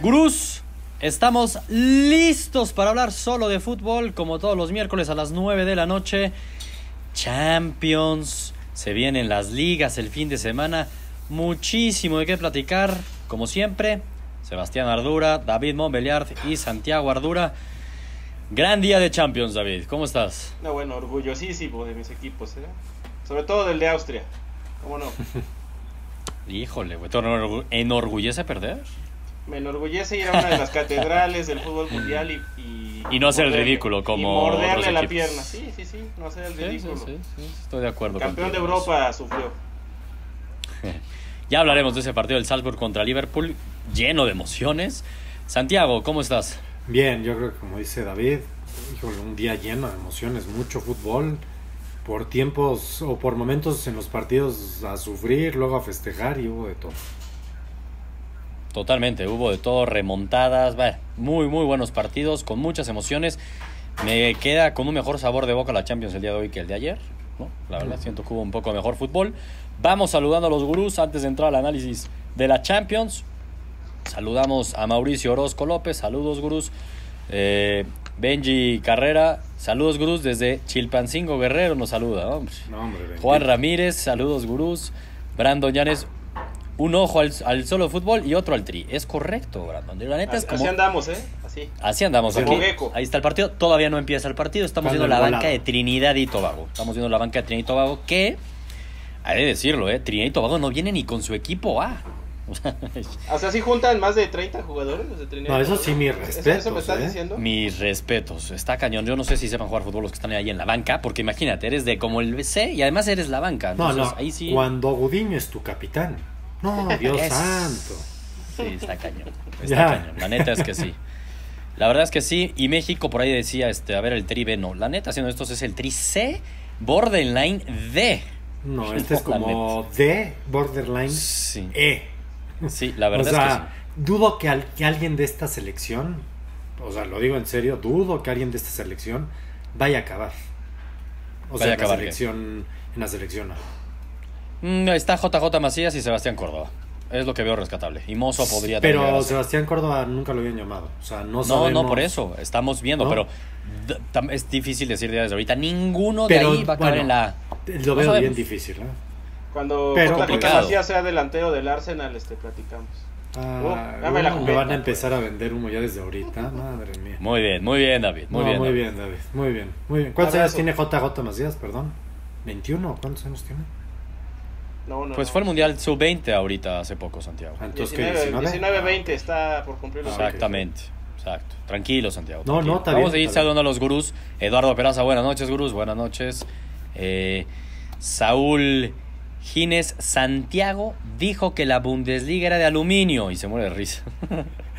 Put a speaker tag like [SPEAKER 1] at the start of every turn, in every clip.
[SPEAKER 1] Gurús, estamos listos para hablar solo de fútbol, como todos los miércoles a las 9 de la noche. Champions, se vienen las ligas el fin de semana. Muchísimo de qué platicar, como siempre. Sebastián Ardura, David Montbeliard y Santiago Ardura. Gran día de Champions, David. ¿Cómo estás?
[SPEAKER 2] No, bueno, orgullosísimo de mis equipos, ¿eh? Sobre todo del de Austria. ¿Cómo no?
[SPEAKER 1] Híjole, güey. ¿Te enorgu- enorgullece perder?
[SPEAKER 2] Me enorgullece ir a una de las catedrales del fútbol mundial y... Y,
[SPEAKER 1] Y no hacer el ridículo como
[SPEAKER 2] Y morderle
[SPEAKER 1] otros
[SPEAKER 2] la
[SPEAKER 1] equipos.
[SPEAKER 2] pierna. Sí, sí, sí, no hacer el
[SPEAKER 1] Sí, sí,
[SPEAKER 2] ridículo.
[SPEAKER 1] sí, sí, Estoy de acuerdo.
[SPEAKER 2] Campeón de
[SPEAKER 1] contigo.
[SPEAKER 2] Europa sufrió.
[SPEAKER 1] Ya hablaremos de ese partido del Salzburg contra Liverpool, lleno de emociones. Santiago, ¿cómo estás?
[SPEAKER 3] Bien, yo creo que como dice David, híjole, un día lleno de emociones, mucho fútbol, por tiempos o por momentos en los partidos a sufrir, luego a festejar y hubo de todo.
[SPEAKER 1] Totalmente, hubo de todo, remontadas, bueno, muy, muy buenos partidos, con muchas emociones. Me queda con un mejor sabor de boca la Champions el día de hoy que el de ayer, ¿no? La verdad, siento que hubo un poco mejor fútbol. Vamos saludando a los gurús antes de entrar al análisis de la Champions. Saludamos a Mauricio Orozco López, saludos gurús. Eh, Benji Carrera, saludos gurús desde Chilpancingo Guerrero, nos saluda. hombre.
[SPEAKER 3] No, hombre, bendito.
[SPEAKER 1] Juan Ramírez, saludos gurús. Brandon Llanes, un ojo al, al solo fútbol y otro al tri. Es correcto, Brandon. La neta es
[SPEAKER 2] Así
[SPEAKER 1] como.
[SPEAKER 2] andamos, ¿eh? Así.
[SPEAKER 1] Así andamos
[SPEAKER 3] Como
[SPEAKER 1] aquí.
[SPEAKER 2] gecko.
[SPEAKER 1] Ahí está el partido. Todavía no empieza el partido. Estamos
[SPEAKER 3] Dando
[SPEAKER 1] viendo la
[SPEAKER 3] el
[SPEAKER 1] banca
[SPEAKER 3] volado.
[SPEAKER 1] de Trinidad y Tobago. Estamos viendo la banca de Trinidad y Tobago que, hay de decirlo, ¿eh? Trinidad y Tobago no viene ni con su equipo A. O sea,
[SPEAKER 2] O sea, sí juntan más de 30 jugadores los de Trinidad.
[SPEAKER 3] No, eso sí, mis
[SPEAKER 2] ¿Eso, eso me
[SPEAKER 3] respetos,
[SPEAKER 2] estás
[SPEAKER 3] ¿eh?
[SPEAKER 2] diciendo?
[SPEAKER 1] Mis respetos. Está cañón. Yo no sé si sepan jugar fútbol los que están ahí en la banca. Porque imagínate, eres de como el BC y además eres la banca.
[SPEAKER 3] No,
[SPEAKER 1] Entonces,
[SPEAKER 3] no,
[SPEAKER 1] ahí sí.
[SPEAKER 3] cuando Gudiño es tu capitán. No, Dios
[SPEAKER 1] Es-
[SPEAKER 3] santo.
[SPEAKER 1] Sí, está cañón. Está
[SPEAKER 3] Ya.
[SPEAKER 1] cañón. La neta es que sí. La verdad es que sí. Y México por ahí decía, este, a ver, el tri B no. La neta, siendo estos es el tri C, borderline D.
[SPEAKER 3] No, este es
[SPEAKER 1] No, la
[SPEAKER 3] como de borderline
[SPEAKER 1] Sí,
[SPEAKER 3] E.
[SPEAKER 1] sí, la
[SPEAKER 3] O
[SPEAKER 1] verdad es que
[SPEAKER 3] sea,
[SPEAKER 1] sí.
[SPEAKER 3] dudo que, al- que alguien de esta selección, o sea, lo digo en serio, dudo que alguien de esta selección vaya a acabar. O
[SPEAKER 1] Vaya a
[SPEAKER 3] sea,
[SPEAKER 1] acabar,
[SPEAKER 3] en
[SPEAKER 1] ¿qué?
[SPEAKER 3] la selección, en la selección. A.
[SPEAKER 1] Mm, está JJ Macías y Sebastián Córdoba. Es lo que veo rescatable. Y Mozo podría
[SPEAKER 3] Pero
[SPEAKER 1] también llegar a ser.
[SPEAKER 3] Sebastián Córdoba nunca lo habían llamado. O sea, no
[SPEAKER 1] No,
[SPEAKER 3] sabemos.
[SPEAKER 1] no, por eso. Estamos viendo,
[SPEAKER 3] ¿No?
[SPEAKER 1] pero d- tam- es difícil decir ya desde ahorita. Ninguno
[SPEAKER 3] Pero,
[SPEAKER 1] de ahí va a caer
[SPEAKER 3] bueno,
[SPEAKER 1] en la.
[SPEAKER 3] Lo
[SPEAKER 1] No
[SPEAKER 3] veo bien
[SPEAKER 1] sabemos.
[SPEAKER 3] difícil, ¿eh?
[SPEAKER 2] Cuando
[SPEAKER 3] Pero
[SPEAKER 2] J.J.
[SPEAKER 1] complicado.
[SPEAKER 2] Macías sea delantero del Arsenal, este, platicamos.
[SPEAKER 3] Ah,
[SPEAKER 2] Oh, dame la pues.
[SPEAKER 3] uh, me
[SPEAKER 2] jugueta,
[SPEAKER 3] van a empezar a vender humo ya desde ahorita. Madre mía.
[SPEAKER 1] Muy bien, muy bien, David. Muy
[SPEAKER 3] No,
[SPEAKER 1] bien.
[SPEAKER 3] muy
[SPEAKER 1] David.
[SPEAKER 3] bien, David. Muy bien. Muy bien. ¿Cuántos años
[SPEAKER 2] Abrazo.
[SPEAKER 3] tiene JJ Macías? Perdón. ¿21? ¿Cuántos años tiene?
[SPEAKER 2] No, no,
[SPEAKER 1] Pues
[SPEAKER 2] no.
[SPEAKER 1] fue el Mundial Sub-20 ahorita hace poco, Santiago.
[SPEAKER 3] Ah, Entonces, ¿qué? Ah.
[SPEAKER 2] 19,
[SPEAKER 3] 19.
[SPEAKER 2] 19-20 está por cumplir los
[SPEAKER 3] Ah,
[SPEAKER 2] años.
[SPEAKER 3] ok.
[SPEAKER 1] Exactamente, exacto. Tranquilo, Santiago.
[SPEAKER 3] No,
[SPEAKER 1] tranquilo.
[SPEAKER 3] no, está
[SPEAKER 1] Vamos
[SPEAKER 3] bien,
[SPEAKER 1] a ir
[SPEAKER 3] está
[SPEAKER 1] saludando a los gurús. Eduardo Peraza, buenas noches, gurús, buenas noches. Eh, Saúl Gines Santiago dijo que la Bundesliga era de aluminio y se muere de risa.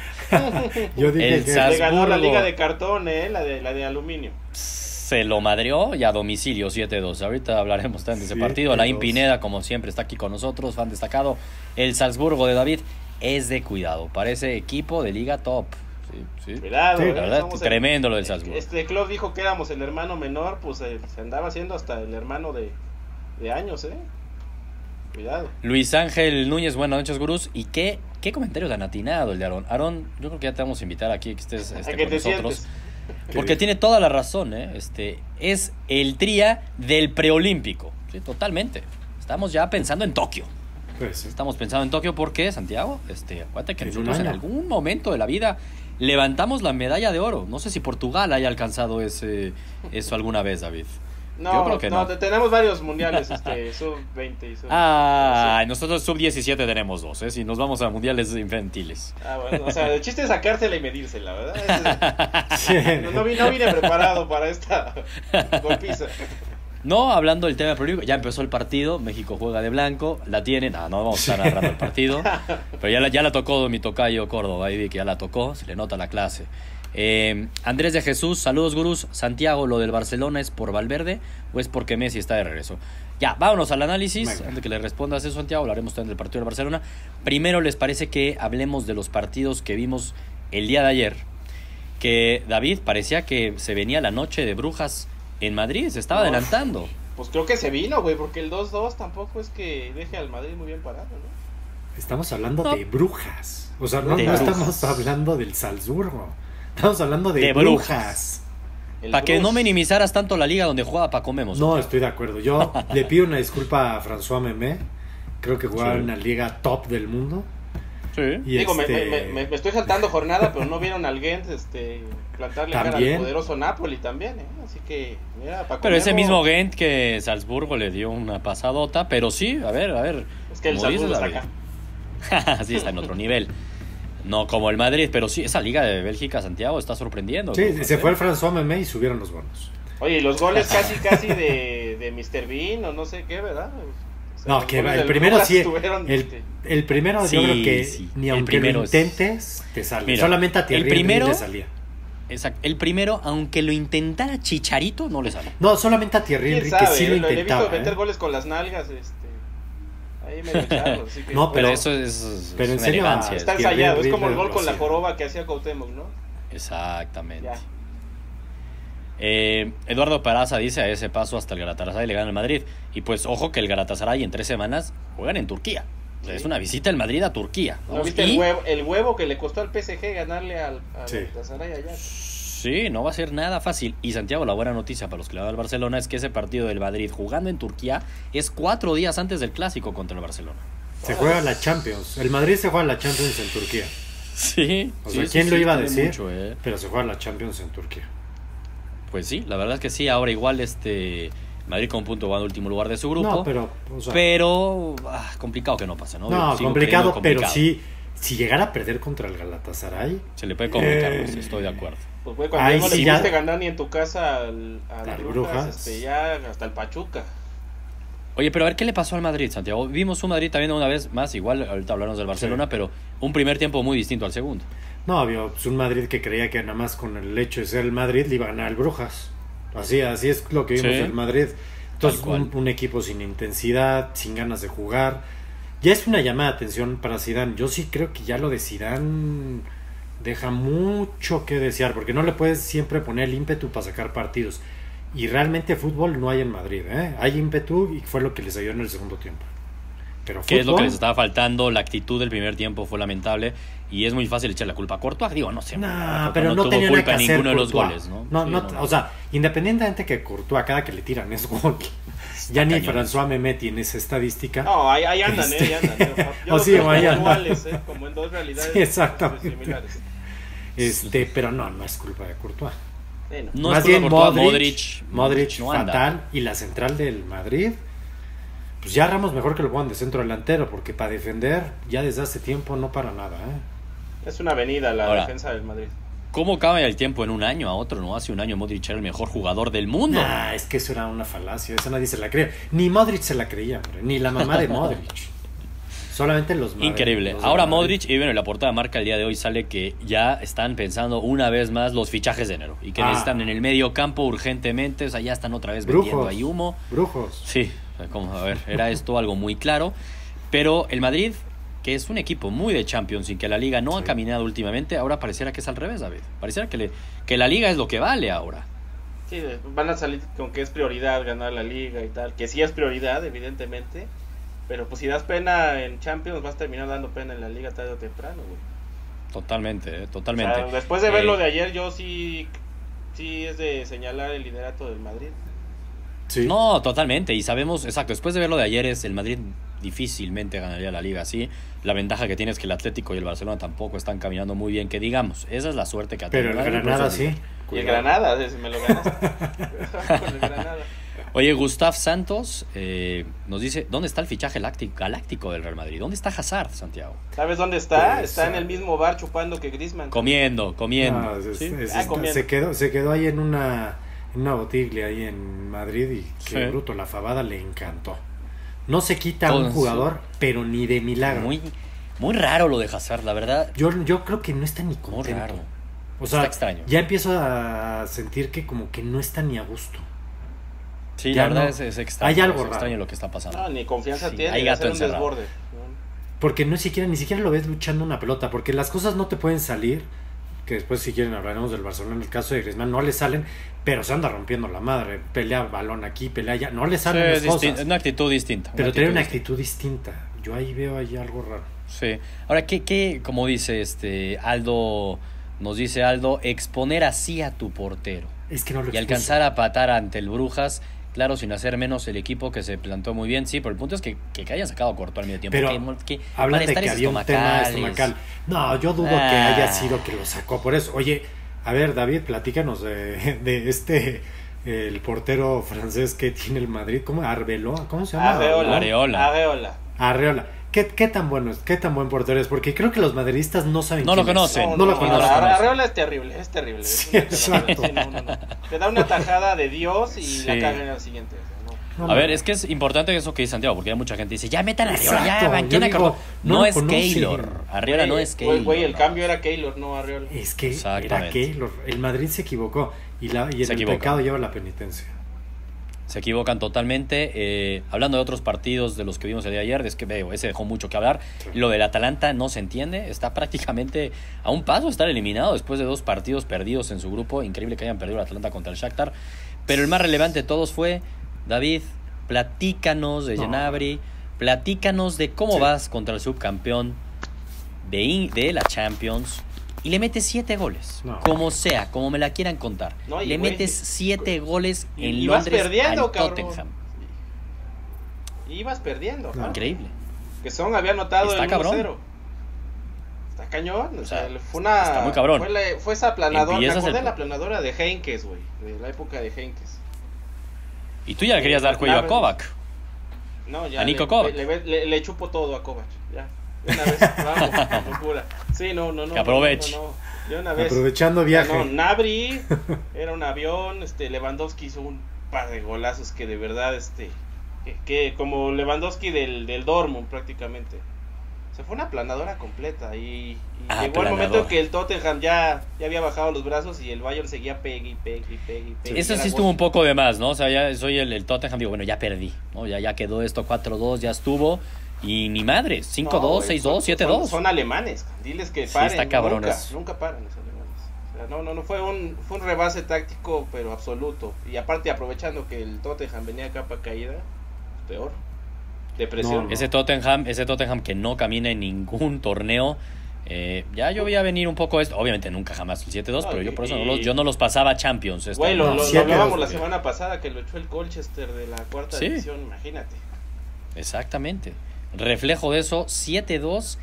[SPEAKER 3] Yo dije
[SPEAKER 1] El
[SPEAKER 3] que
[SPEAKER 1] Sas-
[SPEAKER 2] Le ganó la
[SPEAKER 1] Habsburgo.
[SPEAKER 2] liga de cartón, ¿eh? La de, la de aluminio.
[SPEAKER 1] Se lo madreó y a domicilio 7-2. Ahorita hablaremos también de ese partido.
[SPEAKER 3] 7-2.
[SPEAKER 1] Alain Pineda, como siempre, está aquí con nosotros, fan destacado. El Salzburgo de David es de cuidado. Parece equipo de liga top. Sí, sí.
[SPEAKER 2] Cuidado,
[SPEAKER 3] Sí,
[SPEAKER 2] ¿eh?
[SPEAKER 1] La verdad,
[SPEAKER 2] Estamos en-
[SPEAKER 1] tremendo lo del Salzburgo.
[SPEAKER 2] Este club dijo que éramos el hermano menor, pues eh, se andaba haciendo hasta el hermano de, de años, ¿eh? Cuidado.
[SPEAKER 1] Luis Ángel Núñez, buenas noches, gurús. ¿Y qué, qué comentario tan atinado el de Aarón? Aarón, yo creo que ya te vamos a invitar aquí que estés este,
[SPEAKER 2] A que
[SPEAKER 1] con
[SPEAKER 2] te
[SPEAKER 1] nosotros.
[SPEAKER 2] sientes.
[SPEAKER 1] Porque tiene toda la razón, ¿eh? Este, es el tría del preolímpico. Sí, totalmente. Estamos ya pensando en Tokio.
[SPEAKER 3] Pues, sí.
[SPEAKER 1] Estamos pensando en Tokio porque, Santiago, este, acuérdate que
[SPEAKER 3] En un
[SPEAKER 1] nosotros en
[SPEAKER 3] año.
[SPEAKER 1] algún momento de la vida levantamos la medalla de oro. No sé si Portugal haya alcanzado ese, eso alguna vez, David. Yo
[SPEAKER 2] No,
[SPEAKER 1] creo que
[SPEAKER 2] no,
[SPEAKER 1] no.
[SPEAKER 2] te- tenemos varios mundiales, este, sub 20 y sub.
[SPEAKER 1] Ah, nosotros sub-17 tenemos dos, ¿eh? Si nos vamos a mundiales infantiles.
[SPEAKER 2] Ah, bueno, o sea, el chiste es sacársela y medírsela, ¿verdad?
[SPEAKER 3] Sí.
[SPEAKER 2] Ese- no, no vi- no vine preparado para esta golpiza.
[SPEAKER 1] No, hablando del tema político, ya empezó el partido, México juega de blanco, la tiene, no, no vamos a estar narrando el partido, pero ya la, ya la tocó mi tocayo Córdoba, ahí vi que ya la tocó, se le nota la clase. Eh, Andrés de Jesús, saludos gurús, Santiago, lo del Barcelona es por Valverde o es porque Messi está de regreso. Ya, vámonos al análisis,
[SPEAKER 3] Venga.
[SPEAKER 1] antes de que le respondas eso Santiago, hablaremos también del partido del Barcelona. Primero, ¿les parece que hablemos de los partidos que vimos el día de ayer? Que David parecía que se venía la noche de brujas en Madrid, se estaba
[SPEAKER 2] Uf.
[SPEAKER 1] adelantando.
[SPEAKER 2] Pues creo que se vino, güey, porque el 2-2 tampoco es que deje al Madrid muy bien parado, ¿no?
[SPEAKER 3] Estamos hablando
[SPEAKER 1] No.
[SPEAKER 3] de brujas. O sea, no,
[SPEAKER 1] De
[SPEAKER 3] no
[SPEAKER 1] brujas.
[SPEAKER 3] estamos hablando del Salzburgo. Estamos hablando de,
[SPEAKER 1] De
[SPEAKER 3] brujas.
[SPEAKER 1] brujas.
[SPEAKER 2] El
[SPEAKER 1] Para que
[SPEAKER 2] Bruce.
[SPEAKER 1] no minimizaras tanto la liga donde jugaba Paco Memos.
[SPEAKER 3] No, estoy de acuerdo. Yo le pido una disculpa a François Memé. Creo que jugaba
[SPEAKER 1] Sí.
[SPEAKER 3] en la liga top del mundo.
[SPEAKER 1] Sí.
[SPEAKER 3] Y
[SPEAKER 2] Digo, me-
[SPEAKER 3] este,
[SPEAKER 2] me, me- me estoy saltando jornada, pero no vieron al Gent este, plantarle cara
[SPEAKER 3] También.
[SPEAKER 2] al poderoso Napoli también, ¿eh? Así que, mira, Paco
[SPEAKER 1] Pero ese
[SPEAKER 2] Memo,
[SPEAKER 1] mismo Gent que Salzburgo le dio una pasadota, pero sí, a ver, a ver.
[SPEAKER 2] Es que el
[SPEAKER 1] como dices,
[SPEAKER 2] Salzburgo está
[SPEAKER 1] David.
[SPEAKER 2] acá.
[SPEAKER 1] sí, está en otro nivel. No como el Madrid, pero sí, esa liga de Bélgica, Santiago, está sorprendiendo.
[SPEAKER 3] sí,
[SPEAKER 1] ¿no?
[SPEAKER 3] se
[SPEAKER 2] ¿eh?
[SPEAKER 3] fue el François Memé y subieron los bonos.
[SPEAKER 2] Oye, y los goles casi, casi de, de Mr. Bean o no sé qué, ¿verdad? O sea,
[SPEAKER 3] No,
[SPEAKER 2] los
[SPEAKER 3] que
[SPEAKER 2] goles
[SPEAKER 3] el
[SPEAKER 2] del
[SPEAKER 3] primero
[SPEAKER 2] Lucas
[SPEAKER 3] sí.
[SPEAKER 2] tuvieron,
[SPEAKER 3] El,
[SPEAKER 2] este,
[SPEAKER 3] el primero yo
[SPEAKER 1] Sí,
[SPEAKER 3] creo que
[SPEAKER 1] sí,
[SPEAKER 3] ni
[SPEAKER 1] el
[SPEAKER 3] aunque lo
[SPEAKER 1] primero es-
[SPEAKER 3] intentes, te sale.
[SPEAKER 1] Mira,
[SPEAKER 3] Solamente a ti
[SPEAKER 1] el primero-
[SPEAKER 3] le salía.
[SPEAKER 1] Exacto. El primero, aunque lo intentara Chicharito, no le sale.
[SPEAKER 3] No, solamente a Thierry
[SPEAKER 2] ¿Quién
[SPEAKER 3] Henry que
[SPEAKER 2] sabe?
[SPEAKER 3] sí lo
[SPEAKER 2] eh? Lo- le he
[SPEAKER 3] intentaba.
[SPEAKER 2] visto meter
[SPEAKER 3] ¿eh?
[SPEAKER 2] goles con las nalgas, este... Ahí medio charro, así que...
[SPEAKER 3] No,
[SPEAKER 1] Pero
[SPEAKER 3] Pero-
[SPEAKER 1] eso es, es
[SPEAKER 3] pero en
[SPEAKER 1] una
[SPEAKER 3] serio,
[SPEAKER 1] elegancia.
[SPEAKER 2] Está
[SPEAKER 3] Thierry
[SPEAKER 2] ensayado, es
[SPEAKER 3] Henry
[SPEAKER 2] como el
[SPEAKER 3] lo-
[SPEAKER 2] gol
[SPEAKER 3] lo
[SPEAKER 2] con la
[SPEAKER 3] hacía.
[SPEAKER 2] joroba que hacía Cuauhtémoc, ¿no?
[SPEAKER 1] Exactamente.
[SPEAKER 2] Ya.
[SPEAKER 1] Eh, Eduardo Peraza dice a ese paso hasta el Galatasaray le gana el Madrid. Y pues ojo que el Galatasaray en tres semanas juegan en Turquía. O sea,
[SPEAKER 2] Sí.
[SPEAKER 1] Es una visita del Madrid a Turquía.
[SPEAKER 2] ¿No
[SPEAKER 1] Vamos,
[SPEAKER 2] viste
[SPEAKER 1] y-
[SPEAKER 2] el huevo, el huevo que le costó al PSG ganarle al, al
[SPEAKER 3] Sí.
[SPEAKER 2] Galatasaray allá?
[SPEAKER 1] Sí, no va a ser nada fácil. Y Santiago, la buena noticia para los que le van al Barcelona es que ese partido del Madrid jugando en Turquía es cuatro días antes del clásico contra el Barcelona.
[SPEAKER 3] Se juega la Champions. El Madrid se juega la Champions en Turquía.
[SPEAKER 1] Sí.
[SPEAKER 3] O sea, ¿quién lo iba a
[SPEAKER 1] tiene
[SPEAKER 3] decir?
[SPEAKER 1] mucho, eh.
[SPEAKER 3] Pero se juega la Champions en Turquía.
[SPEAKER 1] Pues sí, la verdad es que sí. Ahora igual este Madrid con un punto va en último lugar de su grupo.
[SPEAKER 3] No,
[SPEAKER 1] pero
[SPEAKER 3] pero. o sea,
[SPEAKER 1] ah, complicado que no pase, ¿no?
[SPEAKER 3] no,
[SPEAKER 1] Yo sigo
[SPEAKER 3] complicado,
[SPEAKER 1] creyendo
[SPEAKER 3] pero
[SPEAKER 1] complicado.
[SPEAKER 3] sí. Si llegara a perder contra el Galatasaray,
[SPEAKER 1] Se le puede complicar,
[SPEAKER 3] Eh.
[SPEAKER 1] sí, estoy de acuerdo.
[SPEAKER 2] Pues güey, cuando
[SPEAKER 3] Ay,
[SPEAKER 2] no
[SPEAKER 3] sí,
[SPEAKER 2] le
[SPEAKER 3] ya.
[SPEAKER 2] pudiste ganar ni en tu casa al, a
[SPEAKER 3] Al
[SPEAKER 2] las
[SPEAKER 3] Brujas.
[SPEAKER 2] Brujas, este, ya hasta el Pachuca.
[SPEAKER 1] Oye, pero a ver qué le pasó al Madrid, Santiago. Vimos un Madrid también una vez más, igual ahorita hablaremos del Barcelona, pero un primer tiempo muy distinto al segundo.
[SPEAKER 3] no, había pues, un Madrid que creía que nada más con el hecho de ser el Madrid le iba a ganar el Brujas. Así, así es lo que vimos
[SPEAKER 1] Sí.
[SPEAKER 3] del Madrid. Entonces,
[SPEAKER 1] Tal cual.
[SPEAKER 3] un, un equipo sin intensidad, sin ganas de jugar. Ya es una llamada de atención para Zidane. Yo sí creo que ya lo de Zidane deja mucho que desear, porque no le puedes siempre poner el ímpetu para sacar partidos. Y realmente fútbol no hay en Madrid, ¿eh? Hay ímpetu y fue lo que les ayudó en el segundo tiempo. Pero
[SPEAKER 1] ¿Qué es lo que
[SPEAKER 3] fútbol,
[SPEAKER 1] les estaba faltando? La actitud del primer tiempo fue lamentable y es muy fácil echar la culpa a Courtois. Digo, no sé.
[SPEAKER 3] No,
[SPEAKER 1] Courtois
[SPEAKER 3] pero no,
[SPEAKER 1] tuvo
[SPEAKER 3] tenía nada que
[SPEAKER 1] culpa en
[SPEAKER 3] hacer
[SPEAKER 1] ninguno de los
[SPEAKER 3] Courtois.
[SPEAKER 1] goles, ¿no?
[SPEAKER 3] No,
[SPEAKER 1] Sí,
[SPEAKER 3] no, o sea, independientemente que Courtois cada que le tiran es gol. ya ni
[SPEAKER 1] cañón.
[SPEAKER 3] François Memé tiene esa estadística.
[SPEAKER 2] No, ahí, ahí andan,
[SPEAKER 3] Este.
[SPEAKER 2] ¿eh? Ahí andan. Yo- Yo
[SPEAKER 3] Oh,
[SPEAKER 2] los
[SPEAKER 3] sí,
[SPEAKER 2] veo
[SPEAKER 3] ahí andan.
[SPEAKER 2] iguales, ¿eh? Como en dos realidades
[SPEAKER 3] Sí, exactamente.
[SPEAKER 2] similares.
[SPEAKER 3] Este, pero no, no es culpa de Courtois.
[SPEAKER 2] Sí, no.
[SPEAKER 1] No
[SPEAKER 3] Más
[SPEAKER 1] es
[SPEAKER 3] bien
[SPEAKER 1] culpa de Courtois,
[SPEAKER 3] Modric, Modric,
[SPEAKER 1] no anda.
[SPEAKER 3] fatal y la central del Madrid. Pues ya Ramos mejor que lo pongan de centro delantero porque para defender ya desde hace tiempo no para nada, ¿eh?
[SPEAKER 2] Es una avenida la
[SPEAKER 1] Ahora.
[SPEAKER 2] defensa del Madrid.
[SPEAKER 1] ¿Cómo cambia el tiempo en un año a otro? No hace un año Modric era el mejor jugador del mundo.
[SPEAKER 3] Nah, es que eso era una falacia, esa nadie se la creía. Ni Modric se la creía, hombre, ni la mamá de Modric. Solamente los madri-
[SPEAKER 1] Increíble.
[SPEAKER 3] los de
[SPEAKER 1] Ahora
[SPEAKER 3] Madrid.
[SPEAKER 1] Modric, y bueno, la portada de marca el día de hoy sale que ya están pensando una vez más los fichajes de enero y que
[SPEAKER 3] Ah.
[SPEAKER 1] necesitan en el medio campo urgentemente, o sea, ya están otra vez vendiendo
[SPEAKER 3] Brujos.
[SPEAKER 1] ahí humo.
[SPEAKER 3] Brujos.
[SPEAKER 1] Sí, como, a ver, era esto algo muy claro. Pero el Madrid, que es un equipo muy de Champions y que la liga no ha
[SPEAKER 3] Sí.
[SPEAKER 1] caminado últimamente, ahora pareciera que es al revés, David. Pareciera que, le, que la liga es lo que vale ahora.
[SPEAKER 2] Sí, van a salir con que es prioridad ganar la liga y tal, que sí es prioridad, evidentemente, pero pues si das pena en Champions vas a terminar dando pena en la liga tarde o temprano, güey.
[SPEAKER 1] Totalmente, eh,
[SPEAKER 2] O
[SPEAKER 1] totalmente.
[SPEAKER 2] sea, después de ver lo
[SPEAKER 1] Eh,
[SPEAKER 2] de ayer, yo sí, sí es de señalar el liderato del Madrid.
[SPEAKER 3] Sí.
[SPEAKER 1] No, totalmente. Y sabemos, exacto, después de ver lo de ayer, es el Madrid difícilmente ganaría la liga así. La ventaja que tiene es que el Atlético y el Barcelona tampoco están caminando muy bien, que digamos. Esa es la suerte que ha
[SPEAKER 3] Pero el
[SPEAKER 1] tenido Madrid, pues,
[SPEAKER 3] Granada
[SPEAKER 1] por eso
[SPEAKER 3] sí.
[SPEAKER 1] digo.
[SPEAKER 2] Y el
[SPEAKER 3] Cuidado.
[SPEAKER 2] Granada, eh, si me lo ganaste. Con el Granada.
[SPEAKER 1] Oye, Gustav Santos eh, nos dice, ¿dónde está el fichaje lácti- galáctico del Real Madrid? ¿Dónde está Hazard, Santiago?
[SPEAKER 2] ¿Sabes dónde está?
[SPEAKER 3] Pues,
[SPEAKER 2] está en
[SPEAKER 3] eh,
[SPEAKER 2] el mismo bar chupando que Griezmann.
[SPEAKER 1] Comiendo, comiendo.
[SPEAKER 3] No, es-
[SPEAKER 1] ¿sí?
[SPEAKER 3] es-
[SPEAKER 2] Ah,
[SPEAKER 3] es-
[SPEAKER 2] comiendo.
[SPEAKER 3] se, quedó, se quedó ahí en una, en una botiglia ahí en Madrid y qué
[SPEAKER 1] Sí.
[SPEAKER 3] bruto, la fabada le encantó. No se quita a un
[SPEAKER 1] Entonces-
[SPEAKER 3] jugador, pero ni de milagro.
[SPEAKER 1] Muy, muy raro lo de Hazard, la verdad.
[SPEAKER 3] Yo, yo creo que no está ni
[SPEAKER 1] Muy
[SPEAKER 3] contento.
[SPEAKER 1] raro.
[SPEAKER 3] O sea,
[SPEAKER 1] Está extraño.
[SPEAKER 3] ya empiezo a sentir que como que no está ni a gusto.
[SPEAKER 1] Sí,
[SPEAKER 3] Ya
[SPEAKER 1] la verdad
[SPEAKER 3] no.
[SPEAKER 1] es, es extraño.
[SPEAKER 3] Hay algo
[SPEAKER 1] es extraño
[SPEAKER 3] raro.
[SPEAKER 1] lo que está pasando.
[SPEAKER 2] No, ni confianza
[SPEAKER 1] Sí,
[SPEAKER 2] tiene.
[SPEAKER 1] hay
[SPEAKER 2] de
[SPEAKER 1] gato
[SPEAKER 2] hacer un
[SPEAKER 1] encerrado.
[SPEAKER 2] desborde. ¿no?
[SPEAKER 3] Porque no siquiera, ni siquiera lo ves luchando una pelota, porque las cosas no te pueden salir, que después si quieren hablaremos del Barcelona en el caso de Griezmann, no le salen, pero se anda rompiendo la madre, pelea balón aquí, pelea allá, no le
[SPEAKER 1] Sí,
[SPEAKER 3] salen
[SPEAKER 1] es
[SPEAKER 3] las
[SPEAKER 1] distin-
[SPEAKER 3] cosas,
[SPEAKER 1] una actitud distinta.
[SPEAKER 3] pero trae una
[SPEAKER 1] distinta.
[SPEAKER 3] actitud distinta, yo ahí veo ahí algo raro.
[SPEAKER 1] Sí. Ahora, ¿qué, qué, como dice este Aldo, nos dice Aldo, exponer así a tu portero
[SPEAKER 3] Es que no lo
[SPEAKER 1] y
[SPEAKER 3] expuso.
[SPEAKER 1] alcanzar a patar ante el Brujas, claro, sin hacer menos el equipo que se plantó muy bien, sí, pero el punto es que, que, que hayan sacado corto al medio tiempo.
[SPEAKER 3] Pero
[SPEAKER 1] que mol- que
[SPEAKER 3] Hablan de
[SPEAKER 1] malestares
[SPEAKER 3] que había un tema
[SPEAKER 1] estomacales.
[SPEAKER 3] estomacal. No, yo dudo que
[SPEAKER 1] Ah.
[SPEAKER 3] haya sido que lo sacó por eso. Oye, a ver, David, platícanos de, de este, el portero francés que tiene el Madrid. ¿Cómo? Arbeloa, ¿cómo se llama?
[SPEAKER 2] Areola.
[SPEAKER 1] Areola.
[SPEAKER 2] Areola.
[SPEAKER 3] Arreola. ¿Qué, qué tan bueno es? ¿Qué tan buen portero es? Porque creo que los madridistas no saben
[SPEAKER 1] No lo
[SPEAKER 3] quién es.
[SPEAKER 1] conocen.
[SPEAKER 3] No, lo conocen.
[SPEAKER 2] Arre- Arreola es terrible, es terrible. Es
[SPEAKER 3] Sí,
[SPEAKER 2] una terrible-
[SPEAKER 3] exacto.
[SPEAKER 2] sí, no, no, no. Te da una tajada de Dios y
[SPEAKER 1] Sí.
[SPEAKER 2] la caga en el siguiente. o sea,
[SPEAKER 3] No,
[SPEAKER 1] A
[SPEAKER 3] no.
[SPEAKER 1] ver, es que es importante eso que dice Santiago, porque hay mucha gente que dice, ya metan a Arriola,
[SPEAKER 3] Exacto,
[SPEAKER 1] ya banquen
[SPEAKER 3] yo
[SPEAKER 1] a
[SPEAKER 3] digo,
[SPEAKER 1] Cardo-".
[SPEAKER 3] no
[SPEAKER 1] No,
[SPEAKER 3] lo
[SPEAKER 1] es
[SPEAKER 3] conocen.
[SPEAKER 1] Keylor.
[SPEAKER 2] no.
[SPEAKER 1] Arriola no
[SPEAKER 2] Güey,
[SPEAKER 1] es
[SPEAKER 2] güey,
[SPEAKER 1] Keylor.
[SPEAKER 2] Güey, el cambio era Keylor, no Arreola.
[SPEAKER 3] Es que era
[SPEAKER 1] Exactamente.
[SPEAKER 3] que lo- el Madrid se equivocó y, la,
[SPEAKER 1] Se
[SPEAKER 3] y el
[SPEAKER 1] equivoca.
[SPEAKER 3] pecado lleva la penitencia.
[SPEAKER 1] Se equivocan totalmente. Eh, hablando de otros partidos de los que vimos el día de ayer, es que veo, ese dejó mucho que hablar. Lo del Atalanta no se entiende. Está prácticamente a un paso de estar eliminado después de dos partidos perdidos en su grupo. Increíble que hayan perdido el Atalanta contra el Shakhtar. Pero el más relevante de todos fue, David, platícanos de
[SPEAKER 3] No.
[SPEAKER 1] Genabri, platícanos de cómo
[SPEAKER 3] Sí.
[SPEAKER 1] vas contra el subcampeón de, In- de la Champions. Y le metes siete goles,
[SPEAKER 3] No.
[SPEAKER 1] como sea, como me la quieran contar.
[SPEAKER 2] No, y
[SPEAKER 1] le
[SPEAKER 2] güey,
[SPEAKER 1] metes siete goles
[SPEAKER 2] Y-
[SPEAKER 1] en
[SPEAKER 2] y vas
[SPEAKER 1] Londres
[SPEAKER 2] perdiendo,
[SPEAKER 1] al
[SPEAKER 2] cabrón.
[SPEAKER 1] Tottenham.
[SPEAKER 2] Sí. Ibas perdiendo.
[SPEAKER 3] No.
[SPEAKER 2] ¿no?
[SPEAKER 1] Increíble.
[SPEAKER 2] Que Son había anotado
[SPEAKER 1] Está
[SPEAKER 2] el
[SPEAKER 1] cabrón.
[SPEAKER 2] 1-0. Está cañón. O sea,
[SPEAKER 1] sea,
[SPEAKER 2] fue una.
[SPEAKER 1] está muy cabrón.
[SPEAKER 2] Fue, la- fue esa aplanadora. Me
[SPEAKER 1] Empiezas
[SPEAKER 2] acordé
[SPEAKER 1] el-
[SPEAKER 2] de la aplanadora de Henkes, güey. De la época de Henkes.
[SPEAKER 1] Y tú ya le querías dar cuello a
[SPEAKER 2] Claro.
[SPEAKER 1] Kovac.
[SPEAKER 2] No, ya
[SPEAKER 1] A
[SPEAKER 2] le-
[SPEAKER 1] Nico Kovac.
[SPEAKER 2] Le, le- le- le chupo todo a Kovac. Ya. De Una vez. Vamos. locura. Sí, no, no, no.
[SPEAKER 1] Que aproveche.
[SPEAKER 2] No, no, no. De una vez.
[SPEAKER 3] Aprovechando viaje.
[SPEAKER 2] No, Nabri era un avión, este Lewandowski hizo un par de golazos que de verdad este que, que como Lewandowski del, del Dortmund prácticamente. O sea, fue una aplanadora completa y, y
[SPEAKER 1] Ah,
[SPEAKER 2] llegó el
[SPEAKER 1] aplanadora.
[SPEAKER 2] momento en que el Tottenham ya, ya había bajado los brazos y el Bayern seguía pegue y pegue y pegue y pegue.
[SPEAKER 1] Eso
[SPEAKER 2] Era
[SPEAKER 1] sí estuvo
[SPEAKER 2] gol.
[SPEAKER 1] un poco de más, ¿no? O sea, ya soy el, el Tottenham, digo, bueno, ya perdí, ¿no? Ya, ya quedó esto 4-2, ya estuvo. Y ni madre, 5-2,
[SPEAKER 2] No, güey,
[SPEAKER 1] 6-2,
[SPEAKER 2] son- Son,
[SPEAKER 1] 7-2.
[SPEAKER 2] son alemanes, diles que
[SPEAKER 1] Sí,
[SPEAKER 2] paren.
[SPEAKER 1] está cabrón
[SPEAKER 2] nunca,
[SPEAKER 1] eso.
[SPEAKER 2] nunca paran los alemanes. O sea, no, no, no fue un, fue un rebase táctico, pero absoluto. Y aparte, aprovechando que el Tottenham venía a capa caída, peor. Depresión.
[SPEAKER 3] No,
[SPEAKER 1] Ese Tottenham, ese Tottenham que no camina en ningún torneo. eh, ya yo voy a venir un poco esto. Obviamente nunca jamás el 7-2,
[SPEAKER 2] No,
[SPEAKER 1] pero yo
[SPEAKER 2] y-
[SPEAKER 1] por eso no
[SPEAKER 2] y-
[SPEAKER 1] los, yo no los pasaba a Champions. este
[SPEAKER 2] Güey, lo,
[SPEAKER 1] año.
[SPEAKER 2] lo-
[SPEAKER 3] No,
[SPEAKER 2] lo
[SPEAKER 3] siete,
[SPEAKER 2] hablábamos
[SPEAKER 3] dos,
[SPEAKER 2] la
[SPEAKER 1] güey.
[SPEAKER 2] semana pasada que lo echó el Colchester de la cuarta
[SPEAKER 1] Sí.
[SPEAKER 2] división, imagínate.
[SPEAKER 1] Exactamente. Reflejo de eso, 7-2,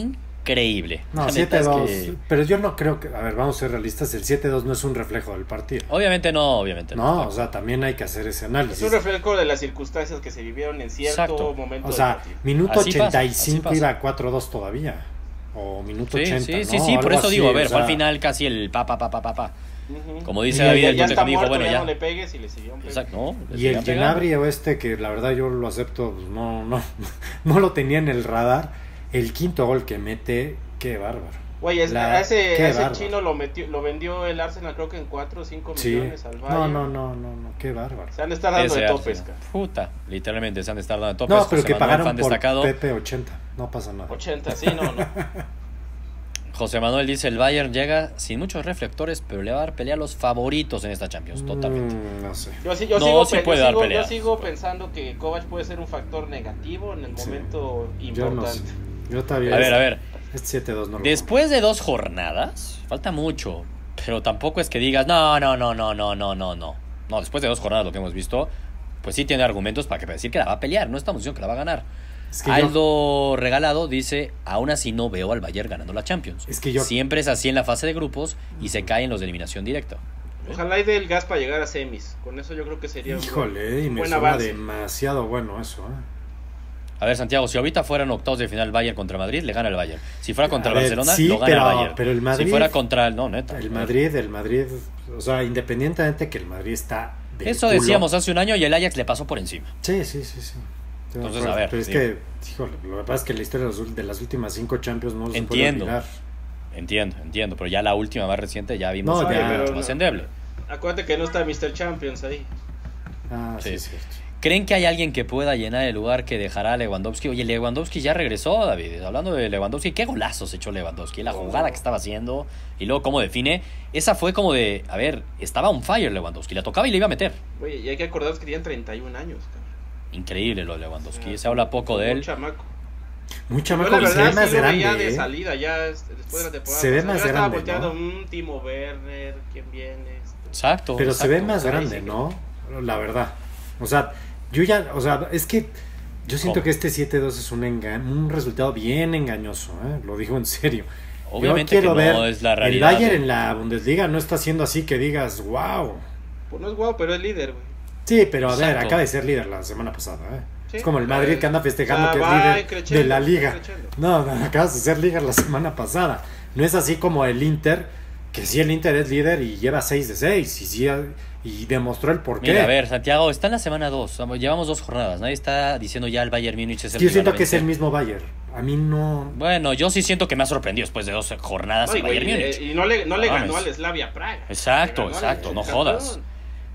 [SPEAKER 1] increíble.
[SPEAKER 3] No,
[SPEAKER 1] La neta es
[SPEAKER 3] 7-2.
[SPEAKER 1] que-
[SPEAKER 3] Pero yo no creo que. A ver, vamos a ser realistas. El 7-2 no es un reflejo del partido.
[SPEAKER 1] Obviamente no, obviamente no.
[SPEAKER 3] No, o sea, también hay que hacer ese
[SPEAKER 2] Es
[SPEAKER 3] análisis.
[SPEAKER 2] un reflejo de las circunstancias que se vivieron en cierto
[SPEAKER 1] Exacto.
[SPEAKER 2] momento.
[SPEAKER 3] O
[SPEAKER 2] del
[SPEAKER 3] sea,
[SPEAKER 2] partido.
[SPEAKER 3] minuto
[SPEAKER 1] Así pasa, así
[SPEAKER 3] 85
[SPEAKER 1] pasa.
[SPEAKER 3] iba 4-2 todavía. O minuto
[SPEAKER 1] Sí,
[SPEAKER 3] 80.
[SPEAKER 1] sí, sí,
[SPEAKER 3] ¿no?
[SPEAKER 1] sí, por
[SPEAKER 3] Algo
[SPEAKER 1] eso digo, a
[SPEAKER 3] así,
[SPEAKER 1] ver,
[SPEAKER 3] o
[SPEAKER 1] fue al
[SPEAKER 3] sea,
[SPEAKER 1] final casi el pa, pa, pa, pa, pa, pa.
[SPEAKER 2] Ujú.
[SPEAKER 1] Como dice
[SPEAKER 3] Y ya-
[SPEAKER 1] David,
[SPEAKER 2] ya,
[SPEAKER 1] el
[SPEAKER 2] ya
[SPEAKER 1] Tottenham
[SPEAKER 2] está
[SPEAKER 1] dijo,
[SPEAKER 2] muerto,
[SPEAKER 1] bueno,
[SPEAKER 2] ya,
[SPEAKER 1] ya.
[SPEAKER 2] no le pegues y le siguió un pegue.
[SPEAKER 1] Exacto, no, les
[SPEAKER 3] Y el
[SPEAKER 1] sigan pegando.
[SPEAKER 3] Genabri este, que la verdad yo lo acepto, pues, no, no, no lo tenía en el radar. El quinto gol que mete, qué bárbaro.
[SPEAKER 2] Güey, es-
[SPEAKER 3] La-
[SPEAKER 2] a ese,
[SPEAKER 3] qué
[SPEAKER 2] a ese
[SPEAKER 3] bárbaro.
[SPEAKER 2] chino lo metió, lo vendió el Arsenal creo que en 4 o 5
[SPEAKER 3] Sí.
[SPEAKER 2] millones al
[SPEAKER 3] No,
[SPEAKER 2] Bayern.
[SPEAKER 3] no, no, no, no, qué bárbaro.
[SPEAKER 2] Se han estado dando
[SPEAKER 1] Ese
[SPEAKER 2] de
[SPEAKER 1] Arsenal.
[SPEAKER 2] topes, cara.
[SPEAKER 1] Puta, literalmente se han de estar dando de topes.
[SPEAKER 3] No, pero
[SPEAKER 1] José
[SPEAKER 3] que
[SPEAKER 1] Manuel,
[SPEAKER 3] pagaron
[SPEAKER 1] fan
[SPEAKER 3] por
[SPEAKER 1] destacado.
[SPEAKER 3] Pepe 80, no pasa nada.
[SPEAKER 2] 80, sí, no, no.
[SPEAKER 1] José Manuel dice, el Bayern llega sin muchos reflectores, pero le va a dar pelea a los favoritos en esta Champions, totalmente.
[SPEAKER 3] Mm, no sé.
[SPEAKER 2] Yo, sí- yo
[SPEAKER 1] No,
[SPEAKER 2] sigo,
[SPEAKER 1] sí
[SPEAKER 2] pe- yo
[SPEAKER 1] puede dar
[SPEAKER 2] sigo- yo
[SPEAKER 1] pelea.
[SPEAKER 2] sigo pensando que Kovac puede ser un factor negativo en el
[SPEAKER 3] Sí.
[SPEAKER 2] momento
[SPEAKER 3] Yo no
[SPEAKER 2] importante.
[SPEAKER 3] sé. Yo todavía.
[SPEAKER 1] A ver, a ver,
[SPEAKER 3] Este 7-2 no lo
[SPEAKER 1] después de dos jornadas, falta mucho, pero tampoco es que digas, no, no, no, no, no, no, no, no. No, después de dos jornadas lo que hemos visto, pues sí tiene argumentos para que para decir que la va a pelear, no estamos diciendo que la va a ganar.
[SPEAKER 3] pongo. Es que yo-
[SPEAKER 1] Aldo Regalado dice, aún así no veo al Bayern ganando la Champions.
[SPEAKER 3] Es que yo-
[SPEAKER 1] Siempre es así en la fase de grupos y se caen los de eliminación directa.
[SPEAKER 2] Ojalá y dé el gas para llegar a semis. Con eso yo creo que sería un buen-
[SPEAKER 3] Híjole, y me
[SPEAKER 2] buen
[SPEAKER 3] suena
[SPEAKER 2] avance.
[SPEAKER 3] demasiado bueno eso. ¿eh?
[SPEAKER 1] A ver, Santiago, si ahorita fueran octavos de final Bayern contra Madrid, le gana el Bayern. Si fuera contra
[SPEAKER 3] A ver,
[SPEAKER 1] Barcelona,
[SPEAKER 3] sí,
[SPEAKER 1] lo gana
[SPEAKER 3] pero-
[SPEAKER 1] el Bayern.
[SPEAKER 3] pero el Madrid-
[SPEAKER 1] si fuera contra el... No, neta.
[SPEAKER 3] El Madrid, el Madrid, o sea, independientemente que el Madrid está. del
[SPEAKER 1] Eso
[SPEAKER 3] culo.
[SPEAKER 1] decíamos hace un año y el Ajax le pasó por encima.
[SPEAKER 3] Sí, sí, sí, sí. Estoy de
[SPEAKER 1] Entonces,
[SPEAKER 3] acuerdo,
[SPEAKER 1] a ver,
[SPEAKER 3] Pero es
[SPEAKER 1] digo.
[SPEAKER 3] que, híjole, lo que pasa es que la historia de las ul- de las últimas cinco Champions no se
[SPEAKER 1] Entiendo.
[SPEAKER 3] puede olvidar.
[SPEAKER 1] Entiendo, entiendo. Pero ya la última más reciente ya vimos
[SPEAKER 3] No,
[SPEAKER 1] que
[SPEAKER 3] ya,
[SPEAKER 1] era mucho
[SPEAKER 2] pero
[SPEAKER 1] más
[SPEAKER 2] no.
[SPEAKER 1] endeble.
[SPEAKER 2] Acuérdate que no está Mr. Champions ahí.
[SPEAKER 3] Ah, sí,
[SPEAKER 1] Sí.
[SPEAKER 3] es cierto.
[SPEAKER 1] ¿Creen que hay alguien que pueda llenar el lugar que dejará a Lewandowski? Oye, Lewandowski ya regresó, David. Hablando de Lewandowski, qué golazos echó Lewandowski. La jugada que estaba haciendo y luego cómo define. Esa fue como de, a ver, estaba on fire Lewandowski. La tocaba y le iba a meter.
[SPEAKER 2] Oye, y hay que acordarnos que tienen 31 años. cabrón.
[SPEAKER 1] Increíble lo de Lewandowski.
[SPEAKER 2] Ah,
[SPEAKER 1] Se habla poco de
[SPEAKER 2] Un
[SPEAKER 1] él.
[SPEAKER 2] chamaco.
[SPEAKER 3] Muy chamaco,
[SPEAKER 2] Yo, la
[SPEAKER 3] y se
[SPEAKER 2] verdad,
[SPEAKER 3] ve más
[SPEAKER 2] sí lo veía
[SPEAKER 3] grande.
[SPEAKER 2] de
[SPEAKER 3] ¿eh?
[SPEAKER 2] salida, ya este, después de la temporada.
[SPEAKER 3] Se ve
[SPEAKER 2] pasada,
[SPEAKER 3] más
[SPEAKER 2] yo
[SPEAKER 3] grande,
[SPEAKER 2] Estaba volteando,
[SPEAKER 3] ¿no?
[SPEAKER 2] un Timo Werner, ¿quién viene? Este,
[SPEAKER 1] Exacto.
[SPEAKER 3] Pero se ve
[SPEAKER 1] exacto.
[SPEAKER 3] más
[SPEAKER 2] sea, ahí
[SPEAKER 3] grande,
[SPEAKER 2] sí que-
[SPEAKER 3] ¿no? La verdad. O sea, yo ya, o sea, es que yo siento
[SPEAKER 1] ¿Cómo?
[SPEAKER 3] que este 7-2 es un, enga- un resultado bien engañoso, ¿eh? lo digo en serio.
[SPEAKER 1] Obviamente
[SPEAKER 3] yo quiero
[SPEAKER 1] que
[SPEAKER 3] ver
[SPEAKER 1] no es la
[SPEAKER 3] el
[SPEAKER 1] realidad.
[SPEAKER 3] Bayern
[SPEAKER 1] de-
[SPEAKER 3] en la Bundesliga no está haciendo así que digas, wow.
[SPEAKER 2] Pues no es guau, pero es líder, güey.
[SPEAKER 3] Sí, pero a ver,
[SPEAKER 1] Exacto.
[SPEAKER 3] acaba de ser líder la semana pasada. ¿eh?
[SPEAKER 2] Sí,
[SPEAKER 3] es como el
[SPEAKER 2] claro.
[SPEAKER 3] Madrid que anda festejando
[SPEAKER 2] O sea,
[SPEAKER 3] Ah, que
[SPEAKER 2] va
[SPEAKER 3] es líder
[SPEAKER 2] creciendo,
[SPEAKER 3] de la
[SPEAKER 2] va
[SPEAKER 3] liga.
[SPEAKER 2] creciendo.
[SPEAKER 3] No, no, acabas de ser líder la semana pasada. No es así como el Inter, que sí el Inter es líder y lleva 6 de 6 y, sí, y demostró el porqué.
[SPEAKER 1] Mira, a ver, Santiago, está en la semana 2. Llevamos dos jornadas. Nadie está diciendo ya el Bayern Múnich es
[SPEAKER 3] Es
[SPEAKER 1] el
[SPEAKER 3] que yo
[SPEAKER 1] rival
[SPEAKER 3] siento que es
[SPEAKER 1] vencer.
[SPEAKER 3] el mismo Bayern. A mí no.
[SPEAKER 1] Bueno, yo sí siento que me ha sorprendido después de dos jornadas
[SPEAKER 2] Ay,
[SPEAKER 1] el
[SPEAKER 2] güey,
[SPEAKER 1] Bayern Múnich.
[SPEAKER 2] eh, y no le, no le
[SPEAKER 1] No
[SPEAKER 2] ganó
[SPEAKER 1] mames.
[SPEAKER 2] al Slavia Praga.
[SPEAKER 1] Exacto,
[SPEAKER 2] Le ganó al
[SPEAKER 1] exacto, no
[SPEAKER 2] Campeón.
[SPEAKER 1] jodas.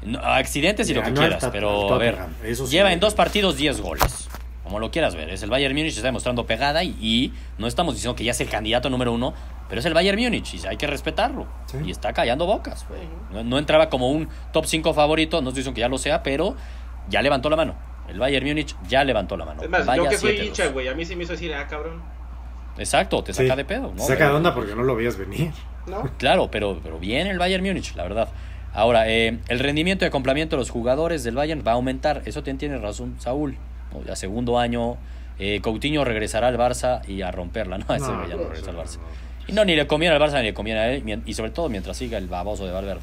[SPEAKER 1] No, accidentes y lo
[SPEAKER 3] Le
[SPEAKER 1] que
[SPEAKER 3] ganó al
[SPEAKER 1] quieras,
[SPEAKER 3] Tot-
[SPEAKER 1] pero
[SPEAKER 3] al
[SPEAKER 1] a ver,
[SPEAKER 3] Tottenham, eso sí.
[SPEAKER 1] lleva en dos partidos 10 goles. Como lo quieras ver, es el Bayern Múnich, está demostrando pegada y, y no estamos diciendo que ya es el candidato número uno, pero es el Bayern Múnich y hay que respetarlo.
[SPEAKER 3] Sí.
[SPEAKER 1] Y está callando bocas, güey. No, no entraba como un top 5 favorito, no estoy diciendo que ya lo sea, pero ya levantó la mano. El Bayern Múnich ya levantó la mano.
[SPEAKER 2] Es más,
[SPEAKER 1] Vaya
[SPEAKER 2] yo que soy
[SPEAKER 1] 7-2.
[SPEAKER 2] hincha, güey, a mí sí me hizo decir, ah, cabrón.
[SPEAKER 1] Exacto, te
[SPEAKER 3] Sí.
[SPEAKER 1] saca de pedo. ¿no?
[SPEAKER 3] Te saca de onda porque no lo veías venir.
[SPEAKER 2] ¿No?
[SPEAKER 1] Claro, pero, pero bien el Bayern Múnich, la verdad. Ahora, eh, el rendimiento y acoplamiento de los jugadores del Bayern va a aumentar. Eso tiene, tiene razón Saúl. ¿no? Ya segundo año, eh, Coutinho regresará al Barça y a romperla, ¿no? Ese güey ya no
[SPEAKER 3] no,
[SPEAKER 1] regresa al
[SPEAKER 3] no,
[SPEAKER 1] Barça.
[SPEAKER 3] no.
[SPEAKER 1] Y no, ni le conviene al Barça ni le conviene a él. mien- Y sobre todo mientras siga el baboso de Valverde,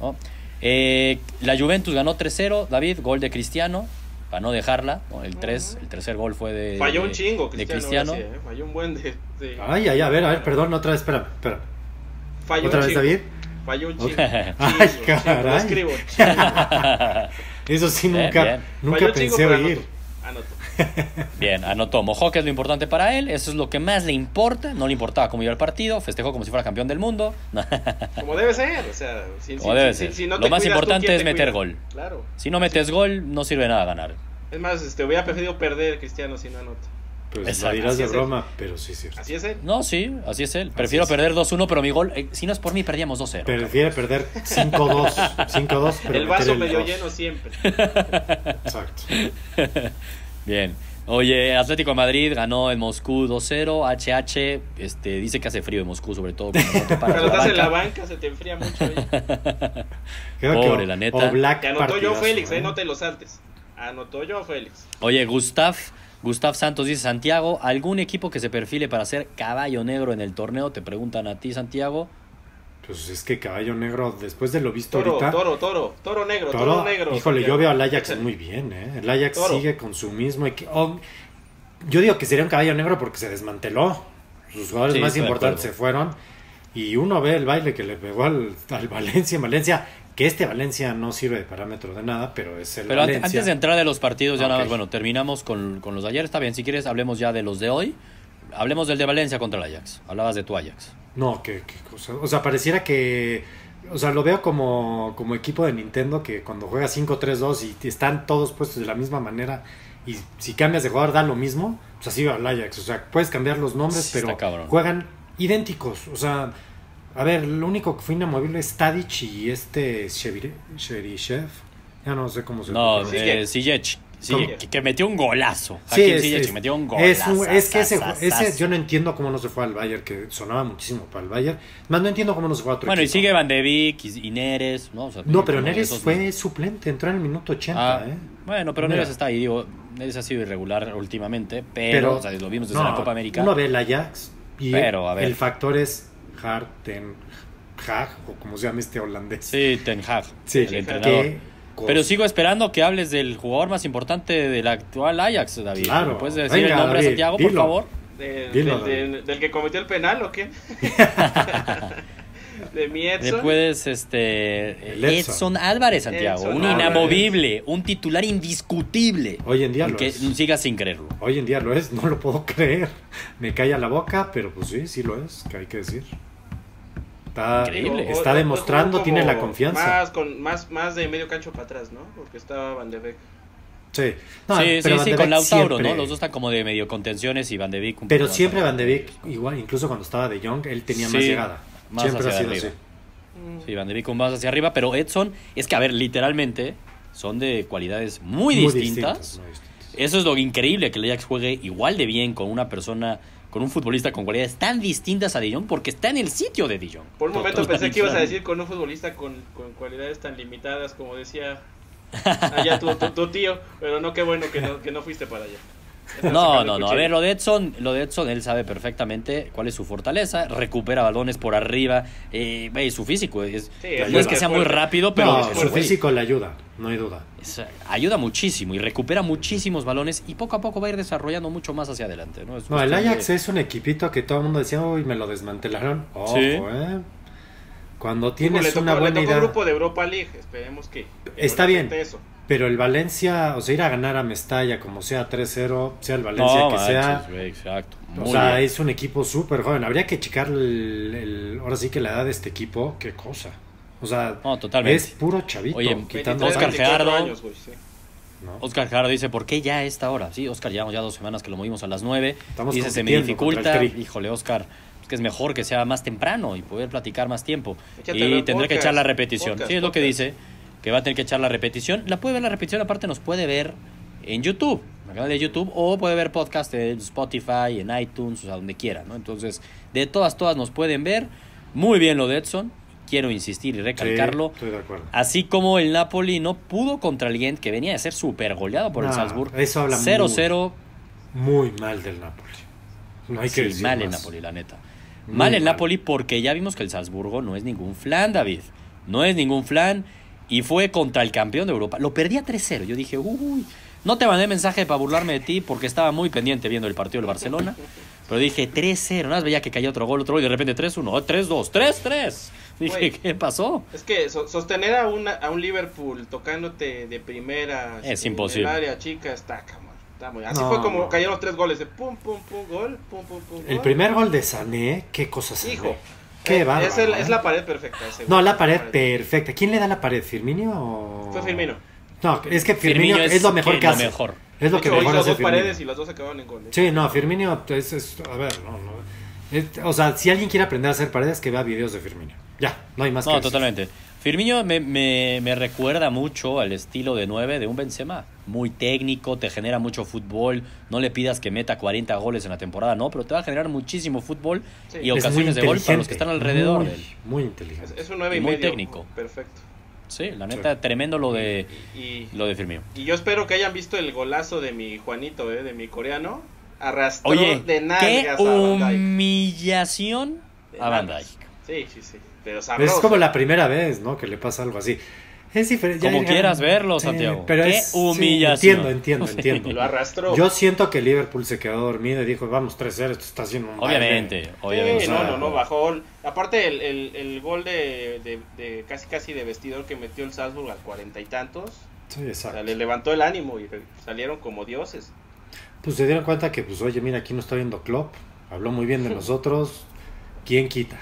[SPEAKER 1] ¿no? Eh, la Juventus ganó 3-0, David, gol de Cristiano, para no dejarla. ¿no? El, tres, el tercer gol fue de,
[SPEAKER 2] Falló
[SPEAKER 1] de-
[SPEAKER 2] un chingo,
[SPEAKER 1] de Cristiano.
[SPEAKER 2] Cristiano. ahora sí, eh, Falló un buen de. de-
[SPEAKER 3] Ay, ay, a ver, a ver, perdón, otra vez, espera, espera.
[SPEAKER 2] Falló
[SPEAKER 3] ¿Otra
[SPEAKER 2] un
[SPEAKER 3] vez,
[SPEAKER 2] chingo.
[SPEAKER 3] David?
[SPEAKER 2] Falló un chingo.
[SPEAKER 1] Ay,
[SPEAKER 2] Chingo, chingo,
[SPEAKER 3] caray.
[SPEAKER 2] lo escribo. Chingo.
[SPEAKER 3] Eso sí,
[SPEAKER 1] Bien,
[SPEAKER 3] nunca,
[SPEAKER 1] bien.
[SPEAKER 3] nunca
[SPEAKER 2] Falló un chingo,
[SPEAKER 3] pensé
[SPEAKER 2] pero
[SPEAKER 3] oír.
[SPEAKER 2] Anoto. anoto.
[SPEAKER 1] Bien, anotó. Mojó, que es lo importante para él. Eso es lo que más le importa. No le importaba cómo iba el partido. Festejó como si fuera campeón del mundo.
[SPEAKER 2] Como debe ser, o sea, si,
[SPEAKER 1] Como
[SPEAKER 2] si-
[SPEAKER 1] debe
[SPEAKER 2] si-
[SPEAKER 1] ser.
[SPEAKER 2] si no
[SPEAKER 1] Lo
[SPEAKER 2] te
[SPEAKER 1] más
[SPEAKER 2] cuidas, ¿tú
[SPEAKER 1] importante
[SPEAKER 2] quién
[SPEAKER 1] es
[SPEAKER 2] te
[SPEAKER 1] meter
[SPEAKER 2] cuida?
[SPEAKER 1] gol.
[SPEAKER 2] Claro.
[SPEAKER 1] Si no metes gol, no sirve nada ganar.
[SPEAKER 2] Es más, este, hubiera preferido perder Cristiano si no anota.
[SPEAKER 3] Pues
[SPEAKER 1] Exacto.
[SPEAKER 3] lo dirás
[SPEAKER 2] Así
[SPEAKER 3] de
[SPEAKER 2] es.
[SPEAKER 3] broma, pero sí es cierto.
[SPEAKER 2] Así es él.
[SPEAKER 1] No, sí, así es él. Prefiero
[SPEAKER 3] es.
[SPEAKER 1] perder 2-1, pero mi gol, eh, si no es por mí, perdíamos 2-0.
[SPEAKER 3] Prefiere perder 5-2, 5-2, pero
[SPEAKER 2] el vaso
[SPEAKER 3] meter
[SPEAKER 2] medio
[SPEAKER 3] dos.
[SPEAKER 2] lleno siempre.
[SPEAKER 3] Exacto.
[SPEAKER 1] Bien. Oye, Atlético de Madrid ganó en Moscú 2-0. HH este, dice que hace frío en Moscú, sobre todo cuando no te paras
[SPEAKER 2] Cuando
[SPEAKER 1] la
[SPEAKER 2] estás en la
[SPEAKER 1] banca.
[SPEAKER 2] banca se te enfría mucho. oye.
[SPEAKER 3] Creo
[SPEAKER 1] Pobre,
[SPEAKER 3] o-
[SPEAKER 1] la neta.
[SPEAKER 3] o Black
[SPEAKER 2] Te anotó yo
[SPEAKER 3] partidazo,
[SPEAKER 2] Félix, eh,
[SPEAKER 3] ¿eh?
[SPEAKER 2] no te lo saltes. Anotó yo Félix.
[SPEAKER 1] Oye, Gustav, Gustav Santos dice, Santiago, ¿algún equipo que se perfile para ser caballo negro en el torneo? Te preguntan a ti, Santiago.
[SPEAKER 3] Pues es que Caballo Negro, después de lo visto
[SPEAKER 2] Toro,
[SPEAKER 3] ahorita...
[SPEAKER 2] toro, toro, toro negro, toro,
[SPEAKER 3] Toro,
[SPEAKER 2] negro.
[SPEAKER 3] Híjole, yo veo al Ajax
[SPEAKER 2] Échale.
[SPEAKER 3] muy bien, ¿eh? El Ajax
[SPEAKER 2] Toro.
[SPEAKER 3] sigue con su mismo equi- oh, yo digo que sería un caballo negro porque se desmanteló. Sus jugadores
[SPEAKER 1] Sí,
[SPEAKER 3] más
[SPEAKER 1] estoy de
[SPEAKER 3] importantes se
[SPEAKER 1] acuerdo.
[SPEAKER 3] fueron. Y uno ve el baile que le pegó al, al Valencia. Valencia, que este Valencia no sirve de parámetro de nada, pero es el
[SPEAKER 1] Pero ante-
[SPEAKER 3] Valencia. Ah,
[SPEAKER 1] antes de entrar de los partidos, ya nada más,
[SPEAKER 3] Ok.
[SPEAKER 1] bueno, terminamos con, con los de ayer. Está bien, si quieres, hablemos ya de los de hoy. Hablemos del de Valencia contra el Ajax. Hablabas de tu Ajax.
[SPEAKER 3] No, qué, qué cosa. O sea, pareciera que. O sea, lo veo como, como equipo de Nintendo que cuando juega 5-3-2 y están todos puestos de la misma manera y si cambias de jugador da lo mismo, pues así va el Ajax. O sea, puedes cambiar los nombres,
[SPEAKER 1] Sí, está
[SPEAKER 3] pero
[SPEAKER 1] cabrón.
[SPEAKER 3] juegan idénticos. O sea, a ver, lo único que fue inamovible es Tadic y este Shevire- Sherichev. Ya no sé cómo se
[SPEAKER 1] No,
[SPEAKER 3] pronuncia.
[SPEAKER 1] eh, Ziyech. Ziyech,
[SPEAKER 2] ¿Cómo?
[SPEAKER 1] que, que metió un golazo.
[SPEAKER 3] Sí,
[SPEAKER 1] Hakim
[SPEAKER 3] es,
[SPEAKER 1] Ziyech
[SPEAKER 3] es-
[SPEAKER 1] metió un
[SPEAKER 3] es
[SPEAKER 1] golazo.
[SPEAKER 3] un- es que ese, ese yo no entiendo cómo no se fue al Bayern, que sonaba muchísimo para el Bayern. Más no entiendo cómo no se fue a otro
[SPEAKER 1] Bueno, y
[SPEAKER 3] equipo.
[SPEAKER 1] sigue Van de Beek y, y Neres. No, O sea,
[SPEAKER 3] No, pero
[SPEAKER 1] como
[SPEAKER 3] Neres
[SPEAKER 1] esos-
[SPEAKER 3] fue suplente, entró en el minuto 80,
[SPEAKER 1] Ah,
[SPEAKER 3] ¿eh?
[SPEAKER 1] Bueno, pero
[SPEAKER 3] Mira.
[SPEAKER 1] Neres está ahí, digo. Neres ha sido irregular últimamente, pero, o sea, lo vimos desde
[SPEAKER 3] no,
[SPEAKER 1] la Copa América.
[SPEAKER 3] Uno ve el Ajax y
[SPEAKER 1] Pero, a ver.
[SPEAKER 3] el factor es Harten Hag, o como se llama este holandés.
[SPEAKER 1] Sí, Ten Hag,
[SPEAKER 3] Sí,
[SPEAKER 1] el
[SPEAKER 3] qué
[SPEAKER 1] entrenador.
[SPEAKER 3] cosa.
[SPEAKER 1] Pero sigo esperando que hables del jugador más importante del actual Ajax, David.
[SPEAKER 3] Claro.
[SPEAKER 1] ¿Me ¿Puedes decir
[SPEAKER 3] Venga,
[SPEAKER 1] el nombre de
[SPEAKER 3] David,
[SPEAKER 1] Santiago, por
[SPEAKER 3] dilo.
[SPEAKER 1] favor?
[SPEAKER 2] Del,
[SPEAKER 3] Dilo,
[SPEAKER 2] del- del- del que cometió el penal o qué? de mi
[SPEAKER 1] ¿Me
[SPEAKER 2] Edson.
[SPEAKER 1] puedes, este.
[SPEAKER 3] El
[SPEAKER 1] Edson,
[SPEAKER 3] Edson.
[SPEAKER 1] Álvarez, Santiago.
[SPEAKER 2] Edson
[SPEAKER 1] un
[SPEAKER 2] Álvarez.
[SPEAKER 1] inamovible, un titular indiscutible.
[SPEAKER 3] Hoy en día lo
[SPEAKER 1] Aunque
[SPEAKER 3] es.
[SPEAKER 1] sigas sin creerlo.
[SPEAKER 3] Hoy en día lo es, no lo puedo creer. Me calla la boca, pero pues sí, sí lo es, que hay que decir. Está,
[SPEAKER 1] Increíble.
[SPEAKER 2] O- o-
[SPEAKER 3] está
[SPEAKER 2] o-
[SPEAKER 3] demostrando,
[SPEAKER 2] jugó
[SPEAKER 3] tiene la
[SPEAKER 2] como
[SPEAKER 3] confianza.
[SPEAKER 2] Más, con, más, más de medio cancho para atrás, ¿no? Porque estaba Van de Beek.
[SPEAKER 3] Sí, No,
[SPEAKER 1] sí,
[SPEAKER 3] pero
[SPEAKER 1] sí,
[SPEAKER 3] Van
[SPEAKER 1] sí,
[SPEAKER 3] de
[SPEAKER 1] con
[SPEAKER 3] Beek
[SPEAKER 1] Lautaro,
[SPEAKER 3] siempre-
[SPEAKER 1] ¿no? Los dos están como de medio contenciones y Van de Beek un
[SPEAKER 3] Pero
[SPEAKER 1] poco más
[SPEAKER 3] siempre Van
[SPEAKER 1] adelante.
[SPEAKER 3] de Beek, igual, incluso cuando estaba de Jong, él tenía más
[SPEAKER 1] Sí,
[SPEAKER 3] llegada.
[SPEAKER 1] más
[SPEAKER 3] siempre ha
[SPEAKER 1] hacia
[SPEAKER 3] sido
[SPEAKER 1] arriba.
[SPEAKER 3] así.
[SPEAKER 1] Sí, Van de Beek un más hacia arriba, pero Edson, es que a ver, literalmente son de cualidades muy,
[SPEAKER 3] Muy
[SPEAKER 1] distintas.
[SPEAKER 3] distintas, muy distintas.
[SPEAKER 1] eso es lo increíble que el Ajax juegue igual de bien con una persona, con un futbolista con cualidades tan distintas a De Jong porque está en el sitio de De Jong.
[SPEAKER 2] Por un momento pensé que ibas a decir con un futbolista con, con cualidades tan limitadas como decía allá tu, tu, tu tío, pero no, qué bueno que no, que no fuiste para allá.
[SPEAKER 1] Entonces, no, no, no. A ver, lo de Edson, lo de Edson, él sabe perfectamente cuál es su fortaleza. Recupera balones por arriba. Eh, y su físico es,
[SPEAKER 2] Sí, es
[SPEAKER 1] no es que
[SPEAKER 2] fuerte.
[SPEAKER 1] sea muy rápido, pero
[SPEAKER 3] No,
[SPEAKER 1] es
[SPEAKER 3] su
[SPEAKER 1] fuerte.
[SPEAKER 3] físico le ayuda, no hay duda.
[SPEAKER 1] Es- ayuda muchísimo y recupera muchísimos balones y poco a poco va a ir desarrollando mucho más hacia adelante. No, Es
[SPEAKER 3] No, el
[SPEAKER 1] cuestión
[SPEAKER 3] Ajax
[SPEAKER 1] de-
[SPEAKER 3] es un equipito que todo el mundo decía, uy, me lo desmantelaron. Ojo,
[SPEAKER 1] Sí.
[SPEAKER 3] ¿eh? Cuando tienes
[SPEAKER 2] le tocó,
[SPEAKER 3] una buena
[SPEAKER 2] le tocó
[SPEAKER 3] idea.
[SPEAKER 2] grupo de Europa League, esperemos que... que
[SPEAKER 3] Está
[SPEAKER 2] no le
[SPEAKER 3] bien.
[SPEAKER 2] afecte Eso.
[SPEAKER 3] Pero el Valencia, o sea, ir a ganar a Mestalla, como sea 3-0, sea el
[SPEAKER 1] No,
[SPEAKER 3] Valencia que
[SPEAKER 1] manches,
[SPEAKER 3] sea.
[SPEAKER 1] güey, exacto.
[SPEAKER 3] O
[SPEAKER 1] Muy
[SPEAKER 3] sea,
[SPEAKER 1] bien.
[SPEAKER 3] es un equipo súper joven. Habría que checar el, el- ahora sí que la edad de este equipo. Qué cosa. O sea,
[SPEAKER 1] No, totalmente.
[SPEAKER 3] es puro chavito.
[SPEAKER 1] Oye,
[SPEAKER 3] quitando
[SPEAKER 2] 23,
[SPEAKER 1] Oscar
[SPEAKER 2] 24
[SPEAKER 1] Gerardo.
[SPEAKER 2] años, güey, sí.
[SPEAKER 3] ¿no?
[SPEAKER 1] Oscar Jara dice, ¿por qué ya a esta hora? Sí, Oscar, llevamos ya dos semanas que lo movimos a las nueve.
[SPEAKER 3] Estamos
[SPEAKER 1] dice, se me
[SPEAKER 3] compitiendo
[SPEAKER 1] dificulta.
[SPEAKER 3] contra el Tri.
[SPEAKER 1] Híjole, Oscar, es que es mejor que sea más temprano y poder platicar más tiempo.
[SPEAKER 2] Échatelo
[SPEAKER 1] y
[SPEAKER 2] en
[SPEAKER 1] tendré que
[SPEAKER 2] podcast,
[SPEAKER 1] echar la repetición.
[SPEAKER 2] podcast,
[SPEAKER 1] sí, es lo que
[SPEAKER 2] podcast.
[SPEAKER 1] dice, que va a tener que echar la repetición. La puede ver la repetición, aparte nos puede ver en YouTube, en el canal de YouTube, o puede ver podcast en Spotify, en iTunes, o sea, donde quiera, ¿no? Entonces, de todas, todas nos pueden ver. Muy bien lo de Edson. Quiero insistir y
[SPEAKER 3] Sí,
[SPEAKER 1] recalcarlo.
[SPEAKER 3] estoy de acuerdo.
[SPEAKER 1] Así como el Napoli no pudo contra el Gent, que venía de ser super goleado por el
[SPEAKER 3] No,
[SPEAKER 1] Salzburg.
[SPEAKER 3] Ah, eso habla
[SPEAKER 1] 0-0.
[SPEAKER 3] Muy mal del Napoli. No hay que
[SPEAKER 1] Sí,
[SPEAKER 3] decir
[SPEAKER 1] mal el
[SPEAKER 3] más.
[SPEAKER 1] Napoli, la neta.
[SPEAKER 3] Muy
[SPEAKER 1] mal el
[SPEAKER 3] mal.
[SPEAKER 1] Napoli porque ya vimos que el Salzburgo no es ningún flan, David. No es ningún flan. Y fue contra el campeón de Europa. Lo perdía 3-0. Yo dije, uy. No te mandé mensaje para burlarme de ti porque estaba muy pendiente viendo el partido del Barcelona. Pero dije 3-0. Nada más veía que caía otro gol, otro gol. Y de repente 3-1, oh, 3-2, 3-3. Dije,
[SPEAKER 2] Güey.
[SPEAKER 1] ¿qué pasó?
[SPEAKER 2] Es que so- sostener a, una, a un Liverpool tocándote de primera
[SPEAKER 1] Es
[SPEAKER 2] este,
[SPEAKER 1] imposible.
[SPEAKER 2] En el área chica está, cabrón, está muy- Así
[SPEAKER 3] No,
[SPEAKER 2] fue como
[SPEAKER 3] no.
[SPEAKER 2] cayeron los tres goles de pum, pum, pum, gol, pum, pum, pum.
[SPEAKER 3] El
[SPEAKER 2] gol.
[SPEAKER 3] primer gol de Sané, qué cosa Sané.
[SPEAKER 2] Hijo.
[SPEAKER 3] Qué
[SPEAKER 2] Eh,
[SPEAKER 3] bárbaro.
[SPEAKER 2] es, el-
[SPEAKER 3] ¿eh?
[SPEAKER 2] es la pared perfecta. ese,
[SPEAKER 3] No,
[SPEAKER 2] güey,
[SPEAKER 3] la pared perfecta. ¿Quién le da la pared? ¿Firmino o.?
[SPEAKER 2] Fue Firmino.
[SPEAKER 3] No, es que Firmino, es, lo mejor que
[SPEAKER 1] lo
[SPEAKER 3] hace.
[SPEAKER 1] mejor.
[SPEAKER 3] Es lo
[SPEAKER 2] De
[SPEAKER 3] que
[SPEAKER 2] hecho,
[SPEAKER 3] mejor
[SPEAKER 2] hizo
[SPEAKER 3] hace
[SPEAKER 2] dos
[SPEAKER 3] Firmino.
[SPEAKER 2] paredes y las dos acabaron en gol. ¿eh?
[SPEAKER 3] Sí, no, Firmino es, es- a ver, no, no. Es- o sea, si alguien quiere aprender a hacer paredes, que vea videos de Firmino. Ya, no hay más que
[SPEAKER 1] No,
[SPEAKER 3] decir.
[SPEAKER 1] totalmente. Firmino me, me- me recuerda mucho al estilo de 9 de un Benzema. Muy técnico, te genera mucho fútbol. No le pidas que meta 40 goles en la temporada, no, pero te va a generar muchísimo fútbol y
[SPEAKER 2] Sí. Es
[SPEAKER 3] muy
[SPEAKER 1] ocasiones de gol para los
[SPEAKER 3] inteligente,
[SPEAKER 1] que están alrededor
[SPEAKER 3] muy,
[SPEAKER 1] de él.
[SPEAKER 3] Muy
[SPEAKER 2] Es,
[SPEAKER 3] inteligente.
[SPEAKER 2] es un 9 y,
[SPEAKER 1] Y muy
[SPEAKER 2] medio,
[SPEAKER 1] técnico.
[SPEAKER 2] Perfecto.
[SPEAKER 1] Sí, la neta, tremendo lo de,
[SPEAKER 2] Y,
[SPEAKER 1] lo de Firmino.
[SPEAKER 2] y yo espero que hayan visto el golazo de mi Juanito, eh, de mi coreano. Arrastró
[SPEAKER 1] Oye,
[SPEAKER 2] de
[SPEAKER 1] qué
[SPEAKER 2] nalgas a Van Dijk.
[SPEAKER 1] humillación
[SPEAKER 2] De
[SPEAKER 1] a Van
[SPEAKER 2] nalgas.
[SPEAKER 1] Dijk.
[SPEAKER 2] Sí, sí, sí. Pero
[SPEAKER 3] Es
[SPEAKER 2] sabroso.
[SPEAKER 3] como la primera vez, ¿no? Que le pasa algo así. Es diferente. ya
[SPEAKER 1] Como
[SPEAKER 3] llegaron-
[SPEAKER 1] quieras verlo,
[SPEAKER 3] Sí,
[SPEAKER 1] Santiago.
[SPEAKER 3] Pero
[SPEAKER 1] Qué
[SPEAKER 3] es, sí,
[SPEAKER 1] humillación.
[SPEAKER 3] entiendo, entiendo,
[SPEAKER 2] Lo
[SPEAKER 3] entiendo.
[SPEAKER 2] arrastró.
[SPEAKER 3] Yo siento que Liverpool se quedó dormido y dijo, vamos, 3-0, esto está haciendo un baile".
[SPEAKER 1] Obviamente, obviamente.
[SPEAKER 2] Sí,
[SPEAKER 3] o
[SPEAKER 2] no,
[SPEAKER 3] sea,
[SPEAKER 2] no, no, bajó. Aparte, el, el, el gol de, de, de casi casi de vestidor que metió el Salzburg al cuarenta y tantos, o
[SPEAKER 3] Sí,
[SPEAKER 2] sea,
[SPEAKER 3] exacto.
[SPEAKER 2] le levantó el ánimo y salieron como dioses.
[SPEAKER 3] Pues se dieron cuenta que, pues, oye, mira, aquí no está viendo Klopp. Habló muy bien de nosotros. ¿Quién quita?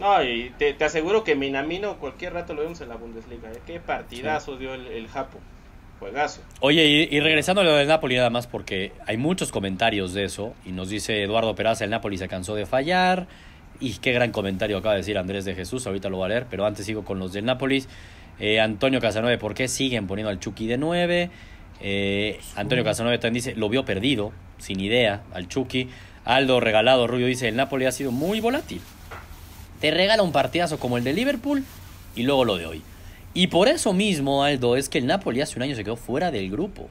[SPEAKER 2] No, y te, te aseguro que Minamino cualquier rato lo vemos en la Bundesliga. ¿eh? Qué partidazo dio el, el Japo. Juegazo.
[SPEAKER 1] Oye, y, y regresando a lo del Napoli nada más, porque hay muchos comentarios de eso, y nos dice Eduardo Peraza, el Napoli se cansó de fallar, y qué gran comentario acaba de decir Andrés de Jesús, ahorita lo voy a leer, pero antes sigo con los del Nápoles. Eh, Antonio Casanova, ¿por qué siguen poniendo al Chucky de 9? Antonio Casanova también dice, lo vio perdido, sin idea, al Chucky. Aldo Regalado Rubio dice, el Napoli ha sido muy volátil. Te regala un partidazo como el de Liverpool y luego lo de hoy. Y por eso mismo, Aldo, es que el Napoli hace un año se quedó fuera del grupo.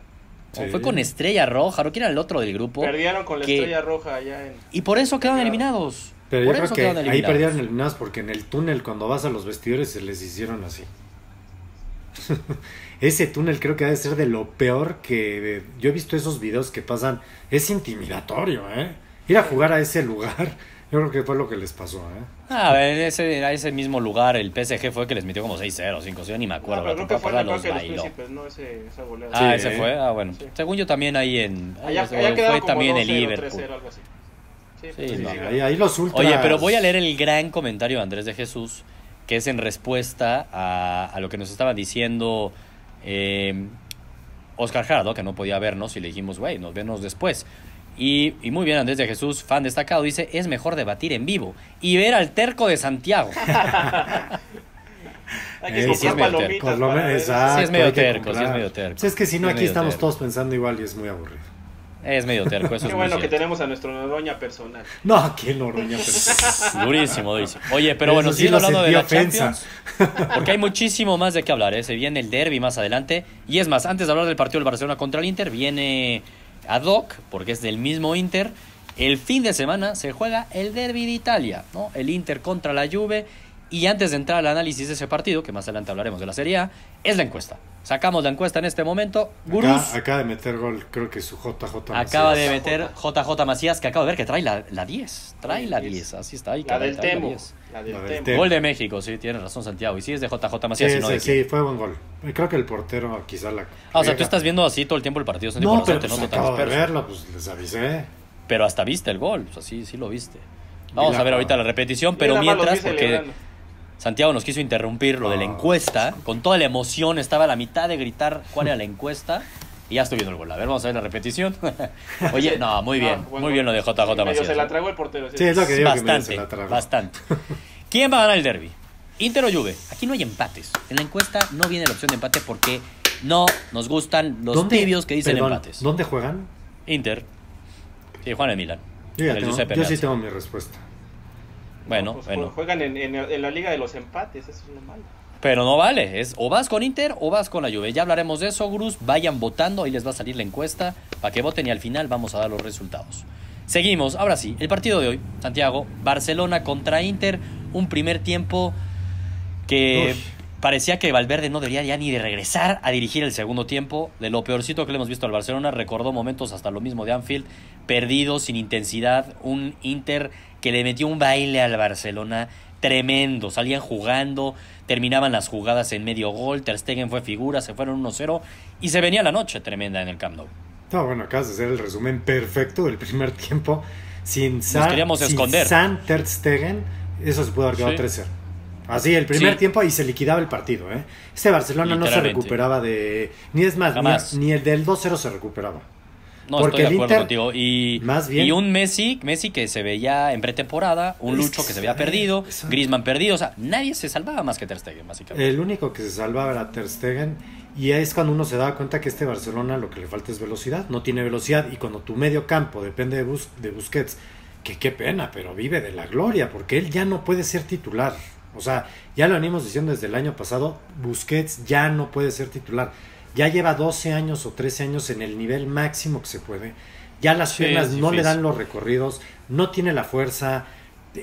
[SPEAKER 1] O
[SPEAKER 3] Sí.
[SPEAKER 1] Fue con Estrella Roja, no que era el otro del grupo.
[SPEAKER 2] Perdieron con la
[SPEAKER 1] que-
[SPEAKER 2] estrella roja allá en.
[SPEAKER 1] Y por eso quedaron
[SPEAKER 2] Claro.
[SPEAKER 1] eliminados.
[SPEAKER 3] Pero
[SPEAKER 1] por
[SPEAKER 3] yo
[SPEAKER 1] eso
[SPEAKER 3] creo
[SPEAKER 1] quedaron
[SPEAKER 3] que ahí
[SPEAKER 1] eliminados.
[SPEAKER 3] perdieron el NAS porque en el túnel cuando vas a los vestidores se les hicieron así. Ese túnel creo que ha de ser de lo peor que yo he visto esos videos que pasan. Es intimidatorio, ¿eh? Ir a jugar a ese lugar, yo creo que fue lo que les pasó, ¿eh?
[SPEAKER 1] Ah, en ese, a ese mismo lugar el PSG fue que les metió como 6-0, 5 yo ni me acuerdo.
[SPEAKER 2] No,
[SPEAKER 1] la
[SPEAKER 2] pero creo que fue
[SPEAKER 1] temporada
[SPEAKER 2] en la
[SPEAKER 1] los
[SPEAKER 2] Parque de los
[SPEAKER 1] bailó.
[SPEAKER 2] Príncipes, no ese, esa goleada.
[SPEAKER 1] Ah,
[SPEAKER 3] Sí.
[SPEAKER 1] ese fue. Ah, bueno.
[SPEAKER 2] Sí.
[SPEAKER 1] Según yo también ahí en...
[SPEAKER 2] allá
[SPEAKER 1] ese
[SPEAKER 2] allá
[SPEAKER 1] fue
[SPEAKER 2] quedaron como
[SPEAKER 1] también
[SPEAKER 2] 2-0,
[SPEAKER 1] el Liverpool.
[SPEAKER 2] 3-0, algo así. Sí, pues,
[SPEAKER 1] Sí,
[SPEAKER 2] sí,
[SPEAKER 1] no.
[SPEAKER 2] sí.
[SPEAKER 3] Ahí, ahí los ultras.
[SPEAKER 1] Oye, pero voy a leer el gran comentario de Andrés de Jesús, que es en respuesta a, a lo que nos estaba diciendo eh, Oscar Jardo, que no podía vernos y le dijimos, güey, nos vemos después. Y, y muy bien, Andrés de Jesús, fan destacado, dice, es mejor debatir en vivo y ver al terco de Santiago.
[SPEAKER 2] Hay que
[SPEAKER 3] Eh,
[SPEAKER 1] sí es
[SPEAKER 2] comprar
[SPEAKER 1] medio
[SPEAKER 2] palomitas.
[SPEAKER 3] Por lo
[SPEAKER 2] para
[SPEAKER 3] menos-
[SPEAKER 2] ver.
[SPEAKER 3] exacto,
[SPEAKER 1] Sí es medio
[SPEAKER 3] hay que
[SPEAKER 1] terco, sí es
[SPEAKER 3] comprar.
[SPEAKER 1] medio terco.
[SPEAKER 3] Pues es que si no,
[SPEAKER 1] Sí es
[SPEAKER 3] aquí
[SPEAKER 1] medio
[SPEAKER 3] estamos
[SPEAKER 1] terco.
[SPEAKER 3] todos pensando igual y es muy aburrido.
[SPEAKER 1] Es medio terco, eso
[SPEAKER 2] Qué
[SPEAKER 1] es
[SPEAKER 2] bueno
[SPEAKER 1] muy
[SPEAKER 2] que
[SPEAKER 1] cierto.
[SPEAKER 2] tenemos a nuestro Noroña personal.
[SPEAKER 3] No, qué Noroña, pero...
[SPEAKER 1] Durísimo, durísimo. Oye, pero
[SPEAKER 3] Eso
[SPEAKER 1] bueno,
[SPEAKER 3] sí
[SPEAKER 1] siguiendo
[SPEAKER 3] lo
[SPEAKER 1] hablando de la
[SPEAKER 3] sentí ofensa.
[SPEAKER 1] Champions, porque hay muchísimo más de qué hablar, ¿eh? Se viene el derby más adelante. Y es más, antes de hablar del partido del Barcelona contra el Inter, viene ad hoc, porque es del mismo Inter. El fin de semana se juega el derby de Italia, ¿no? El Inter contra la Juve. Y antes de entrar al análisis de ese partido, que más adelante hablaremos de la Serie A, es la encuesta. Sacamos la encuesta en este momento. Gurús
[SPEAKER 3] Acá, acaba de meter gol, creo que su JJ.
[SPEAKER 1] acaba de
[SPEAKER 3] Macías.
[SPEAKER 1] meter JJ Macías, que acabo de ver que trae la, la 10. Trae la 10, así está. Ahí,
[SPEAKER 2] La del
[SPEAKER 1] trae
[SPEAKER 2] Temo.
[SPEAKER 1] 10.
[SPEAKER 2] La
[SPEAKER 3] La
[SPEAKER 2] del
[SPEAKER 3] del
[SPEAKER 2] Temo.
[SPEAKER 3] Temo.
[SPEAKER 1] Gol de México, sí, tienes razón Santiago. Y sí es de JJ Macías,
[SPEAKER 3] Este, Sí,
[SPEAKER 1] y no
[SPEAKER 3] sí,
[SPEAKER 1] de
[SPEAKER 3] sí,
[SPEAKER 1] quién.
[SPEAKER 3] fue buen gol. Creo que el portero quizá la...
[SPEAKER 1] Ah, o sea, tú estás viendo así todo el tiempo el partido. Santi,
[SPEAKER 3] No,
[SPEAKER 1] por
[SPEAKER 3] pero
[SPEAKER 1] razón, te
[SPEAKER 3] pues,
[SPEAKER 1] noto tan
[SPEAKER 3] acabo de
[SPEAKER 1] disperso.
[SPEAKER 3] verlo, pues les avisé.
[SPEAKER 1] Pero hasta viste el gol, o sea, sí, sí lo viste. Vamos
[SPEAKER 3] la-
[SPEAKER 1] a ver ahorita la repetición,
[SPEAKER 2] Yo
[SPEAKER 1] pero
[SPEAKER 2] nada más los vi
[SPEAKER 1] mientras, porque
[SPEAKER 2] celebrando.
[SPEAKER 1] Santiago nos quiso interrumpir lo de la
[SPEAKER 3] Ah.
[SPEAKER 1] encuesta, con toda la emoción estaba a la mitad de gritar cuál era la encuesta, y ya estoy viendo el gol. A ver, vamos a ver la repetición. Oye, no, muy
[SPEAKER 2] No,
[SPEAKER 1] bien,
[SPEAKER 2] buen
[SPEAKER 1] muy
[SPEAKER 2] gol.
[SPEAKER 1] bien lo de JJ
[SPEAKER 2] Ah, Sí, medio
[SPEAKER 1] Macías.
[SPEAKER 2] se la
[SPEAKER 1] ¿eh?
[SPEAKER 2] tragó el portero. sí.
[SPEAKER 3] Sí, es lo que digo que me
[SPEAKER 1] Bastante,
[SPEAKER 3] se la trago.
[SPEAKER 1] bastante. ¿Quién va a ganar el derby? ¿Inter o Juve? Aquí no hay empates. En la encuesta no viene la opción de empate porque no nos gustan los
[SPEAKER 3] ¿Dónde-
[SPEAKER 1] tibios que dicen
[SPEAKER 3] perdón,
[SPEAKER 1] empates.
[SPEAKER 3] ¿Dónde juegan?
[SPEAKER 1] Inter. Sí, Juan en Milán.
[SPEAKER 3] Yo, ya
[SPEAKER 1] En el
[SPEAKER 3] tengo-
[SPEAKER 1] Giuseppe
[SPEAKER 3] yo sí
[SPEAKER 1] Meazza.
[SPEAKER 3] tengo mi respuesta.
[SPEAKER 1] Bueno,
[SPEAKER 2] Pues,
[SPEAKER 1] bueno.
[SPEAKER 2] Juegan en, en- en la liga de los empates, eso es lo malo.
[SPEAKER 1] Pero no vale. Es o vas con Inter o vas con la Juve. Ya hablaremos de eso, Grus. Vayan votando. Ahí les va a salir la encuesta para que voten y al final vamos a dar los resultados. Seguimos. Ahora sí, el partido de hoy, Santiago. Barcelona contra Inter. Un primer tiempo que
[SPEAKER 3] Uy.
[SPEAKER 1] parecía que Valverde no debería ya ni de regresar a dirigir el segundo tiempo. De lo peorcito que le hemos visto al Barcelona, recordó momentos hasta lo mismo de Anfield, perdido, sin intensidad, un Inter que le metió un baile al Barcelona tremendo, salían jugando, terminaban las jugadas en medio gol, Ter Stegen fue figura, se fueron 1-0 y se venía la noche tremenda en el Camp Nou.
[SPEAKER 3] No, bueno, acabas de hacer el resumen perfecto del primer tiempo. Sin San,
[SPEAKER 1] queríamos
[SPEAKER 3] sin
[SPEAKER 1] esconder.
[SPEAKER 3] San Ter Stegen, eso se pudo haber quedado
[SPEAKER 1] Sí.
[SPEAKER 3] 3-0. Así, el primer
[SPEAKER 1] Sí.
[SPEAKER 3] tiempo y se liquidaba el partido. ¿eh? Este Barcelona no se
[SPEAKER 1] Literalmente.
[SPEAKER 3] recuperaba de. Ni es más,
[SPEAKER 1] Jamás.
[SPEAKER 3] ni, ni el del 2-0 se recuperaba.
[SPEAKER 1] No,
[SPEAKER 3] Porque
[SPEAKER 1] estoy de acuerdo
[SPEAKER 3] el Inter,
[SPEAKER 1] contigo. Y,
[SPEAKER 3] más bien-
[SPEAKER 1] y un Messi, Messi que se veía en pretemporada, un
[SPEAKER 3] Es
[SPEAKER 1] Lucho
[SPEAKER 3] que
[SPEAKER 1] que se había
[SPEAKER 3] sí,
[SPEAKER 1] perdido,
[SPEAKER 3] eso-
[SPEAKER 1] Griezmann perdido, o sea, nadie se salvaba más que Ter Stegen, básicamente.
[SPEAKER 3] El único que se salvaba era Ter Stegen. Y es cuando uno se da cuenta que este Barcelona lo que le falta es velocidad. No tiene velocidad. Y cuando tu medio campo depende de, Bus- de Busquets, que qué pena, pero vive de la gloria. Porque él ya no puede ser titular. O sea, ya lo venimos diciendo desde el año pasado. Busquets ya no puede ser titular. Ya lleva 12 años o 13 años en el nivel máximo que se puede. Ya las
[SPEAKER 1] Sí,
[SPEAKER 3] piernas
[SPEAKER 1] es
[SPEAKER 3] no le
[SPEAKER 1] difícil.
[SPEAKER 3] dan los recorridos. No tiene la fuerza.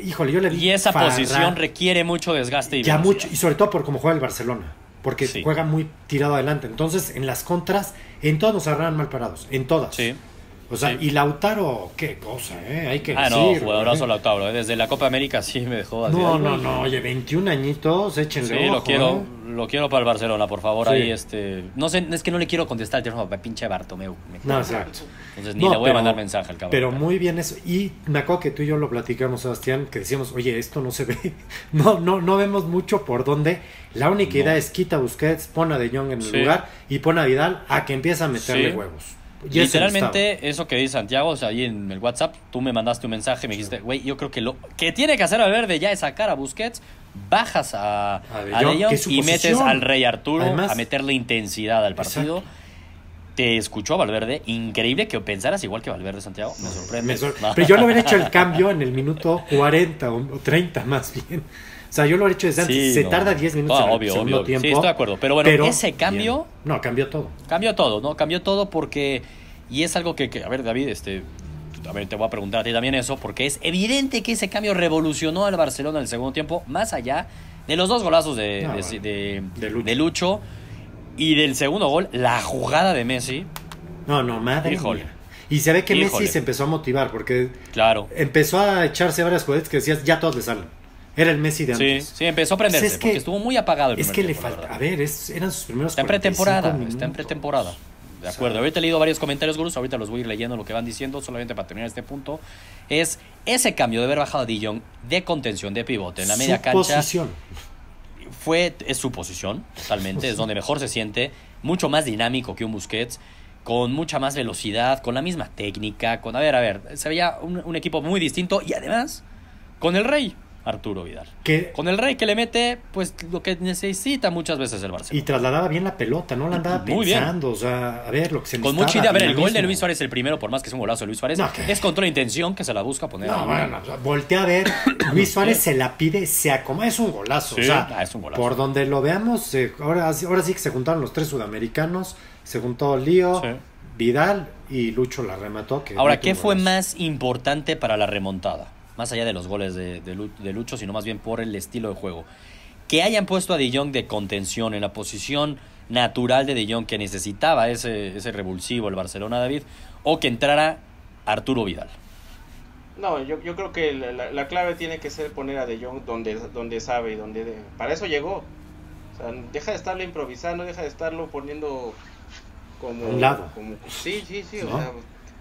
[SPEAKER 3] Híjole, yo le vi
[SPEAKER 1] y esa
[SPEAKER 3] farra-
[SPEAKER 1] posición requiere mucho desgaste y
[SPEAKER 3] ya
[SPEAKER 1] velocidad.
[SPEAKER 3] mucho, y sobre todo por cómo juega el Barcelona, porque
[SPEAKER 1] Sí.
[SPEAKER 3] juega muy tirado adelante. Entonces, en las contras, en todas nos agarran mal parados, en todas.
[SPEAKER 1] Sí.
[SPEAKER 3] O sea,
[SPEAKER 1] Sí.
[SPEAKER 3] y Lautaro, qué cosa, ¿eh? Hay que
[SPEAKER 1] Ah, no,
[SPEAKER 3] decir.
[SPEAKER 1] jugadorazo
[SPEAKER 3] ¿eh?
[SPEAKER 1] Lautaro. eh. Desde la Copa América sí me dejó así.
[SPEAKER 3] No,
[SPEAKER 1] Ay,
[SPEAKER 3] no,
[SPEAKER 1] güey.
[SPEAKER 3] no, oye, 21 añitos, échenle
[SPEAKER 1] Sí,
[SPEAKER 3] ojo.
[SPEAKER 1] lo quiero,
[SPEAKER 3] ¿eh?
[SPEAKER 1] lo quiero para el Barcelona, por favor.
[SPEAKER 3] Sí.
[SPEAKER 1] Ahí, este. No sé, es que no le quiero contestar el teléfono, pinche Bartomeu. Me-
[SPEAKER 3] No, exacto.
[SPEAKER 1] Entonces ni
[SPEAKER 3] No,
[SPEAKER 1] le voy a
[SPEAKER 3] pero-
[SPEAKER 1] mandar mensaje al cabrón.
[SPEAKER 3] Pero muy bien eso. Y me acuerdo que tú y yo lo platicamos, Sebastián, que decíamos, oye, esto no se ve. No, no, no vemos mucho por dónde. La única
[SPEAKER 1] No.
[SPEAKER 3] idea es quita a Busquets, pon a De Jong en
[SPEAKER 1] Sí.
[SPEAKER 3] el lugar y pon a Vidal a que empiece a meterle
[SPEAKER 1] Sí.
[SPEAKER 3] huevos. Y eso no estaba.
[SPEAKER 1] Literalmente, eso que dice Santiago, o sea, ahí en el WhatsApp, tú me mandaste un mensaje y me dijiste, güey, yo creo que lo que tiene que hacer Valverde ya es sacar a Busquets, bajas a,
[SPEAKER 3] A De
[SPEAKER 1] a De
[SPEAKER 3] Jong,
[SPEAKER 1] Jong
[SPEAKER 3] que es su
[SPEAKER 1] y metes
[SPEAKER 3] posición.
[SPEAKER 1] al Rey Arturo
[SPEAKER 3] Además-
[SPEAKER 1] a meterle intensidad al partido. Te escuchó Valverde, increíble que pensaras igual que Valverde, Santiago, me sorprende.
[SPEAKER 3] Me sor- Pero yo lo hubiera hecho el cambio en el minuto 40 o o 30 más bien. O sea, yo lo hubiera hecho desde antes.
[SPEAKER 1] Sí,
[SPEAKER 3] Se
[SPEAKER 1] no.
[SPEAKER 3] tarda 10 minutos
[SPEAKER 1] Ah,
[SPEAKER 3] en el
[SPEAKER 1] obvio,
[SPEAKER 3] segundo
[SPEAKER 1] obvio.
[SPEAKER 3] tiempo.
[SPEAKER 1] Sí, estoy de acuerdo. Pero bueno, ese cambio-
[SPEAKER 3] bien. No, cambió todo.
[SPEAKER 1] Cambió todo, ¿no? Cambió todo porque. Y es algo que, que- a ver, David, este. A ver, te voy a preguntar a ti también eso, porque es evidente que ese cambio revolucionó al Barcelona en el segundo tiempo, más allá de los dos golazos de,
[SPEAKER 3] Ah,
[SPEAKER 1] de-
[SPEAKER 3] bueno.
[SPEAKER 1] de-
[SPEAKER 3] De Lucho.
[SPEAKER 1] de Lucho y del segundo gol, la jugada de Messi.
[SPEAKER 3] No, no, madre.
[SPEAKER 1] Híjole.
[SPEAKER 3] mía. Y se ve que
[SPEAKER 1] Híjole.
[SPEAKER 3] Messi se empezó a motivar porque
[SPEAKER 1] Claro.
[SPEAKER 3] empezó a echarse varias jugadas que decías, ya todos le salen. Era el Messi de
[SPEAKER 1] Sí,
[SPEAKER 3] antes.
[SPEAKER 1] sí, empezó a prenderse,
[SPEAKER 3] Pues es que-
[SPEAKER 1] porque estuvo muy apagado el
[SPEAKER 3] Es
[SPEAKER 1] primer
[SPEAKER 3] que le
[SPEAKER 1] tiempo, la
[SPEAKER 3] falta.
[SPEAKER 1] verdad.
[SPEAKER 3] A ver, es- eran sus primeros
[SPEAKER 1] Está en pretemporada,
[SPEAKER 3] 45
[SPEAKER 1] está en
[SPEAKER 3] minutos.
[SPEAKER 1] pretemporada. De acuerdo,
[SPEAKER 3] sea-
[SPEAKER 1] ahorita he leído varios comentarios, Gurus, ahorita los voy a ir leyendo lo que van diciendo, solamente para terminar este punto. Es ese cambio de haber bajado a Dillon de contención de pivote en la media
[SPEAKER 3] Su
[SPEAKER 1] cancha
[SPEAKER 3] posición.
[SPEAKER 1] fue es su posición, totalmente, es donde mejor se siente, mucho más dinámico que un Busquets, con mucha más velocidad, con la misma técnica, con a ver, a ver, se veía un, un equipo muy distinto y además con el Rey. Arturo Vidal.
[SPEAKER 3] Que,
[SPEAKER 1] Con el Rey que le mete, pues lo que necesita muchas veces el
[SPEAKER 3] y
[SPEAKER 1] Barcelona.
[SPEAKER 3] trasladaba bien la pelota, no la andaba
[SPEAKER 1] Muy bien.
[SPEAKER 3] pensando. O sea, a ver, lo que se
[SPEAKER 1] Con
[SPEAKER 3] necesitaba,
[SPEAKER 1] mucha idea. A ver, el gol de
[SPEAKER 3] dinamismo.
[SPEAKER 1] Luis Suárez, el primero, por más que es un golazo de Luis Suárez,
[SPEAKER 3] No, que-
[SPEAKER 1] es contra la intención que se la busca poner. a
[SPEAKER 3] No,
[SPEAKER 1] la
[SPEAKER 3] bueno, voltea a ver. Luis Suárez se la pide, se acomoda. Es un golazo.
[SPEAKER 1] Sí,
[SPEAKER 3] o sea,
[SPEAKER 1] ah, es un golazo.
[SPEAKER 3] Por donde lo veamos, eh, ahora, ahora sí que se juntaron los tres sudamericanos. Se juntó Lío,
[SPEAKER 1] Sí.
[SPEAKER 3] Vidal y Lucho la remató. que
[SPEAKER 1] Ahora,
[SPEAKER 3] mete
[SPEAKER 1] ¿qué
[SPEAKER 3] un
[SPEAKER 1] fue
[SPEAKER 3] golazo.
[SPEAKER 1] más importante para la remontada? Más allá de los goles de, de Lu- de Lucho, sino más bien por el estilo de juego. Que hayan puesto a De Jong de contención en la posición natural de De Jong que necesitaba ese, ese revulsivo el Barcelona David, o que entrara Arturo Vidal.
[SPEAKER 2] No, yo, yo creo que la, la- la clave tiene que ser poner a De Jong donde, donde sabe y donde... de- para eso llegó. O sea, deja de estarlo improvisando, deja de estarlo poniendo como...
[SPEAKER 3] A un lado.
[SPEAKER 2] como- sí, sí, sí.
[SPEAKER 3] ¿No?
[SPEAKER 2] O sea,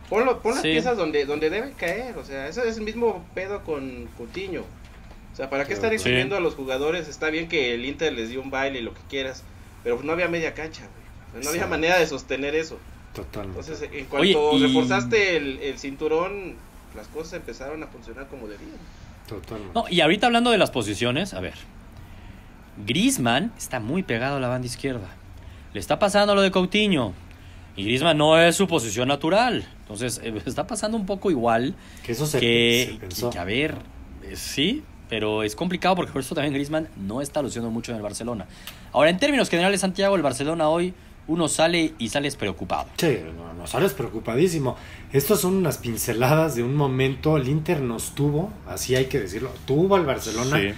[SPEAKER 2] ponlo- pon las
[SPEAKER 1] Sí.
[SPEAKER 2] piezas donde, donde deben caer. O sea, eso es el mismo pedo con Cutiño. O sea, ¿para qué estar
[SPEAKER 3] Sí.
[SPEAKER 2] exigiendo a los jugadores? Está bien que el Inter les dio un baile y lo que quieras, pero no había media cancha, güey. O sea, no había
[SPEAKER 3] Sí.
[SPEAKER 2] manera de sostener eso.
[SPEAKER 3] Totalmente.
[SPEAKER 2] Entonces, eh, en
[SPEAKER 1] Oye,
[SPEAKER 2] cuanto
[SPEAKER 1] y-
[SPEAKER 2] reforzaste el, el cinturón, las cosas empezaron a funcionar como debían.
[SPEAKER 3] totalmente.
[SPEAKER 1] No, y ahorita hablando de las posiciones, a ver. Grisman está muy pegado a la banda izquierda. Le está pasando lo de Coutinho. Y Grisman no es su posición natural. Entonces, eh, está pasando un poco igual.
[SPEAKER 3] que eso se,
[SPEAKER 1] que,
[SPEAKER 3] se
[SPEAKER 1] que-
[SPEAKER 3] pensó.
[SPEAKER 1] que, a ver, eh, sí, pero es complicado porque por eso también Griezmann no está luciendo mucho en el Barcelona. Ahora, en términos generales, Santiago, el Barcelona hoy uno sale y sales preocupado.
[SPEAKER 3] Sí, no, no sales preocupadísimo. Estas son unas pinceladas de un momento. El Inter nos tuvo, así hay que decirlo, tuvo al Barcelona
[SPEAKER 1] Sí.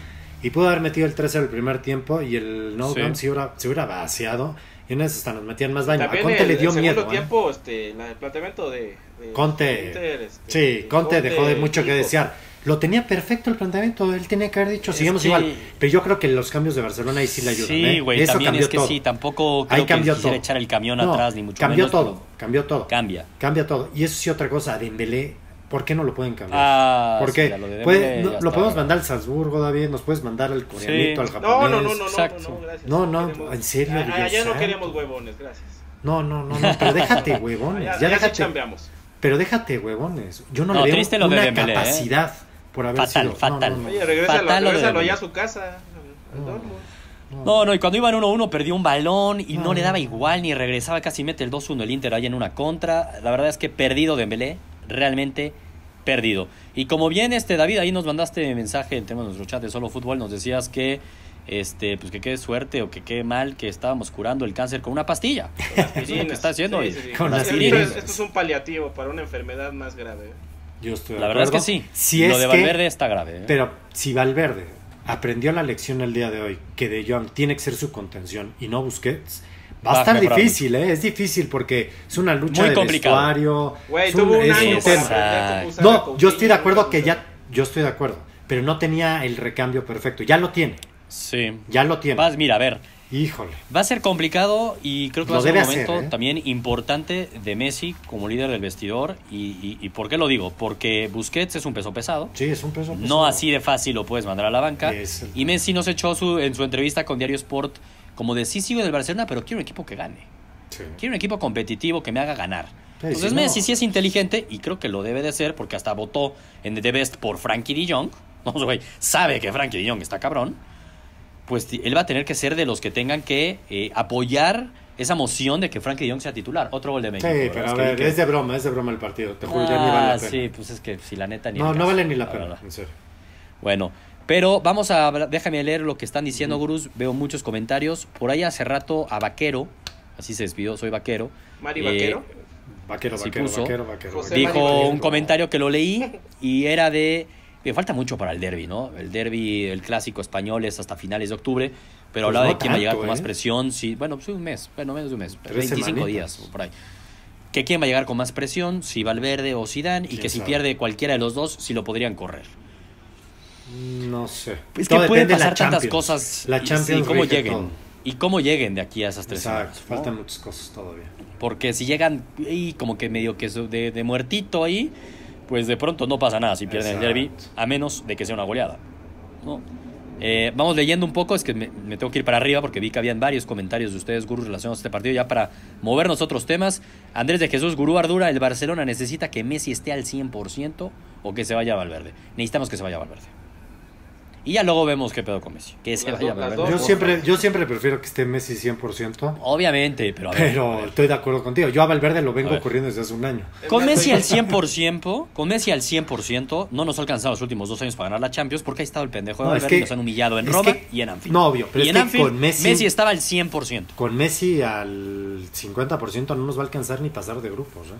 [SPEAKER 3] y pudo haber metido el 13 al primer tiempo y el No
[SPEAKER 1] Sí.
[SPEAKER 3] Camp se hubiera, se hubiera vaciado. Y en eso hasta nos metían más daño. A
[SPEAKER 2] También
[SPEAKER 3] Conte
[SPEAKER 2] el,
[SPEAKER 3] le dio
[SPEAKER 2] el
[SPEAKER 3] miedo.
[SPEAKER 2] segundo
[SPEAKER 3] ¿eh?
[SPEAKER 2] tiempo, este, la- el planteamiento de, de
[SPEAKER 3] Conte.
[SPEAKER 2] Inter, este,
[SPEAKER 3] Sí, Conte dejó de mucho que
[SPEAKER 2] dijo,
[SPEAKER 3] desear. Lo tenía perfecto el planteamiento. Él tenía que haber dicho,
[SPEAKER 1] Es
[SPEAKER 3] sigamos
[SPEAKER 1] que-
[SPEAKER 3] igual. Pero yo creo que los cambios de Barcelona ahí sí le ayudan.
[SPEAKER 1] Sí,
[SPEAKER 3] ¿eh?
[SPEAKER 1] güey,
[SPEAKER 3] Eso
[SPEAKER 1] también
[SPEAKER 3] cambió
[SPEAKER 1] es que
[SPEAKER 3] todo.
[SPEAKER 1] sí, tampoco
[SPEAKER 3] Ahí
[SPEAKER 1] creo que
[SPEAKER 3] cambió
[SPEAKER 1] quisiera
[SPEAKER 3] todo.
[SPEAKER 1] echar el camión
[SPEAKER 3] No,
[SPEAKER 1] atrás, ni mucho
[SPEAKER 3] cambió
[SPEAKER 1] menos.
[SPEAKER 3] todo,
[SPEAKER 1] pero
[SPEAKER 3] cambió todo.
[SPEAKER 1] Cambia.
[SPEAKER 3] Cambia todo. Y eso sí, otra cosa, Dembélé, ¿por qué no lo pueden cambiar?
[SPEAKER 1] Ah,
[SPEAKER 3] Porque
[SPEAKER 1] sí, a lo de
[SPEAKER 3] puede-
[SPEAKER 1] Dembélé
[SPEAKER 3] no-
[SPEAKER 1] ya
[SPEAKER 3] lo
[SPEAKER 1] está.
[SPEAKER 3] podemos mandar al Salzburgo, David, nos puedes mandar al coreanito,
[SPEAKER 1] Sí.
[SPEAKER 3] al
[SPEAKER 2] No,
[SPEAKER 3] japonés.
[SPEAKER 2] no, no, no,
[SPEAKER 1] Exacto.
[SPEAKER 2] no, no, gracias.
[SPEAKER 3] No, no,
[SPEAKER 2] queremos-
[SPEAKER 3] en serio,
[SPEAKER 2] Ah, ah,
[SPEAKER 3] Dios
[SPEAKER 2] ya no
[SPEAKER 3] santo.
[SPEAKER 2] queremos huevones, gracias.
[SPEAKER 3] No, no, no, no, pero déjate
[SPEAKER 2] Ah,
[SPEAKER 3] huevones,
[SPEAKER 2] ya,
[SPEAKER 3] ya,
[SPEAKER 2] ya sí
[SPEAKER 3] déjate,
[SPEAKER 2] chambeamos.
[SPEAKER 3] pero déjate huevones. Yo no,
[SPEAKER 1] No,
[SPEAKER 3] le
[SPEAKER 1] triste
[SPEAKER 3] veo
[SPEAKER 1] lo de
[SPEAKER 3] una
[SPEAKER 1] Dembélé, ¿eh?
[SPEAKER 3] capacidad por haber
[SPEAKER 1] Fatal,
[SPEAKER 3] sido. No,
[SPEAKER 1] fatal.
[SPEAKER 3] no, no.
[SPEAKER 2] Oye, regrésalo,
[SPEAKER 1] Fatal lo de
[SPEAKER 2] regrésalo
[SPEAKER 1] Dembélé.
[SPEAKER 2] ya a su casa, al Dortmund.
[SPEAKER 1] No, no, y cuando iban 1-1 perdió un balón y no,
[SPEAKER 3] No.
[SPEAKER 1] le daba igual ni regresaba, casi mete el 2-1 el Inter ahí en una contra. La verdad es que perdido Dembélé, realmente perdido. Y como bien este David ahí nos mandaste mensaje en tema de nuestro chat de Solo Fútbol, nos decías que este pues que qué suerte o que qué mal que estábamos curando el cáncer con una pastilla. Eso es lo que está haciendo
[SPEAKER 2] Sí,
[SPEAKER 1] y-
[SPEAKER 2] sí, sí.
[SPEAKER 3] con
[SPEAKER 2] Esto-
[SPEAKER 3] las
[SPEAKER 2] esto, es,
[SPEAKER 3] tirinas.
[SPEAKER 2] esto es un paliativo para una enfermedad más grave.
[SPEAKER 3] Yo estoy de
[SPEAKER 1] La verdad es que
[SPEAKER 3] acuerdo.
[SPEAKER 1] sí.
[SPEAKER 3] Si
[SPEAKER 1] lo
[SPEAKER 3] es
[SPEAKER 1] de
[SPEAKER 3] que-
[SPEAKER 1] Valverde está grave. ¿eh?
[SPEAKER 3] Pero si Valverde aprendió la lección el día de hoy, que De Jong tiene que ser su contención y no Busquets,
[SPEAKER 1] Va
[SPEAKER 3] va,
[SPEAKER 1] a
[SPEAKER 3] a estar
[SPEAKER 1] mejorar
[SPEAKER 3] difícil, ¿eh? Es difícil porque es una lucha
[SPEAKER 1] Ah, Muy
[SPEAKER 3] de
[SPEAKER 1] complicado.
[SPEAKER 3] vestuario,
[SPEAKER 2] Güey,
[SPEAKER 3] es un,
[SPEAKER 2] tuvo un
[SPEAKER 3] es
[SPEAKER 1] año
[SPEAKER 3] un
[SPEAKER 2] año
[SPEAKER 3] tema.
[SPEAKER 1] para
[SPEAKER 2] para aprender cómo usar a
[SPEAKER 3] No,
[SPEAKER 2] Coutinho,
[SPEAKER 3] yo estoy de acuerdo
[SPEAKER 2] cómo
[SPEAKER 3] que
[SPEAKER 2] usar-
[SPEAKER 3] ya, yo estoy de acuerdo, pero no tenía el recambio perfecto. Ya lo tiene,
[SPEAKER 1] sí.
[SPEAKER 3] ya lo
[SPEAKER 1] Vas,
[SPEAKER 3] tiene.
[SPEAKER 1] mira, a ver,
[SPEAKER 3] Híjole.
[SPEAKER 1] Va a ser complicado y creo que va
[SPEAKER 3] Lo
[SPEAKER 1] a ser un
[SPEAKER 3] debe
[SPEAKER 1] momento
[SPEAKER 3] hacer, ¿eh?
[SPEAKER 1] también importante de Messi como líder del vestidor. Y, y- y por qué lo digo? Porque Busquets es un peso pesado.
[SPEAKER 3] Sí, es un peso. pesado.
[SPEAKER 1] No así de fácil lo puedes mandar a la banca.
[SPEAKER 3] Es el-
[SPEAKER 1] Y Messi nos echó su, en su entrevista con Diario Sport como de sí sigo del Barcelona, pero quiero un equipo que gane.
[SPEAKER 3] Sí.
[SPEAKER 1] Quiero un equipo competitivo que me haga ganar.
[SPEAKER 3] Sí,
[SPEAKER 1] Entonces
[SPEAKER 3] si no-
[SPEAKER 1] Messi sí es inteligente y creo que lo debe de ser porque hasta votó en The Best por Frankie de Jong. Vamos, güey, sabe que Frankie de Jong está cabrón. Pues ti- él va a tener que ser de los que tengan que eh, apoyar esa moción de que Frankie de Jong sea titular. Otro gol de
[SPEAKER 3] Sí,
[SPEAKER 1] México. ¿verdad?
[SPEAKER 3] pero a
[SPEAKER 1] Es que-
[SPEAKER 3] ver,
[SPEAKER 1] que-
[SPEAKER 3] es de broma, es de broma el partido. Te juro, ya ni vale
[SPEAKER 1] Ah,
[SPEAKER 3] la pena.
[SPEAKER 1] sí, pues es que si la neta ni
[SPEAKER 3] no,
[SPEAKER 1] el
[SPEAKER 3] no
[SPEAKER 1] caso,
[SPEAKER 3] vale ni la
[SPEAKER 1] verdad.
[SPEAKER 3] pena, en serio.
[SPEAKER 1] Bueno, pero vamos a. hablar- Déjame leer lo que están diciendo, Gurús. Veo muchos comentarios. Por ahí hace rato a Vaquero, así se despidió, soy Vaquero.
[SPEAKER 2] Mari
[SPEAKER 1] eh,
[SPEAKER 2] Vaquero.
[SPEAKER 3] Vaquero,
[SPEAKER 1] Sí
[SPEAKER 3] vaquero,
[SPEAKER 1] puso.
[SPEAKER 3] vaquero, vaquero.
[SPEAKER 2] José
[SPEAKER 3] vaquero.
[SPEAKER 2] Mario
[SPEAKER 1] dijo un comentario que lo leí y era de me falta mucho para el derby, ¿no? El derby, el clásico español es hasta finales de octubre, pero
[SPEAKER 3] Pues
[SPEAKER 1] hablaba
[SPEAKER 3] no
[SPEAKER 1] de quién va a llegar
[SPEAKER 3] tanto,
[SPEAKER 1] con más
[SPEAKER 3] ¿eh?
[SPEAKER 1] presión, sí, bueno, pues un mes, bueno, menos de un mes,
[SPEAKER 3] Tres
[SPEAKER 1] 25
[SPEAKER 3] semanitas.
[SPEAKER 1] días o por ahí. Que quién va a llegar con más presión, si Valverde o Zidane y
[SPEAKER 3] ¿Quién
[SPEAKER 1] que si
[SPEAKER 3] sabe?
[SPEAKER 1] pierde cualquiera de los dos, si lo podrían correr.
[SPEAKER 3] No sé.
[SPEAKER 1] Es
[SPEAKER 3] Todo
[SPEAKER 1] que pueden
[SPEAKER 3] depende de la
[SPEAKER 1] pasar tantas
[SPEAKER 3] Champions.
[SPEAKER 1] cosas
[SPEAKER 3] La
[SPEAKER 1] y-
[SPEAKER 3] Champions
[SPEAKER 1] y, cómo
[SPEAKER 3] rige
[SPEAKER 1] lleguen.
[SPEAKER 3] todo.
[SPEAKER 1] Y cómo lleguen de aquí a esas tres
[SPEAKER 3] Exacto,
[SPEAKER 1] semanas, ¿no?
[SPEAKER 3] faltan muchas cosas todavía.
[SPEAKER 1] Porque si llegan y como que medio que su- de, de muertito ahí, pues de pronto no pasa nada si pierden el derby,
[SPEAKER 3] Exacto.
[SPEAKER 1] a menos de que sea una goleada. ¿no? Eh, vamos leyendo un poco, es que me, me tengo que ir para arriba porque vi que habían varios comentarios de ustedes, Gurú, relacionados a este partido, ya para movernos a otros temas. Andrés de Jesús, Gurú Ardura, el Barcelona necesita que Messi esté al 100% o que se vaya a Valverde. Necesitamos que se vaya a Valverde. Y ya luego vemos qué pedo con Messi. Que se
[SPEAKER 2] Las
[SPEAKER 1] vaya
[SPEAKER 2] dos- las
[SPEAKER 1] a
[SPEAKER 2] dos.
[SPEAKER 3] Yo
[SPEAKER 2] por
[SPEAKER 3] siempre,
[SPEAKER 2] favor.
[SPEAKER 3] yo siempre prefiero que esté Messi 100%,
[SPEAKER 1] Obviamente, pero a ver.
[SPEAKER 3] pero estoy de acuerdo contigo. Yo a Valverde lo
[SPEAKER 1] A
[SPEAKER 3] vengo
[SPEAKER 1] ver.
[SPEAKER 3] corriendo desde hace un año.
[SPEAKER 1] Con
[SPEAKER 2] Es más,
[SPEAKER 1] Messi al
[SPEAKER 2] estoy-
[SPEAKER 1] 100%, con Messi al 100%, no nos ha alcanzado los últimos dos años para ganar la Champions porque ahí estaba el pendejo de
[SPEAKER 3] No, es
[SPEAKER 1] Valverde y
[SPEAKER 3] que-
[SPEAKER 1] nos han humillado en
[SPEAKER 3] es
[SPEAKER 1] Roma
[SPEAKER 3] que-
[SPEAKER 1] y en Anfield.
[SPEAKER 3] no, obvio, pero
[SPEAKER 1] y
[SPEAKER 3] es
[SPEAKER 1] en
[SPEAKER 3] que
[SPEAKER 1] Anfield,
[SPEAKER 3] con Messi-
[SPEAKER 1] estaba al 100%.
[SPEAKER 3] Con Messi al 50% no nos va a alcanzar ni pasar de grupos. ¿eh?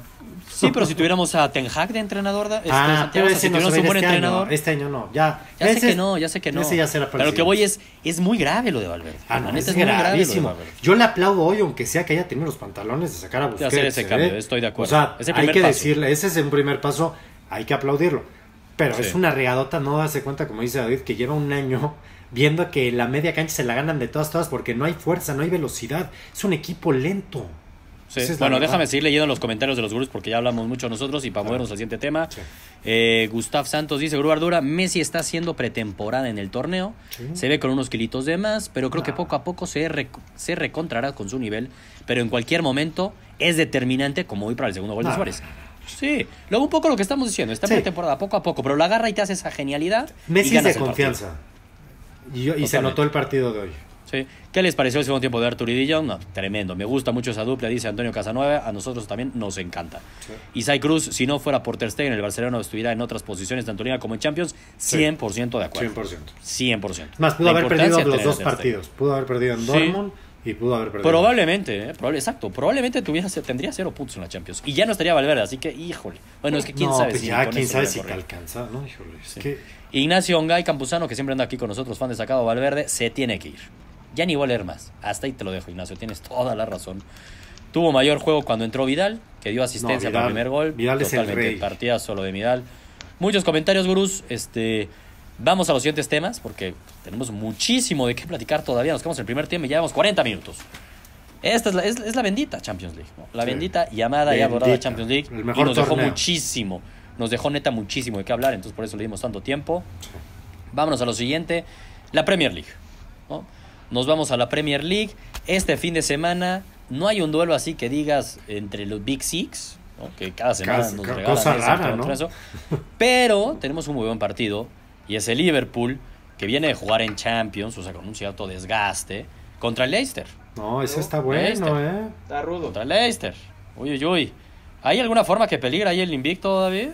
[SPEAKER 1] Sí, pero si tuviéramos a Ten Hag de entrenador, da- este,
[SPEAKER 3] ah,
[SPEAKER 1] Santiago,
[SPEAKER 3] pero
[SPEAKER 1] o sea,
[SPEAKER 3] ese
[SPEAKER 1] si
[SPEAKER 3] no se
[SPEAKER 1] tuviéramos
[SPEAKER 3] ve
[SPEAKER 1] un buen
[SPEAKER 3] este
[SPEAKER 1] entrenador.
[SPEAKER 3] año. Este año no, ya.
[SPEAKER 1] Ya sé
[SPEAKER 3] Ese-
[SPEAKER 1] que no, ya sé que no.
[SPEAKER 3] Ese ya será
[SPEAKER 1] Pero
[SPEAKER 3] para el
[SPEAKER 1] lo que voy
[SPEAKER 3] siguiente.
[SPEAKER 1] es, es muy grave lo de Valverde.
[SPEAKER 3] Ah,
[SPEAKER 1] La
[SPEAKER 3] no,
[SPEAKER 1] neta
[SPEAKER 3] es,
[SPEAKER 1] muy grave lo de
[SPEAKER 3] gravísimo.
[SPEAKER 1] Valverde.
[SPEAKER 3] Yo le aplaudo hoy, aunque sea que haya tenido los pantalones de sacar a Busquets.
[SPEAKER 1] hacer ese
[SPEAKER 3] ¿eh?
[SPEAKER 1] cambio, estoy de acuerdo.
[SPEAKER 3] O sea,
[SPEAKER 1] Es el
[SPEAKER 3] hay
[SPEAKER 1] primer
[SPEAKER 3] que
[SPEAKER 1] paso.
[SPEAKER 3] decirle, ese es un primer paso, hay que aplaudirlo. Pero
[SPEAKER 1] Sí.
[SPEAKER 3] es una regadota no darse cuenta, como dice David, que lleva un año viendo que la media cancha se la ganan de todas, todas, porque no hay fuerza, no hay velocidad. Es un equipo lento.
[SPEAKER 1] Sí.
[SPEAKER 3] Esa es la
[SPEAKER 1] Bueno,
[SPEAKER 3] verdad.
[SPEAKER 1] déjame seguir leyendo los comentarios de los gurús porque ya hablamos mucho nosotros y para movernos al siguiente tema.
[SPEAKER 3] Sí.
[SPEAKER 1] Eh, Gustav Santos dice, Gurú Ardura, Messi está haciendo pretemporada en el torneo.
[SPEAKER 3] Sí.
[SPEAKER 1] Se ve con unos kilitos de más, pero creo que
[SPEAKER 3] No.
[SPEAKER 1] poco a poco se, re- se recontrará con su nivel. Pero en cualquier momento es determinante como hoy para el segundo gol de
[SPEAKER 3] No.
[SPEAKER 1] Suárez. Sí, luego un poco lo que estamos diciendo, está en
[SPEAKER 3] Sí.
[SPEAKER 1] pretemporada poco a poco, pero la agarra y te hace esa genialidad. y
[SPEAKER 3] Messi es
[SPEAKER 1] ganas
[SPEAKER 3] de
[SPEAKER 1] el partido.
[SPEAKER 3] confianza. Y, yo- y se
[SPEAKER 1] Totalmente.
[SPEAKER 3] notó el partido de hoy.
[SPEAKER 1] Sí. ¿Qué les pareció el segundo tiempo de Artur y Dillon? No, tremendo. Me gusta mucho esa dupla, dice Antonio Casanueva. A nosotros también nos encanta.
[SPEAKER 3] Sí.
[SPEAKER 1] Isai Cruz, si no fuera por Ter Stegen, el Barcelona estuviera en otras posiciones, tanto en Liga como en Champions. 100% de acuerdo.
[SPEAKER 3] 100%.
[SPEAKER 1] 100%.
[SPEAKER 3] Es Más, pudo
[SPEAKER 1] La
[SPEAKER 3] haber
[SPEAKER 1] importancia de
[SPEAKER 3] perdido los
[SPEAKER 1] tener a
[SPEAKER 3] dos
[SPEAKER 1] Ter Stegen.
[SPEAKER 3] partidos. Pudo haber perdido en
[SPEAKER 1] Sí.
[SPEAKER 3] Dortmund y pudo haber perdido.
[SPEAKER 1] Probablemente, eh, probable- exacto. Probablemente tuviera, tendría cero puntos en la Champions. Y ya no estaría Valverde, así que, híjole. Bueno, es que quién
[SPEAKER 3] no,
[SPEAKER 1] sabe
[SPEAKER 3] pues
[SPEAKER 1] si.
[SPEAKER 3] ya,
[SPEAKER 1] con
[SPEAKER 3] quién
[SPEAKER 1] ese
[SPEAKER 3] sabe
[SPEAKER 1] gran
[SPEAKER 3] si te
[SPEAKER 1] correr.
[SPEAKER 3] alcanza, ¿no? Híjole, es
[SPEAKER 1] Sí.
[SPEAKER 3] que...
[SPEAKER 1] Ignacio Ongay Campuzano, que siempre anda aquí con nosotros, fan destacado de Valverde, se tiene que ir. Ya ni voy a leer más. Hasta ahí te lo dejo, Ignacio. Tienes toda la razón. Tuvo mayor juego cuando entró Vidal, que dio asistencia
[SPEAKER 3] No, Vidal-
[SPEAKER 1] para el primer gol.
[SPEAKER 3] Vidal es el
[SPEAKER 1] Totalmente
[SPEAKER 3] rey.
[SPEAKER 1] partida solo de Vidal. Muchos comentarios, gurús. Este, vamos a los siguientes temas, porque tenemos muchísimo de qué platicar todavía. Nos quedamos en el primer tema y ya llevamos 40 minutos. Esta es la, es- es la bendita Champions League. ¿no? La
[SPEAKER 3] Sí.
[SPEAKER 1] bendita llamada y
[SPEAKER 3] Bendita.
[SPEAKER 1] adorada Champions League.
[SPEAKER 3] El mejor
[SPEAKER 1] y nos dejó
[SPEAKER 3] torneo.
[SPEAKER 1] muchísimo. Nos dejó neta muchísimo de qué hablar, entonces por eso le dimos tanto tiempo. Vámonos a lo siguiente, la Premier League. ¿no? Nos vamos a la Premier League. Este fin de semana no hay un duelo así que digas entre los Big Six, ¿no? que cada semana
[SPEAKER 3] Cas-
[SPEAKER 1] nos
[SPEAKER 3] ca-
[SPEAKER 1] regalan
[SPEAKER 3] cosa
[SPEAKER 1] ese
[SPEAKER 3] rara,
[SPEAKER 1] otro
[SPEAKER 3] ¿no?
[SPEAKER 1] trazo. Pero tenemos un muy buen partido y es el Liverpool que viene de jugar en Champions, o sea, con un cierto desgaste, contra el Leicester.
[SPEAKER 3] No, ese
[SPEAKER 2] No,
[SPEAKER 3] está bueno,
[SPEAKER 1] este.
[SPEAKER 3] ¿eh?
[SPEAKER 2] Está rudo.
[SPEAKER 1] Contra el Leicester. Uy, uy, uy. ¿Hay alguna forma que peligra ahí el invicto, David?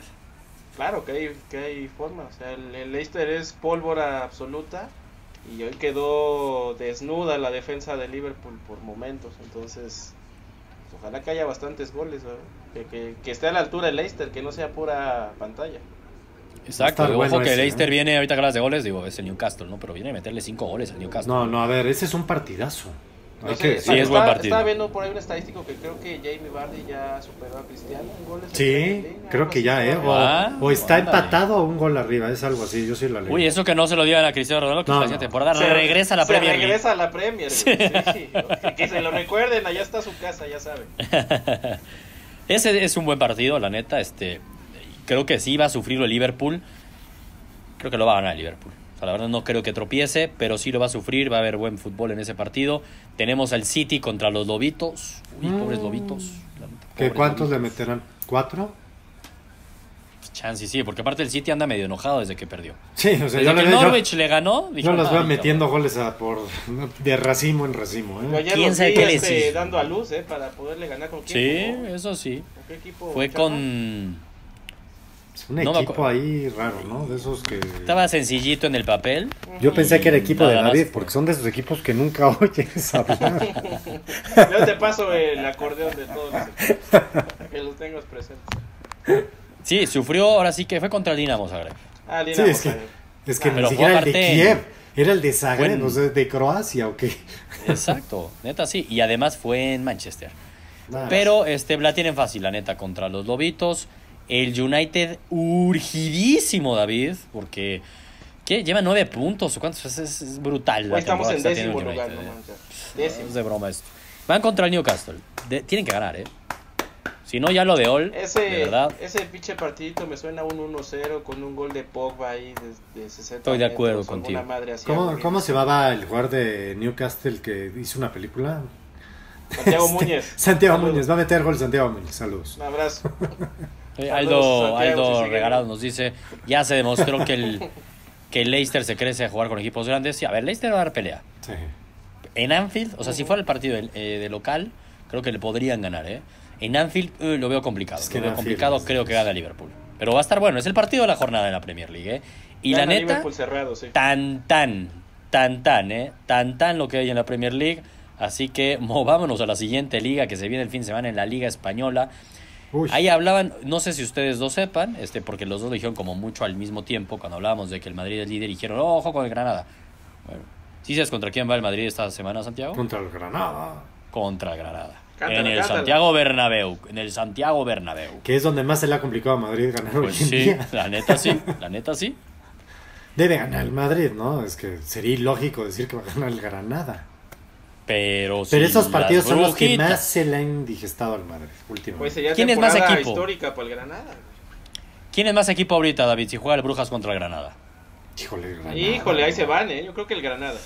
[SPEAKER 2] Claro que hay, que hay forma. O sea, el, el Leicester es pólvora absoluta y hoy quedó desnuda la defensa de Liverpool por momentos. Entonces, pues, ojalá que haya bastantes goles, ¿verdad? que, que- que esté a la altura el Leicester, que no sea pura pantalla.
[SPEAKER 1] Exacto,
[SPEAKER 3] Va a estar
[SPEAKER 1] ojo
[SPEAKER 3] bueno
[SPEAKER 1] que
[SPEAKER 3] ese,
[SPEAKER 1] Leicester
[SPEAKER 3] ¿eh?
[SPEAKER 1] viene ahorita que hablas de goles, digo, es el Newcastle, ¿no? Pero viene a meterle cinco goles al Newcastle.
[SPEAKER 3] No, no, a ver, ese es un partidazo.
[SPEAKER 2] No
[SPEAKER 3] Hay
[SPEAKER 2] sé,
[SPEAKER 3] que
[SPEAKER 1] Sí,
[SPEAKER 2] está-
[SPEAKER 3] decirlo.
[SPEAKER 1] es buen
[SPEAKER 2] está-
[SPEAKER 1] partido.
[SPEAKER 2] Estaba viendo por ahí un estadístico que creo que Jamie Vardy ya superó a Cristiano en goles. en Premier
[SPEAKER 3] Sí,
[SPEAKER 2] League,
[SPEAKER 3] creo
[SPEAKER 2] algo
[SPEAKER 3] que
[SPEAKER 2] así,
[SPEAKER 3] ya, ¿eh? O,
[SPEAKER 2] ¿no?
[SPEAKER 1] Ah,
[SPEAKER 3] o está
[SPEAKER 1] ándale.
[SPEAKER 3] empatado o un gol arriba, es algo así, yo sí la leí.
[SPEAKER 1] Uy, eso que no se lo dieron a Cristiano Ronaldo, que
[SPEAKER 3] No,
[SPEAKER 1] la siguiente
[SPEAKER 3] no.
[SPEAKER 1] temporada
[SPEAKER 2] Se-
[SPEAKER 1] regresa a la
[SPEAKER 2] se
[SPEAKER 1] Premier League.
[SPEAKER 2] Regresa a la Premier. League, sí, sí. Que se lo recuerden, allá está su casa, ya saben.
[SPEAKER 1] Ese es un buen partido, la neta. Este, creo que sí va a sufrirlo el Liverpool. Creo que lo va a ganar el Liverpool. O sea, la verdad no creo que tropiece, pero sí lo va a sufrir. Va a haber buen fútbol en ese partido. Tenemos al City contra los Lobitos. Uy,
[SPEAKER 3] Mm.
[SPEAKER 1] pobres Lobitos. La neta,
[SPEAKER 3] ¿Qué,
[SPEAKER 1] pobres
[SPEAKER 3] ¿Cuántos le
[SPEAKER 1] Lobitos.
[SPEAKER 3] meterán? ¿Cuatro?
[SPEAKER 1] Chance, sí, porque aparte el City anda medio enojado desde que perdió.
[SPEAKER 3] Sí, o sea,
[SPEAKER 1] Desde
[SPEAKER 3] yo,
[SPEAKER 1] que
[SPEAKER 3] le, yo-
[SPEAKER 1] Norwich le ganó, "Ah,
[SPEAKER 3] yo
[SPEAKER 1] dije,
[SPEAKER 3] les voy
[SPEAKER 1] "Ay,
[SPEAKER 3] metiendo goles a por, de racimo en racimo,
[SPEAKER 2] Yo
[SPEAKER 3] ¿eh?
[SPEAKER 2] ayer
[SPEAKER 1] ¿Quién
[SPEAKER 2] los
[SPEAKER 1] sabe
[SPEAKER 2] vi,
[SPEAKER 1] qué le
[SPEAKER 2] este,
[SPEAKER 1] hizo?
[SPEAKER 2] dando a luz, ¿eh? Para poderle ganar con quién.
[SPEAKER 1] Sí,
[SPEAKER 2] jugó?
[SPEAKER 1] eso sí.
[SPEAKER 2] ¿Con qué equipo?
[SPEAKER 1] Fue
[SPEAKER 2] Chava?
[SPEAKER 1] con.
[SPEAKER 3] Es un
[SPEAKER 1] No me
[SPEAKER 3] equipo
[SPEAKER 1] acu-
[SPEAKER 3] ahí raro, ¿no? De esos que...
[SPEAKER 1] Estaba sencillito en el papel.
[SPEAKER 3] Yo pensé que era equipo de
[SPEAKER 1] Nada más.
[SPEAKER 3] David, porque son de esos equipos que nunca oyes hablar.
[SPEAKER 2] Yo te paso el acordeón de todos los equipos, Que los tengas presentes.
[SPEAKER 1] Sí, sufrió, ahora sí que fue contra el Dinamo Zagreb.
[SPEAKER 2] Ah, Lina
[SPEAKER 3] Sí, es que,
[SPEAKER 2] Mohamed.
[SPEAKER 3] es que
[SPEAKER 1] Pero
[SPEAKER 3] ni siquiera el de
[SPEAKER 1] aparte-
[SPEAKER 3] Kiev, era el de Zagreb,
[SPEAKER 1] Buen-
[SPEAKER 3] o sea, de Croacia, ¿o qué?
[SPEAKER 1] Exacto, neta sí. Y además fue en Manchester.
[SPEAKER 3] Nada.
[SPEAKER 1] Pero este, la tienen fácil, la neta, contra los Lobitos. El United urgidísimo, David, porque ¿qué? lleva nueve puntos o cuántos. Es, es- es brutal. la
[SPEAKER 2] Hoy estamos
[SPEAKER 1] temporada
[SPEAKER 2] en
[SPEAKER 1] que está teniendo
[SPEAKER 2] décimo
[SPEAKER 1] el
[SPEAKER 2] lugar, no
[SPEAKER 1] United, eh.
[SPEAKER 2] manches.
[SPEAKER 1] No,
[SPEAKER 2] Décimo.
[SPEAKER 1] es de broma esto. Van contra el Newcastle. De- tienen que ganar, ¿eh? Si no, ya lo de All. de
[SPEAKER 2] Ese,
[SPEAKER 1] verdad.
[SPEAKER 2] ese pinche partidito me suena un 1-0 con un gol de Pogba ahí de, de 60
[SPEAKER 1] Estoy de acuerdo
[SPEAKER 2] metros, alguna
[SPEAKER 1] contigo.
[SPEAKER 2] madre así
[SPEAKER 3] ¿Cómo,
[SPEAKER 2] aburrida.
[SPEAKER 3] cómo se llamaba el jugador de Newcastle que hizo una película?
[SPEAKER 2] Santiago
[SPEAKER 3] Este,
[SPEAKER 2] Muñez.
[SPEAKER 3] Santiago
[SPEAKER 2] Saludos.
[SPEAKER 3] Muñez, va a meter gol Santiago Muñez, saludos.
[SPEAKER 2] Un abrazo.
[SPEAKER 1] Sí,
[SPEAKER 2] Saludos,
[SPEAKER 1] Aldo,
[SPEAKER 2] Santiago,
[SPEAKER 1] Aldo
[SPEAKER 2] si sigue.
[SPEAKER 1] Regalado nos dice, ya se demostró que el, que el Leicester se crece a jugar con equipos grandes. Sí, a ver, Leicester va a dar pelea.
[SPEAKER 3] Sí.
[SPEAKER 1] En Anfield, o sea, si fuera el partido del- eh, de local, creo que le podrían ganar, ¿eh? En Anfield eh, lo veo complicado.
[SPEAKER 3] Es que
[SPEAKER 1] lo veo
[SPEAKER 3] en Anfield
[SPEAKER 1] complicado,
[SPEAKER 3] es-
[SPEAKER 1] creo que gana Liverpool. Pero va a estar bueno, es el partido de la jornada de la Premier League, ¿eh? Y la
[SPEAKER 2] Gana
[SPEAKER 1] neta,
[SPEAKER 2] Liverpool cerrado, sí.
[SPEAKER 1] tan tan, tan tan, ¿eh? Tan tan lo que hay en la Premier League. Así que movámonos a la siguiente liga que se viene el fin de semana en la Liga Española.
[SPEAKER 3] Uy,
[SPEAKER 1] Ahí hablaban, no sé si ustedes dos sepan, este, porque los dos lo dijeron como mucho al mismo tiempo cuando hablábamos de que el Madrid es líder y dijeron, "Oh, ojo con el Granada. Bueno, ¿sí sabes contra quién va el Madrid esta semana, Santiago?
[SPEAKER 3] contra el Granada.
[SPEAKER 1] Contra Granada.
[SPEAKER 2] Cántala,
[SPEAKER 1] en el
[SPEAKER 2] cántala.
[SPEAKER 1] Santiago Bernabéu, en el Santiago Bernabéu.
[SPEAKER 3] Que es donde más se le ha complicado a Madrid ganar
[SPEAKER 1] Pues
[SPEAKER 3] hoy en
[SPEAKER 1] sí,
[SPEAKER 3] día.
[SPEAKER 1] la neta sí, la neta sí.
[SPEAKER 3] Debe ganar el Madrid, ¿no? Es que sería ilógico decir que va a ganar el Granada.
[SPEAKER 1] Pero,
[SPEAKER 3] Pero
[SPEAKER 1] si
[SPEAKER 3] esos
[SPEAKER 1] Pues las
[SPEAKER 3] partidos son los que
[SPEAKER 1] brujitas-
[SPEAKER 3] más se le han indigestado al Madrid
[SPEAKER 2] Pues
[SPEAKER 3] últimamente.
[SPEAKER 2] sería
[SPEAKER 1] ¿Quién es más
[SPEAKER 2] temporada
[SPEAKER 1] equipo?
[SPEAKER 2] histórica para el Granada.
[SPEAKER 1] ¿Quién es más equipo ahorita, David? Si juega el Brujas contra el Granada.
[SPEAKER 3] Híjole, el Granada.
[SPEAKER 2] Pues Híjole, ahí se van, ¿eh? Yo creo que el Granada.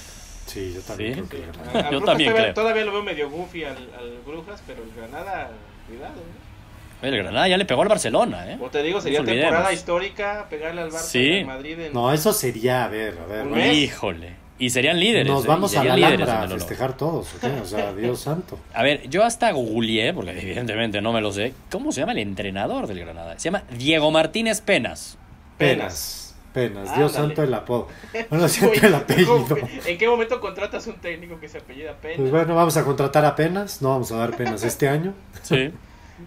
[SPEAKER 3] Sí, yo también
[SPEAKER 1] Sí.
[SPEAKER 3] creo que el
[SPEAKER 2] A-
[SPEAKER 3] Granada.
[SPEAKER 2] a
[SPEAKER 1] Yo
[SPEAKER 2] Brujas
[SPEAKER 1] también
[SPEAKER 2] todavía,
[SPEAKER 1] creo.
[SPEAKER 2] todavía lo veo medio goofy al, al Brujas, pero el Granada, cuidado. ¿eh?
[SPEAKER 1] El Granada ya le pegó al Barcelona, ¿eh?
[SPEAKER 2] Como te digo, sería
[SPEAKER 1] Nos olvidemos.
[SPEAKER 2] temporada histórica pegarle al Barça
[SPEAKER 1] Sí.
[SPEAKER 2] y al Madrid en...
[SPEAKER 3] No, eso sería, a ver, a ver.
[SPEAKER 2] Un
[SPEAKER 3] vamos-
[SPEAKER 2] mes.
[SPEAKER 1] Híjole. Y serían líderes.
[SPEAKER 3] Nos
[SPEAKER 1] ¿eh?
[SPEAKER 3] vamos
[SPEAKER 1] Y
[SPEAKER 3] a la
[SPEAKER 1] serían líderes
[SPEAKER 3] Alhambra
[SPEAKER 1] en
[SPEAKER 3] a
[SPEAKER 1] el oro.
[SPEAKER 3] festejar todos, ¿ok? O sea, Dios santo.
[SPEAKER 1] A ver, yo hasta googleé, porque evidentemente no me lo sé, ¿cómo se llama el entrenador del Granada? Se llama Diego Martínez Penas.
[SPEAKER 3] Penas. Penas, Dios
[SPEAKER 2] Ándale.
[SPEAKER 3] santo el apodo. Bueno,
[SPEAKER 2] Uy,
[SPEAKER 3] siento el apellido.
[SPEAKER 2] ¿cómo- ¿En qué momento contratas un técnico que se apellida Pena?
[SPEAKER 3] Pues bueno, vamos a contratar a Penas, no vamos a dar penas este año.
[SPEAKER 1] Sí.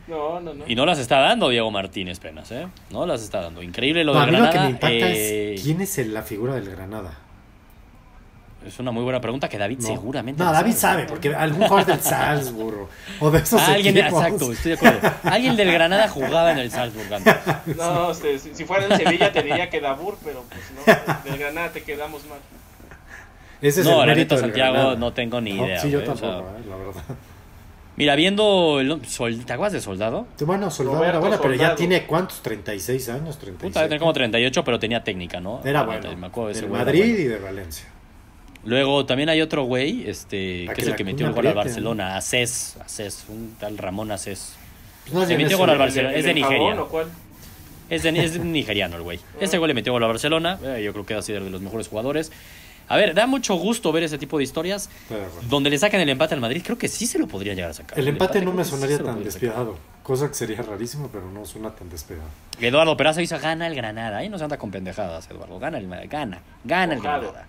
[SPEAKER 2] No, no, no.
[SPEAKER 1] Y no las está dando Diego Martínez Penas, ¿eh? No las está dando. Increíble lo
[SPEAKER 3] No, a
[SPEAKER 1] del
[SPEAKER 3] mí lo que
[SPEAKER 1] Granada.
[SPEAKER 3] me impacta
[SPEAKER 1] eh,
[SPEAKER 3] es quién es el- la figura del Granada.
[SPEAKER 1] es una muy buena pregunta que David
[SPEAKER 3] No.
[SPEAKER 1] seguramente.
[SPEAKER 3] No,
[SPEAKER 1] la
[SPEAKER 3] David sabe, porque algún jugador del Salzburgo o de esos
[SPEAKER 1] Alguien,
[SPEAKER 3] equipos.
[SPEAKER 1] exacto, estoy de acuerdo. Alguien del Granada jugaba en el Salzburg antes.
[SPEAKER 2] No, este, si, si fuera en Sevilla te diría que Dabur, pero pues no, del Granada te quedamos mal.
[SPEAKER 3] Ese es
[SPEAKER 1] No,
[SPEAKER 3] el
[SPEAKER 1] la neta,
[SPEAKER 3] mérito del
[SPEAKER 1] Santiago,
[SPEAKER 3] Granada.
[SPEAKER 1] no tengo ni
[SPEAKER 3] No,
[SPEAKER 1] idea.
[SPEAKER 3] Sí, yo
[SPEAKER 1] güey, o sea,
[SPEAKER 3] tampoco, eh, la verdad.
[SPEAKER 1] mira, viendo. El, sol, ¿Te acuerdas de Soldado?
[SPEAKER 3] Bueno, Soldado
[SPEAKER 2] Roberto
[SPEAKER 3] era bueno, pero ya
[SPEAKER 2] Soldado.
[SPEAKER 3] tiene ¿cuántos? 36 años, 36.
[SPEAKER 1] Puta, tenía como 38, pero tenía técnica, ¿no? Ah,
[SPEAKER 3] Era
[SPEAKER 1] Me
[SPEAKER 3] bueno.
[SPEAKER 1] acuerdo de ese
[SPEAKER 3] de
[SPEAKER 1] güey, era
[SPEAKER 3] Madrid
[SPEAKER 1] bueno.
[SPEAKER 3] y de Valencia.
[SPEAKER 1] Luego también hay otro güey, este, que
[SPEAKER 3] Pa' Ah, que
[SPEAKER 1] es el
[SPEAKER 3] la
[SPEAKER 1] que metió
[SPEAKER 3] cuna
[SPEAKER 1] el gol al
[SPEAKER 3] apriete,
[SPEAKER 1] Barcelona, Acés, Acés, un tal Ramón Acés.
[SPEAKER 3] Pues no,
[SPEAKER 1] Se
[SPEAKER 3] ya en
[SPEAKER 1] metió
[SPEAKER 3] eso-
[SPEAKER 1] gol al Barcelona, es de
[SPEAKER 2] Japón,
[SPEAKER 1] Nigeria.
[SPEAKER 2] ¿o cuál?
[SPEAKER 1] Es, de- es nigeriano el güey. Ese güey le metió gol al Barcelona, eh, yo creo que ha sido de los mejores jugadores. A ver, da mucho gusto ver ese tipo de historias.
[SPEAKER 3] Estoy de acuerdo.
[SPEAKER 1] Donde le sacan el empate al Madrid, creo que sí se lo podría llegar a sacar.
[SPEAKER 3] El empate
[SPEAKER 1] creo
[SPEAKER 3] no me
[SPEAKER 1] que sí
[SPEAKER 3] sonaría
[SPEAKER 1] se lo
[SPEAKER 3] tan
[SPEAKER 1] podría sacar.
[SPEAKER 3] despiadado, cosa que sería rarísimo, pero no suena tan despiadado.
[SPEAKER 1] Eduardo Peraza hizo gana el Granada. Ahí no se anda con pendejadas, Eduardo. Gana el Ma- gana, gana el
[SPEAKER 2] Ojalá.
[SPEAKER 1] Granada.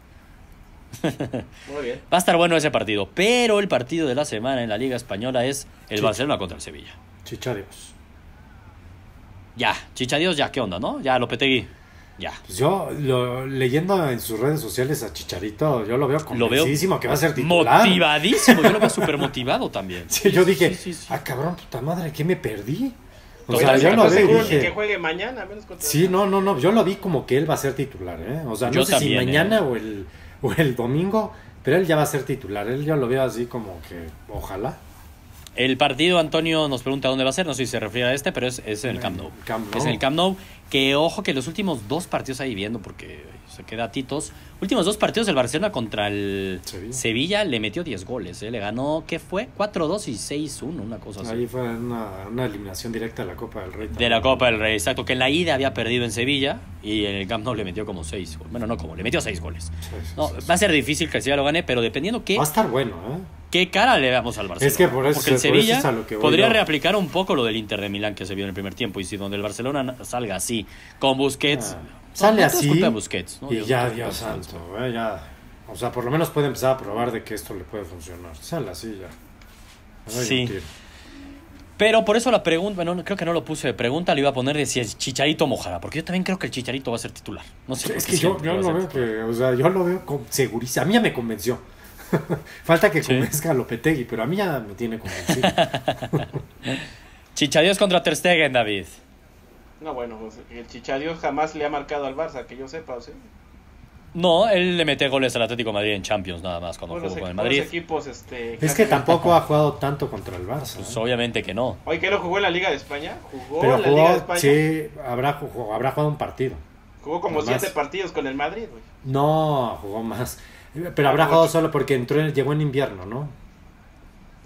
[SPEAKER 2] Muy bien.
[SPEAKER 1] Va a estar bueno ese partido, pero el partido de la semana en la Liga Española es el
[SPEAKER 3] Sí.
[SPEAKER 1] Barcelona contra el Sevilla.
[SPEAKER 3] Chicha Dios.
[SPEAKER 1] Ya, chicha Dios, ya, ¿qué onda, no? Ya, Lopetegui, ya.
[SPEAKER 3] Pues yo, lo- leyendo en sus redes sociales a Chicharito, yo lo veo
[SPEAKER 1] Lo veo
[SPEAKER 3] convencidísimo que va a ser titular.
[SPEAKER 1] motivadísimo, yo lo veo súper motivado también.
[SPEAKER 3] Sí, yo dije,
[SPEAKER 1] Sí, sí, sí.
[SPEAKER 3] ah, cabrón, puta madre, ¿qué me perdí? O
[SPEAKER 1] Oye,
[SPEAKER 3] sea,
[SPEAKER 1] pero
[SPEAKER 3] yo
[SPEAKER 1] si
[SPEAKER 3] lo
[SPEAKER 1] estás
[SPEAKER 3] veo y
[SPEAKER 2] seguro ni que
[SPEAKER 3] dije...
[SPEAKER 2] juegue mañana, a menos contra
[SPEAKER 3] Sí, no, no, no, yo lo vi como que él va a ser titular, ¿eh? O sea, no
[SPEAKER 1] Yo
[SPEAKER 3] sé
[SPEAKER 1] también,
[SPEAKER 3] si mañana
[SPEAKER 1] ¿eh?
[SPEAKER 3] o, el, o el domingo, pero él ya va a ser titular, él yo lo veo así como que, ojalá.
[SPEAKER 1] El partido, Antonio nos pregunta dónde va a ser, no sé si se refiere a este, pero es, es en el Camp Nou.
[SPEAKER 3] Camp Nou.
[SPEAKER 1] Es en el Camp Nou, que ojo que los últimos dos partidos ahí viendo, porque se queda Titos, últimos dos partidos el Barcelona contra el Sevilla,
[SPEAKER 3] Sevilla.
[SPEAKER 1] le metió 10 goles, ¿eh? le ganó, ¿qué fue? 4-2 y 6-1, una cosa así.
[SPEAKER 3] Ahí fue una, una eliminación directa de la Copa del Rey.
[SPEAKER 1] De
[SPEAKER 3] también.
[SPEAKER 1] la Copa del Rey, exacto, que en la ida había perdido en Sevilla y en el Camp Nou le metió como 6 goles, bueno, no como, le metió 6 goles.
[SPEAKER 3] Sí, sí,
[SPEAKER 1] No,
[SPEAKER 3] sí, sí.
[SPEAKER 1] va a ser difícil que el Sevilla lo gane, pero dependiendo qué,
[SPEAKER 3] Va a estar bueno, ¿eh?
[SPEAKER 1] qué cara le damos al Barcelona.
[SPEAKER 3] Es que por eso-
[SPEAKER 1] Porque el
[SPEAKER 3] por eso
[SPEAKER 1] Sevilla
[SPEAKER 3] es a lo que voy
[SPEAKER 1] podría
[SPEAKER 3] yo.
[SPEAKER 1] reaplicar un poco lo del Inter de Milán que se vio en el primer tiempo. Y si donde el Barcelona na- salga así, con Busquets.
[SPEAKER 3] Ah,
[SPEAKER 1] no,
[SPEAKER 3] sale
[SPEAKER 1] no todo es
[SPEAKER 3] así
[SPEAKER 1] culpa de Busquets, ¿no?
[SPEAKER 3] y
[SPEAKER 1] Yo-
[SPEAKER 3] ya,
[SPEAKER 1] yo-
[SPEAKER 3] Dios santo, güey, ya. O sea, por lo menos puede empezar a probar de que esto le puede funcionar. Sale así ya. Me doy
[SPEAKER 1] Sí.
[SPEAKER 3] un tiro.
[SPEAKER 1] Pero por eso la pregunta, bueno, no- creo que no lo puse de pregunta, le iba a poner de si el Chicharito mojará. Porque yo también creo que el Chicharito va a ser titular. No sé por
[SPEAKER 3] Es
[SPEAKER 1] qué
[SPEAKER 3] que yo,
[SPEAKER 1] siempre
[SPEAKER 3] yo
[SPEAKER 1] va a
[SPEAKER 3] lo
[SPEAKER 1] ser
[SPEAKER 3] veo que, o sea, yo lo veo con segurísimo. A mí ya me convenció. Falta que
[SPEAKER 1] Sí.
[SPEAKER 3] convenzca a Lopetegui, pero a mí ya me tiene convencido.
[SPEAKER 1] Chicharitos contra Ter Stegen, David.
[SPEAKER 2] No, bueno, pues, el Chichadios jamás le ha marcado al Barça, que yo sepa, o sea.
[SPEAKER 1] No, él le mete goles al Atlético de Madrid en Champions nada más cuando
[SPEAKER 2] Todos los,
[SPEAKER 1] jugó con el
[SPEAKER 2] equi- todos
[SPEAKER 1] Madrid.
[SPEAKER 2] los equipos, este...
[SPEAKER 3] es
[SPEAKER 2] casi
[SPEAKER 3] que
[SPEAKER 2] no-
[SPEAKER 3] tampoco ha jugado tanto contra el Barça.
[SPEAKER 1] Pues
[SPEAKER 3] ¿eh?
[SPEAKER 1] obviamente que no.
[SPEAKER 2] Oye, ¿qué no jugó en la Liga de España? Jugó
[SPEAKER 3] Pero
[SPEAKER 2] en la Liga de
[SPEAKER 3] jugó,
[SPEAKER 2] España.
[SPEAKER 3] sí, habrá, jugó- habrá jugado un partido.
[SPEAKER 2] Jugó como
[SPEAKER 3] Nomás.
[SPEAKER 2] siete partidos con el Madrid, güey.
[SPEAKER 3] No, jugó más. Pero habrá jugado solo porque entró, en- llegó en invierno, ¿no?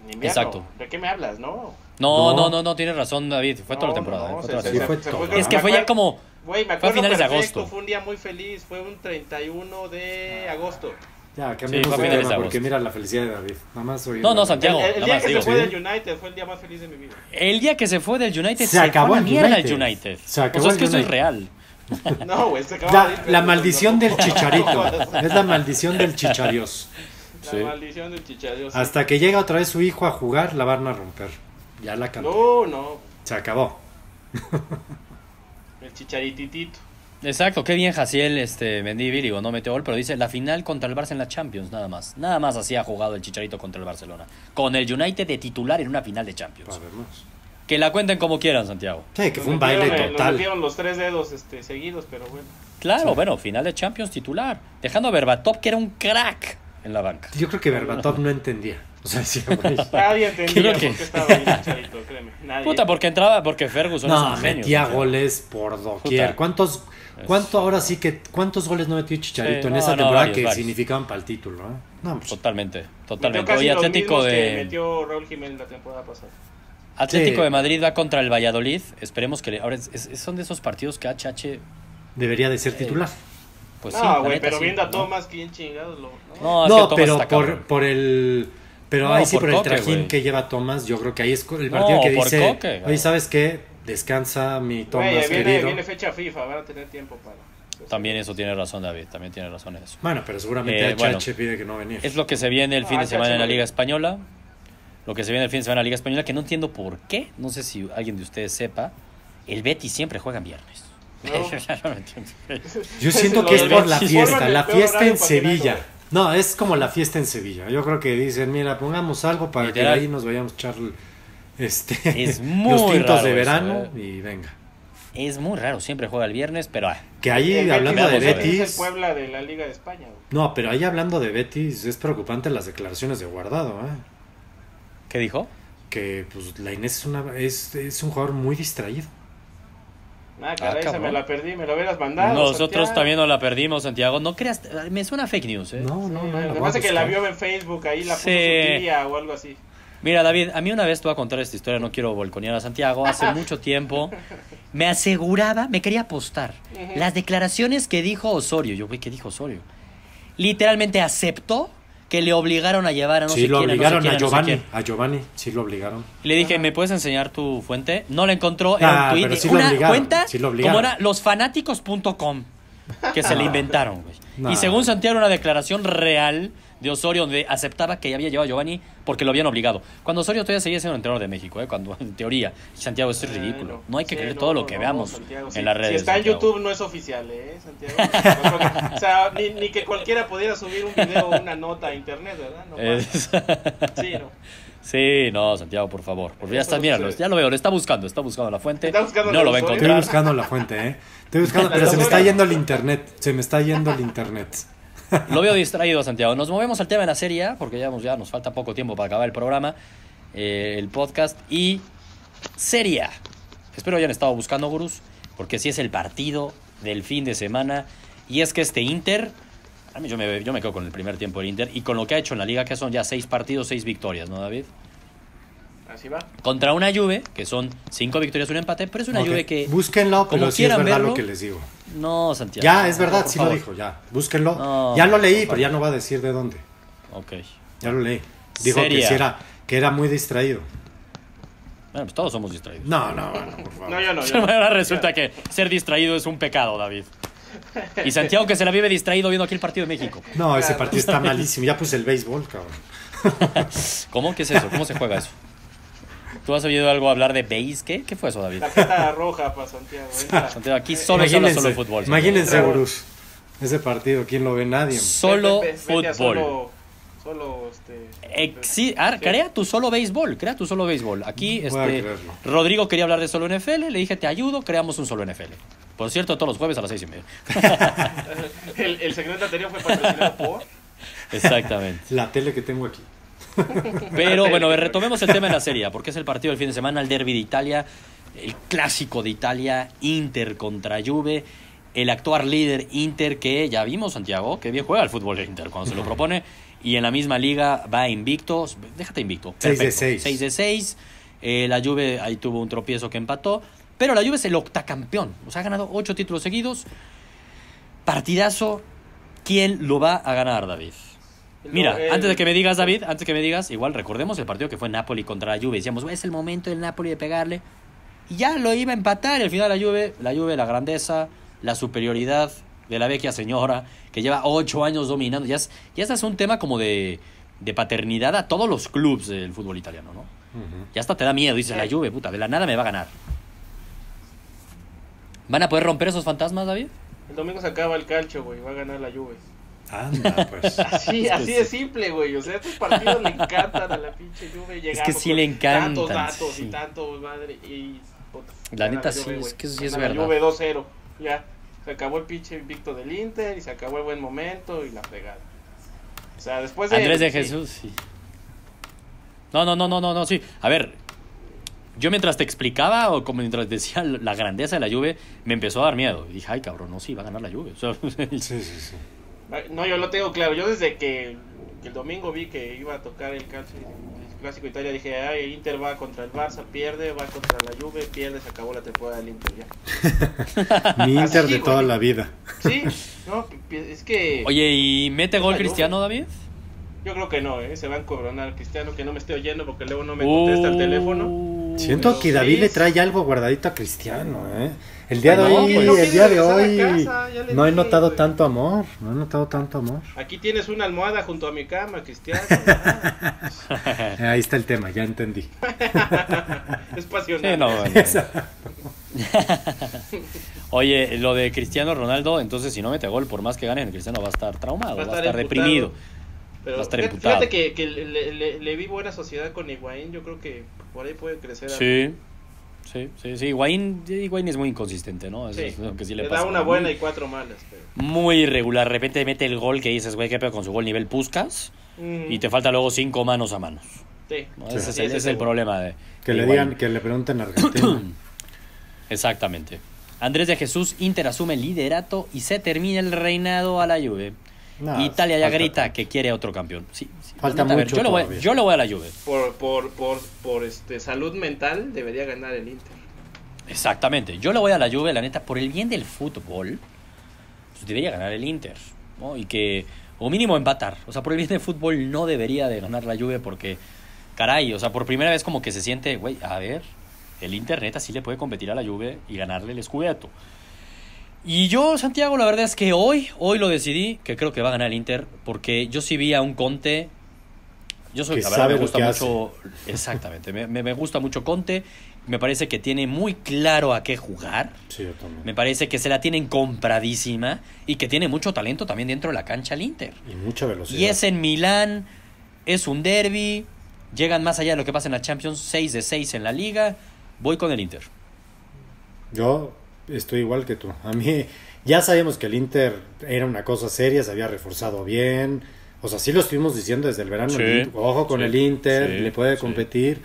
[SPEAKER 2] En invierno.
[SPEAKER 1] Exacto.
[SPEAKER 2] ¿De qué me hablas, no?
[SPEAKER 1] No, no,
[SPEAKER 3] No.
[SPEAKER 1] no, no, tienes razón, David. Fue toda la
[SPEAKER 2] No,
[SPEAKER 1] temporada. eh,
[SPEAKER 2] no,
[SPEAKER 1] fue
[SPEAKER 2] se-
[SPEAKER 1] toda la
[SPEAKER 2] se-
[SPEAKER 3] sí,
[SPEAKER 1] temporada.
[SPEAKER 2] se-
[SPEAKER 3] fue
[SPEAKER 2] se
[SPEAKER 3] todo.
[SPEAKER 2] con
[SPEAKER 1] Es que fue ya
[SPEAKER 2] Maguire.
[SPEAKER 1] como
[SPEAKER 2] Güey, me
[SPEAKER 1] Fue a
[SPEAKER 2] acuerdo
[SPEAKER 1] finales de
[SPEAKER 2] perfecto,
[SPEAKER 1] agosto.
[SPEAKER 2] Fue un día muy feliz. Fue un 31 de agosto.
[SPEAKER 3] Ya,
[SPEAKER 1] Sí,
[SPEAKER 3] cambiemos
[SPEAKER 1] fue a finales
[SPEAKER 3] de
[SPEAKER 1] de
[SPEAKER 3] tema porque
[SPEAKER 1] agosto.
[SPEAKER 3] mira la felicidad de David. Nada más oí-
[SPEAKER 1] No, no, Santiago.
[SPEAKER 2] El, el
[SPEAKER 1] nada
[SPEAKER 2] día
[SPEAKER 1] más,
[SPEAKER 2] que
[SPEAKER 1] digo.
[SPEAKER 2] se fue del United fue el día más feliz de mi vida.
[SPEAKER 1] El día que se fue del United
[SPEAKER 3] Se
[SPEAKER 1] se, fue
[SPEAKER 3] acabó
[SPEAKER 1] a la
[SPEAKER 3] el
[SPEAKER 1] mierda el
[SPEAKER 3] United.
[SPEAKER 1] United.
[SPEAKER 3] Se acabó
[SPEAKER 1] o sea, es
[SPEAKER 3] el
[SPEAKER 1] que eso es
[SPEAKER 3] United.
[SPEAKER 1] real.
[SPEAKER 2] No, güey, se acababa de ir,
[SPEAKER 3] La,
[SPEAKER 2] pero
[SPEAKER 3] la
[SPEAKER 2] no,
[SPEAKER 3] maldición
[SPEAKER 2] no.
[SPEAKER 3] del chicharito. Es la maldición del chicharios.
[SPEAKER 2] La
[SPEAKER 1] Sí.
[SPEAKER 2] maldición del chichario. sí.
[SPEAKER 3] Hasta que llega otra vez su hijo a jugar, la van a romper. Ya la
[SPEAKER 2] No,
[SPEAKER 3] cantó.
[SPEAKER 2] no.
[SPEAKER 3] Se acabó.
[SPEAKER 2] El chicharititito.
[SPEAKER 1] Exacto, qué bien Jaciel este, Mendívil, digo, no metió gol, pero dice la final contra el Barça en la Champions, nada más. Nada más así ha jugado el Chicharito contra el Barcelona. Con el United de titular en una final de Champions.
[SPEAKER 3] Sabemos.
[SPEAKER 1] Que la cuenten como quieran, Santiago.
[SPEAKER 3] Sí, que
[SPEAKER 2] Nos
[SPEAKER 3] fue un
[SPEAKER 2] metieron,
[SPEAKER 3] baile
[SPEAKER 2] eh, Nos
[SPEAKER 3] total.
[SPEAKER 2] metieron los tres dedos este, seguidos, pero bueno.
[SPEAKER 1] Claro, bueno, final de Champions titular. Dejando a Berbatov, que era un crack en la banca.
[SPEAKER 3] Yo creo que Berbatov no entendía. O sea, decía, güey.
[SPEAKER 2] Nadie entendía
[SPEAKER 1] Creo que-
[SPEAKER 2] por qué estaba ahí el chicharito, créeme. Nadie.
[SPEAKER 1] Puta, porque entraba, porque Ferguson es
[SPEAKER 3] No,
[SPEAKER 1] un genio.
[SPEAKER 3] metía
[SPEAKER 1] Santiago.
[SPEAKER 3] goles por doquier.
[SPEAKER 1] Puta.
[SPEAKER 3] ¿Cuántos, cuánto ahora sí que, cuántos goles no metió Chicharito
[SPEAKER 1] Sí,
[SPEAKER 3] en
[SPEAKER 1] no,
[SPEAKER 3] esa
[SPEAKER 1] no,
[SPEAKER 3] temporada
[SPEAKER 1] varios,
[SPEAKER 3] que
[SPEAKER 1] varios.
[SPEAKER 3] significaban para el título? ¿eh? No, pues,
[SPEAKER 1] Totalmente,
[SPEAKER 2] Metió
[SPEAKER 1] totalmente.
[SPEAKER 2] casi
[SPEAKER 1] Hoy
[SPEAKER 2] los
[SPEAKER 1] Atlético
[SPEAKER 2] mismos
[SPEAKER 1] de...
[SPEAKER 2] que metió Raúl Jiménez la temporada pasada.
[SPEAKER 1] Atlético
[SPEAKER 3] Sí.
[SPEAKER 1] de Madrid va contra el Valladolid. Esperemos que le- ahora es- es- son de esos partidos que HH
[SPEAKER 3] debería de ser titular.
[SPEAKER 1] pues sí, la
[SPEAKER 2] no, güey,
[SPEAKER 1] neta,
[SPEAKER 2] pero
[SPEAKER 1] sí,
[SPEAKER 2] viendo a
[SPEAKER 1] ¿no?
[SPEAKER 2] Thomas, ¿quién chingados
[SPEAKER 1] No,
[SPEAKER 2] lo.?
[SPEAKER 1] es que
[SPEAKER 3] no,
[SPEAKER 1] Thomas
[SPEAKER 3] pero
[SPEAKER 1] está
[SPEAKER 3] por,
[SPEAKER 1] cabrón.
[SPEAKER 3] por el. Pero
[SPEAKER 1] No,
[SPEAKER 3] ahí sí,
[SPEAKER 1] por
[SPEAKER 3] por,
[SPEAKER 1] Coque,
[SPEAKER 3] el trajín
[SPEAKER 1] güey.
[SPEAKER 3] que lleva Tomás, yo creo que ahí es el partido
[SPEAKER 1] No,
[SPEAKER 3] que
[SPEAKER 1] por
[SPEAKER 3] dice.
[SPEAKER 1] Coque, güey.
[SPEAKER 3] Oye, ¿sabes qué? Descansa mi Tomás
[SPEAKER 2] Güey, viene,
[SPEAKER 3] querido.
[SPEAKER 2] viene fecha FIFA, van a tener tiempo para.
[SPEAKER 1] También eso tiene razón, David. También tiene razón en eso.
[SPEAKER 3] Bueno, pero seguramente
[SPEAKER 1] Eh,
[SPEAKER 3] HH
[SPEAKER 1] bueno.
[SPEAKER 3] pide que no venía.
[SPEAKER 1] Es lo que se viene el
[SPEAKER 2] Ah,
[SPEAKER 1] fin de
[SPEAKER 2] ya
[SPEAKER 1] semana
[SPEAKER 2] se
[SPEAKER 1] en la
[SPEAKER 2] me-
[SPEAKER 1] Liga Española. Lo que se viene el fin de semana en la Liga Española, que no entiendo por qué. No sé si alguien de ustedes sepa. El Betis siempre juega en viernes.
[SPEAKER 2] No.
[SPEAKER 1] No lo entiendo.
[SPEAKER 3] Yo siento
[SPEAKER 2] Lo
[SPEAKER 3] que es
[SPEAKER 2] del
[SPEAKER 3] por la
[SPEAKER 2] Betis.
[SPEAKER 3] fiesta,
[SPEAKER 2] Vuelvan
[SPEAKER 3] la
[SPEAKER 2] el peor
[SPEAKER 3] fiesta
[SPEAKER 2] horario
[SPEAKER 3] en
[SPEAKER 2] para que
[SPEAKER 3] Sevilla.
[SPEAKER 2] no hagan.
[SPEAKER 3] No, es como la fiesta en Sevilla. Yo creo que dicen, mira, pongamos algo para que de
[SPEAKER 1] Literal.
[SPEAKER 3] ahí nos vayamos a echar este,
[SPEAKER 1] Es muy
[SPEAKER 3] los tintos
[SPEAKER 1] raro
[SPEAKER 3] de
[SPEAKER 1] eso,
[SPEAKER 3] verano
[SPEAKER 1] eh.
[SPEAKER 3] y venga.
[SPEAKER 1] Es muy raro, siempre juega el viernes, pero ah,
[SPEAKER 3] Que ahí
[SPEAKER 2] El
[SPEAKER 3] hablando de
[SPEAKER 1] Betis, vamos a ver.
[SPEAKER 2] Es el
[SPEAKER 3] Betis,
[SPEAKER 2] Puebla de la Liga de España, güey.
[SPEAKER 3] no, pero ahí hablando de Betis es preocupante las declaraciones de Guardado, ¿eh?
[SPEAKER 1] ¿qué dijo?
[SPEAKER 3] que pues la Inés es, una, es, es un jugador muy distraído.
[SPEAKER 2] Ah, caray, esa
[SPEAKER 1] cabrón.
[SPEAKER 2] me la perdí, me lo hubieras mandado.
[SPEAKER 1] Nosotros
[SPEAKER 2] Santiago.
[SPEAKER 1] también nos la perdimos, Santiago. No creas, me suena fake news. ¿eh?
[SPEAKER 3] No, no, no.
[SPEAKER 2] Lo
[SPEAKER 3] la voy
[SPEAKER 2] que
[SPEAKER 3] a
[SPEAKER 2] pasa es que la
[SPEAKER 3] buscar.
[SPEAKER 2] vio en Facebook, ahí la puso
[SPEAKER 1] Sí.
[SPEAKER 2] su tía o algo así.
[SPEAKER 1] Mira, David, a mí una vez te voy a contar esta historia, no quiero volconear a Santiago. Hace mucho tiempo me aseguraba, me quería apostar.
[SPEAKER 2] Ujú.
[SPEAKER 1] Las declaraciones que dijo Osorio, yo, güey, ¿qué dijo Osorio? Literalmente aceptó que le obligaron a llevar a no
[SPEAKER 3] sí,
[SPEAKER 1] sé
[SPEAKER 3] lo
[SPEAKER 1] quién, a no sé
[SPEAKER 3] obligaron
[SPEAKER 1] quién,
[SPEAKER 3] a
[SPEAKER 1] a no sé
[SPEAKER 3] Giovanni.
[SPEAKER 1] quién.
[SPEAKER 3] a Giovanni, sí lo obligaron.
[SPEAKER 1] Y le dije, ¿me puedes enseñar tu fuente? No la encontró, era
[SPEAKER 3] Ah,
[SPEAKER 1] un
[SPEAKER 3] pero
[SPEAKER 1] tweet,
[SPEAKER 3] sí lo
[SPEAKER 1] una
[SPEAKER 3] obligaron,
[SPEAKER 1] cuenta
[SPEAKER 3] sí lo
[SPEAKER 1] como
[SPEAKER 3] obligaron. Ah.
[SPEAKER 1] era losfanáticos.com, que se le inventaron, güey.
[SPEAKER 3] No.
[SPEAKER 1] Y según Santiago, una declaración real de Osorio donde aceptaba que ya había llevado a Giovanni porque lo habían obligado. Cuando Osorio todavía seguía siendo entrenador de México, ¿eh? cuando en teoría, Santiago, esto es
[SPEAKER 2] Ay,
[SPEAKER 1] ridículo.
[SPEAKER 2] no.
[SPEAKER 1] No hay que
[SPEAKER 2] Sí,
[SPEAKER 1] creer
[SPEAKER 2] no,
[SPEAKER 1] todo lo
[SPEAKER 2] no,
[SPEAKER 1] que
[SPEAKER 2] no,
[SPEAKER 1] veamos
[SPEAKER 2] Santiago, sí.
[SPEAKER 1] en las redes.
[SPEAKER 2] Si está en
[SPEAKER 1] Santiago.
[SPEAKER 2] YouTube no es oficial, ¿eh, Santiago? o sea, ni, ni que cualquiera pudiera subir un video o una nota a internet, ¿verdad? No
[SPEAKER 1] Es-
[SPEAKER 2] pasa. Sí, no.
[SPEAKER 1] sí, no, Santiago, por favor. Porque ya
[SPEAKER 2] Eso
[SPEAKER 1] está,
[SPEAKER 2] no
[SPEAKER 1] míralo,
[SPEAKER 2] sucede.
[SPEAKER 1] ya lo veo, lo está buscando, está buscando la fuente.
[SPEAKER 2] Está buscando
[SPEAKER 1] no
[SPEAKER 2] la
[SPEAKER 1] lo va a
[SPEAKER 2] Osorio.
[SPEAKER 1] encontrar.
[SPEAKER 3] Estoy buscando la fuente, ¿eh? Estoy buscando, pero se me está yendo el internet. Se me está yendo el internet.
[SPEAKER 1] Lo veo distraído, Santiago. Nos movemos al tema de la serie, A, porque ya, nos- ya nos falta poco tiempo para acabar el programa, eh, el podcast. Y serie. A. Espero hayan estado buscando, gurús, porque sí es el partido del fin de semana. Y es que este Inter, a mí yo me, yo me quedo con el primer tiempo del Inter y con lo que ha hecho en la liga, que son ya seis partidos, seis victorias, ¿no, David?
[SPEAKER 2] Así va.
[SPEAKER 1] Contra una Juve, que son cinco victorias, un empate, pero es una
[SPEAKER 3] Ok,
[SPEAKER 1] Juve que...
[SPEAKER 3] Búsquenlo,
[SPEAKER 1] como
[SPEAKER 3] pero sí es
[SPEAKER 1] quieran
[SPEAKER 3] verdad
[SPEAKER 1] verlo,
[SPEAKER 3] lo que les digo.
[SPEAKER 1] No, Santiago.
[SPEAKER 3] Ya, es verdad,
[SPEAKER 1] por
[SPEAKER 3] sí lo
[SPEAKER 1] favor.
[SPEAKER 3] dijo, ya. Búsquenlo.
[SPEAKER 1] No,
[SPEAKER 3] ya lo
[SPEAKER 1] por
[SPEAKER 3] leí,
[SPEAKER 1] favor.
[SPEAKER 3] pero ya no va a decir de dónde.
[SPEAKER 1] Ok.
[SPEAKER 3] Ya lo leí. Dijo que,
[SPEAKER 1] Seria.
[SPEAKER 3] sí era, que era muy distraído.
[SPEAKER 1] Bueno, pues todos somos distraídos.
[SPEAKER 3] No, no, bueno, por favor.
[SPEAKER 2] No, yo no. yo no.
[SPEAKER 1] Ahora resulta que ser distraído es un pecado, David. Y Santiago que se la vive distraído viendo aquí el partido de México.
[SPEAKER 3] No, ese partido está malísimo. Ya puse el béisbol, cabrón.
[SPEAKER 1] ¿Cómo? ¿Qué es eso? ¿Cómo se juega eso? ¿Tú has oído algo hablar de base? ¿Qué? ¿Qué fue eso, David?
[SPEAKER 2] Tarjeta roja para Santiago. Eh, esta.
[SPEAKER 1] Santiago, aquí solo se habla solo de fútbol. Santiago.
[SPEAKER 3] imagínense,
[SPEAKER 2] Bravo.
[SPEAKER 3] gurús. Ese partido, ¿quién lo ve? Nadie.
[SPEAKER 2] eh,
[SPEAKER 1] Solo
[SPEAKER 2] Vete, vete, vete a
[SPEAKER 1] fútbol.
[SPEAKER 2] Solo, solo, este.
[SPEAKER 1] Exi- ah, crea tu solo béisbol, crea tu solo béisbol. Aquí
[SPEAKER 3] Voy a
[SPEAKER 1] este,
[SPEAKER 3] creerlo.
[SPEAKER 1] Rodrigo quería hablar de solo NFL, le dije te ayudo, creamos un solo NFL. Por cierto, todos los jueves a las seis y media.
[SPEAKER 2] El, el segmento anterior fue patrocinado por.
[SPEAKER 1] Exactamente.
[SPEAKER 3] La tele que tengo aquí.
[SPEAKER 1] Pero bueno, retomemos el tema de la serie, porque es el partido del fin de semana, el derby de Italia, el clásico de Italia, Inter contra Juve, el actual líder Inter que ya vimos, Santiago, que bien juega el fútbol de Inter cuando se lo propone, y en la misma liga va invicto, déjate invicto.
[SPEAKER 3] Seis de
[SPEAKER 1] perfecto,
[SPEAKER 3] seis.
[SPEAKER 1] eh, seis de 6, la Juve ahí tuvo un tropiezo que empató, Pero la Juve es el octacampeón. O sea, ha ganado ocho títulos seguidos. Partidazo. ¿Quién lo va a ganar, David? Mira,
[SPEAKER 2] El-
[SPEAKER 1] antes de que me digas, David, antes que me digas, igual recordemos el partido que fue Napoli contra la Juve. Decíamos, "Güey, es el momento del Napoli de pegarle. Y ya lo iba a empatar. Y al final la Juve, la Juve, la grandeza, la superioridad de la vecchia señora que lleva ocho años dominando. Ya, es, ya este es un tema como de, de paternidad a todos los clubes del fútbol italiano, ¿no?
[SPEAKER 3] Ujú.
[SPEAKER 1] Ya hasta te da miedo, dices, la Juve, puta, de la nada me va a ganar. ¿Van a poder romper esos fantasmas, David?
[SPEAKER 2] El domingo se acaba el calcio, güey. Va a ganar la Juve.
[SPEAKER 3] Anda, pues.
[SPEAKER 1] Este,
[SPEAKER 2] Así, así de simple, güey. O sea, estos partidos le encantan a la pinche Juve. Llegamos
[SPEAKER 1] que sí
[SPEAKER 2] con
[SPEAKER 1] le encantan,
[SPEAKER 2] Tantos datos
[SPEAKER 1] sí.
[SPEAKER 2] y tantos, madre. Y. puta,
[SPEAKER 1] La
[SPEAKER 2] gana
[SPEAKER 1] neta
[SPEAKER 2] Juve,
[SPEAKER 1] sí, es
[SPEAKER 2] güey.
[SPEAKER 1] que eso sí es
[SPEAKER 2] Gana
[SPEAKER 1] verdad.
[SPEAKER 2] La Juve 2-0. Ya. Se acabó el pinche invicto del Inter y se acabó el buen momento y la fregada. O sea, después de.
[SPEAKER 1] Andrés de
[SPEAKER 2] Pues sí.
[SPEAKER 1] Jesús, sí. No, no, no, no, no, no, sí. A ver, yo mientras te explicaba o como mientras decía la grandeza de la Juve, me empezó a dar miedo. Y dije, ay, cabrón, no, sí, va a ganar la Juve. O sea,
[SPEAKER 3] Sí, sí, sí.
[SPEAKER 2] No, yo lo tengo claro. Yo desde que el domingo vi que iba a tocar el calcio, el clásico Italia, dije, ay, Inter va contra el Barça, pierde, va contra la Juve, pierde, se acabó la temporada del Inter ya.
[SPEAKER 3] Mi Inter
[SPEAKER 2] Así, eh.
[SPEAKER 3] de toda
[SPEAKER 2] güey.
[SPEAKER 3] la vida.
[SPEAKER 2] Sí, no, pi- es que
[SPEAKER 1] Oye, ¿y mete gol
[SPEAKER 2] la Juve.
[SPEAKER 1] Cristiano, David?
[SPEAKER 2] yo creo que no, ¿eh? se van a coronar Cristiano, que no me esté oyendo porque luego no me contesta el teléfono.
[SPEAKER 1] Uh,
[SPEAKER 3] Siento
[SPEAKER 2] pero
[SPEAKER 3] que David
[SPEAKER 2] sí
[SPEAKER 3] le
[SPEAKER 2] es-
[SPEAKER 3] trae algo guardadito a Cristiano, ¿eh? El día de
[SPEAKER 1] No,
[SPEAKER 3] hoy,
[SPEAKER 1] pues, no
[SPEAKER 3] el
[SPEAKER 2] quiere
[SPEAKER 3] día de
[SPEAKER 2] regresar a
[SPEAKER 3] hoy,
[SPEAKER 2] casa, ya le
[SPEAKER 3] no he
[SPEAKER 2] dije,
[SPEAKER 3] notado
[SPEAKER 2] güey.
[SPEAKER 3] tanto amor, no he notado tanto amor.
[SPEAKER 2] Aquí tienes una almohada junto a mi cama, Cristiano. ah,
[SPEAKER 3] Eh, Ahí está el tema, ya entendí.
[SPEAKER 2] es pasional.
[SPEAKER 1] Sí, no, bueno. Oye, lo de Cristiano Ronaldo, entonces si no mete gol, por más que gane, Cristiano va a estar traumado, va a estar,
[SPEAKER 2] imputado.
[SPEAKER 1] deprimido.
[SPEAKER 2] Pero
[SPEAKER 1] Va a estar
[SPEAKER 2] fíjate,
[SPEAKER 1] imputado.
[SPEAKER 2] fíjate que, que le, le- le vi buena sociedad con Higuaín, yo creo que por ahí puede crecer. algo.
[SPEAKER 1] Sí, sí, sí, sí. Higuaín, Higuaín es muy inconsistente, ¿no? Eso
[SPEAKER 2] Sí.
[SPEAKER 1] pues, es lo que sí
[SPEAKER 2] le,
[SPEAKER 1] le,
[SPEAKER 2] da
[SPEAKER 1] pasa.
[SPEAKER 2] una buena y cuatro malas. Pero...
[SPEAKER 1] muy irregular. De repente mete el gol que dices, güey, qué pedo con su gol nivel Puskas.
[SPEAKER 2] Mm,
[SPEAKER 1] Y te falta luego cinco manos a manos.
[SPEAKER 2] sí,
[SPEAKER 1] ¿no?
[SPEAKER 2] sí,
[SPEAKER 1] Ese es
[SPEAKER 2] sí,
[SPEAKER 1] el, ese
[SPEAKER 2] ese
[SPEAKER 1] es el
[SPEAKER 2] seguro.
[SPEAKER 1] problema de.
[SPEAKER 3] Que
[SPEAKER 1] de
[SPEAKER 3] le
[SPEAKER 1] Higuaín.
[SPEAKER 3] digan, que le pregunten a Argentina.
[SPEAKER 1] Exactamente. Andrés de Jesús, Inter asume el liderato y se termina el reinado a la Juve.
[SPEAKER 3] No,
[SPEAKER 1] Italia ya
[SPEAKER 3] falta-
[SPEAKER 1] grita que quiere otro campeón. Sí, sí.
[SPEAKER 3] Falta
[SPEAKER 1] A ver,
[SPEAKER 3] mucho
[SPEAKER 1] yo, le voy,
[SPEAKER 3] todavía.
[SPEAKER 1] yo le voy a la Juve.
[SPEAKER 2] Por, por, por, por este, salud mental debería ganar el Inter.
[SPEAKER 1] Exactamente. Yo le voy a la Juve, la neta, por el bien del fútbol, pues debería ganar el Inter, ¿no? Y que, o mínimo empatar. O sea, por el bien del fútbol no debería de ganar la Juve porque, caray, o sea, por primera vez como que se siente, güey, a ver, el Inter neta sí le puede competir a la Juve y ganarle el Scudetto. Y yo, Santiago, la verdad es que hoy, hoy lo decidí, que creo que va a ganar el Inter, porque yo sí vi a un Conte. Yo soy,
[SPEAKER 3] Que
[SPEAKER 1] la verdad,
[SPEAKER 3] sabe
[SPEAKER 1] me
[SPEAKER 3] lo
[SPEAKER 1] gusta
[SPEAKER 3] que
[SPEAKER 1] mucho. Exactamente, me, me- me gusta mucho Conte. Me parece que tiene muy claro a qué jugar.
[SPEAKER 3] Sí, yo también.
[SPEAKER 1] Me parece que se la tienen compradísima y que tiene mucho talento también dentro de la cancha el Inter.
[SPEAKER 3] Y mucha velocidad.
[SPEAKER 1] Y es en Milán, es un derby, llegan más allá de lo que pasa en la Champions, 6 de 6 en la liga. Voy con el Inter.
[SPEAKER 3] Yo estoy igual que tú. A mí ya sabíamos que el Inter era una cosa seria, se había reforzado bien. O sea, sí lo estuvimos diciendo desde el verano.
[SPEAKER 1] Sí,
[SPEAKER 3] el Inter- Ojo con
[SPEAKER 1] sí,
[SPEAKER 3] el Inter,
[SPEAKER 1] sí,
[SPEAKER 3] le puede
[SPEAKER 1] sí.
[SPEAKER 3] competir.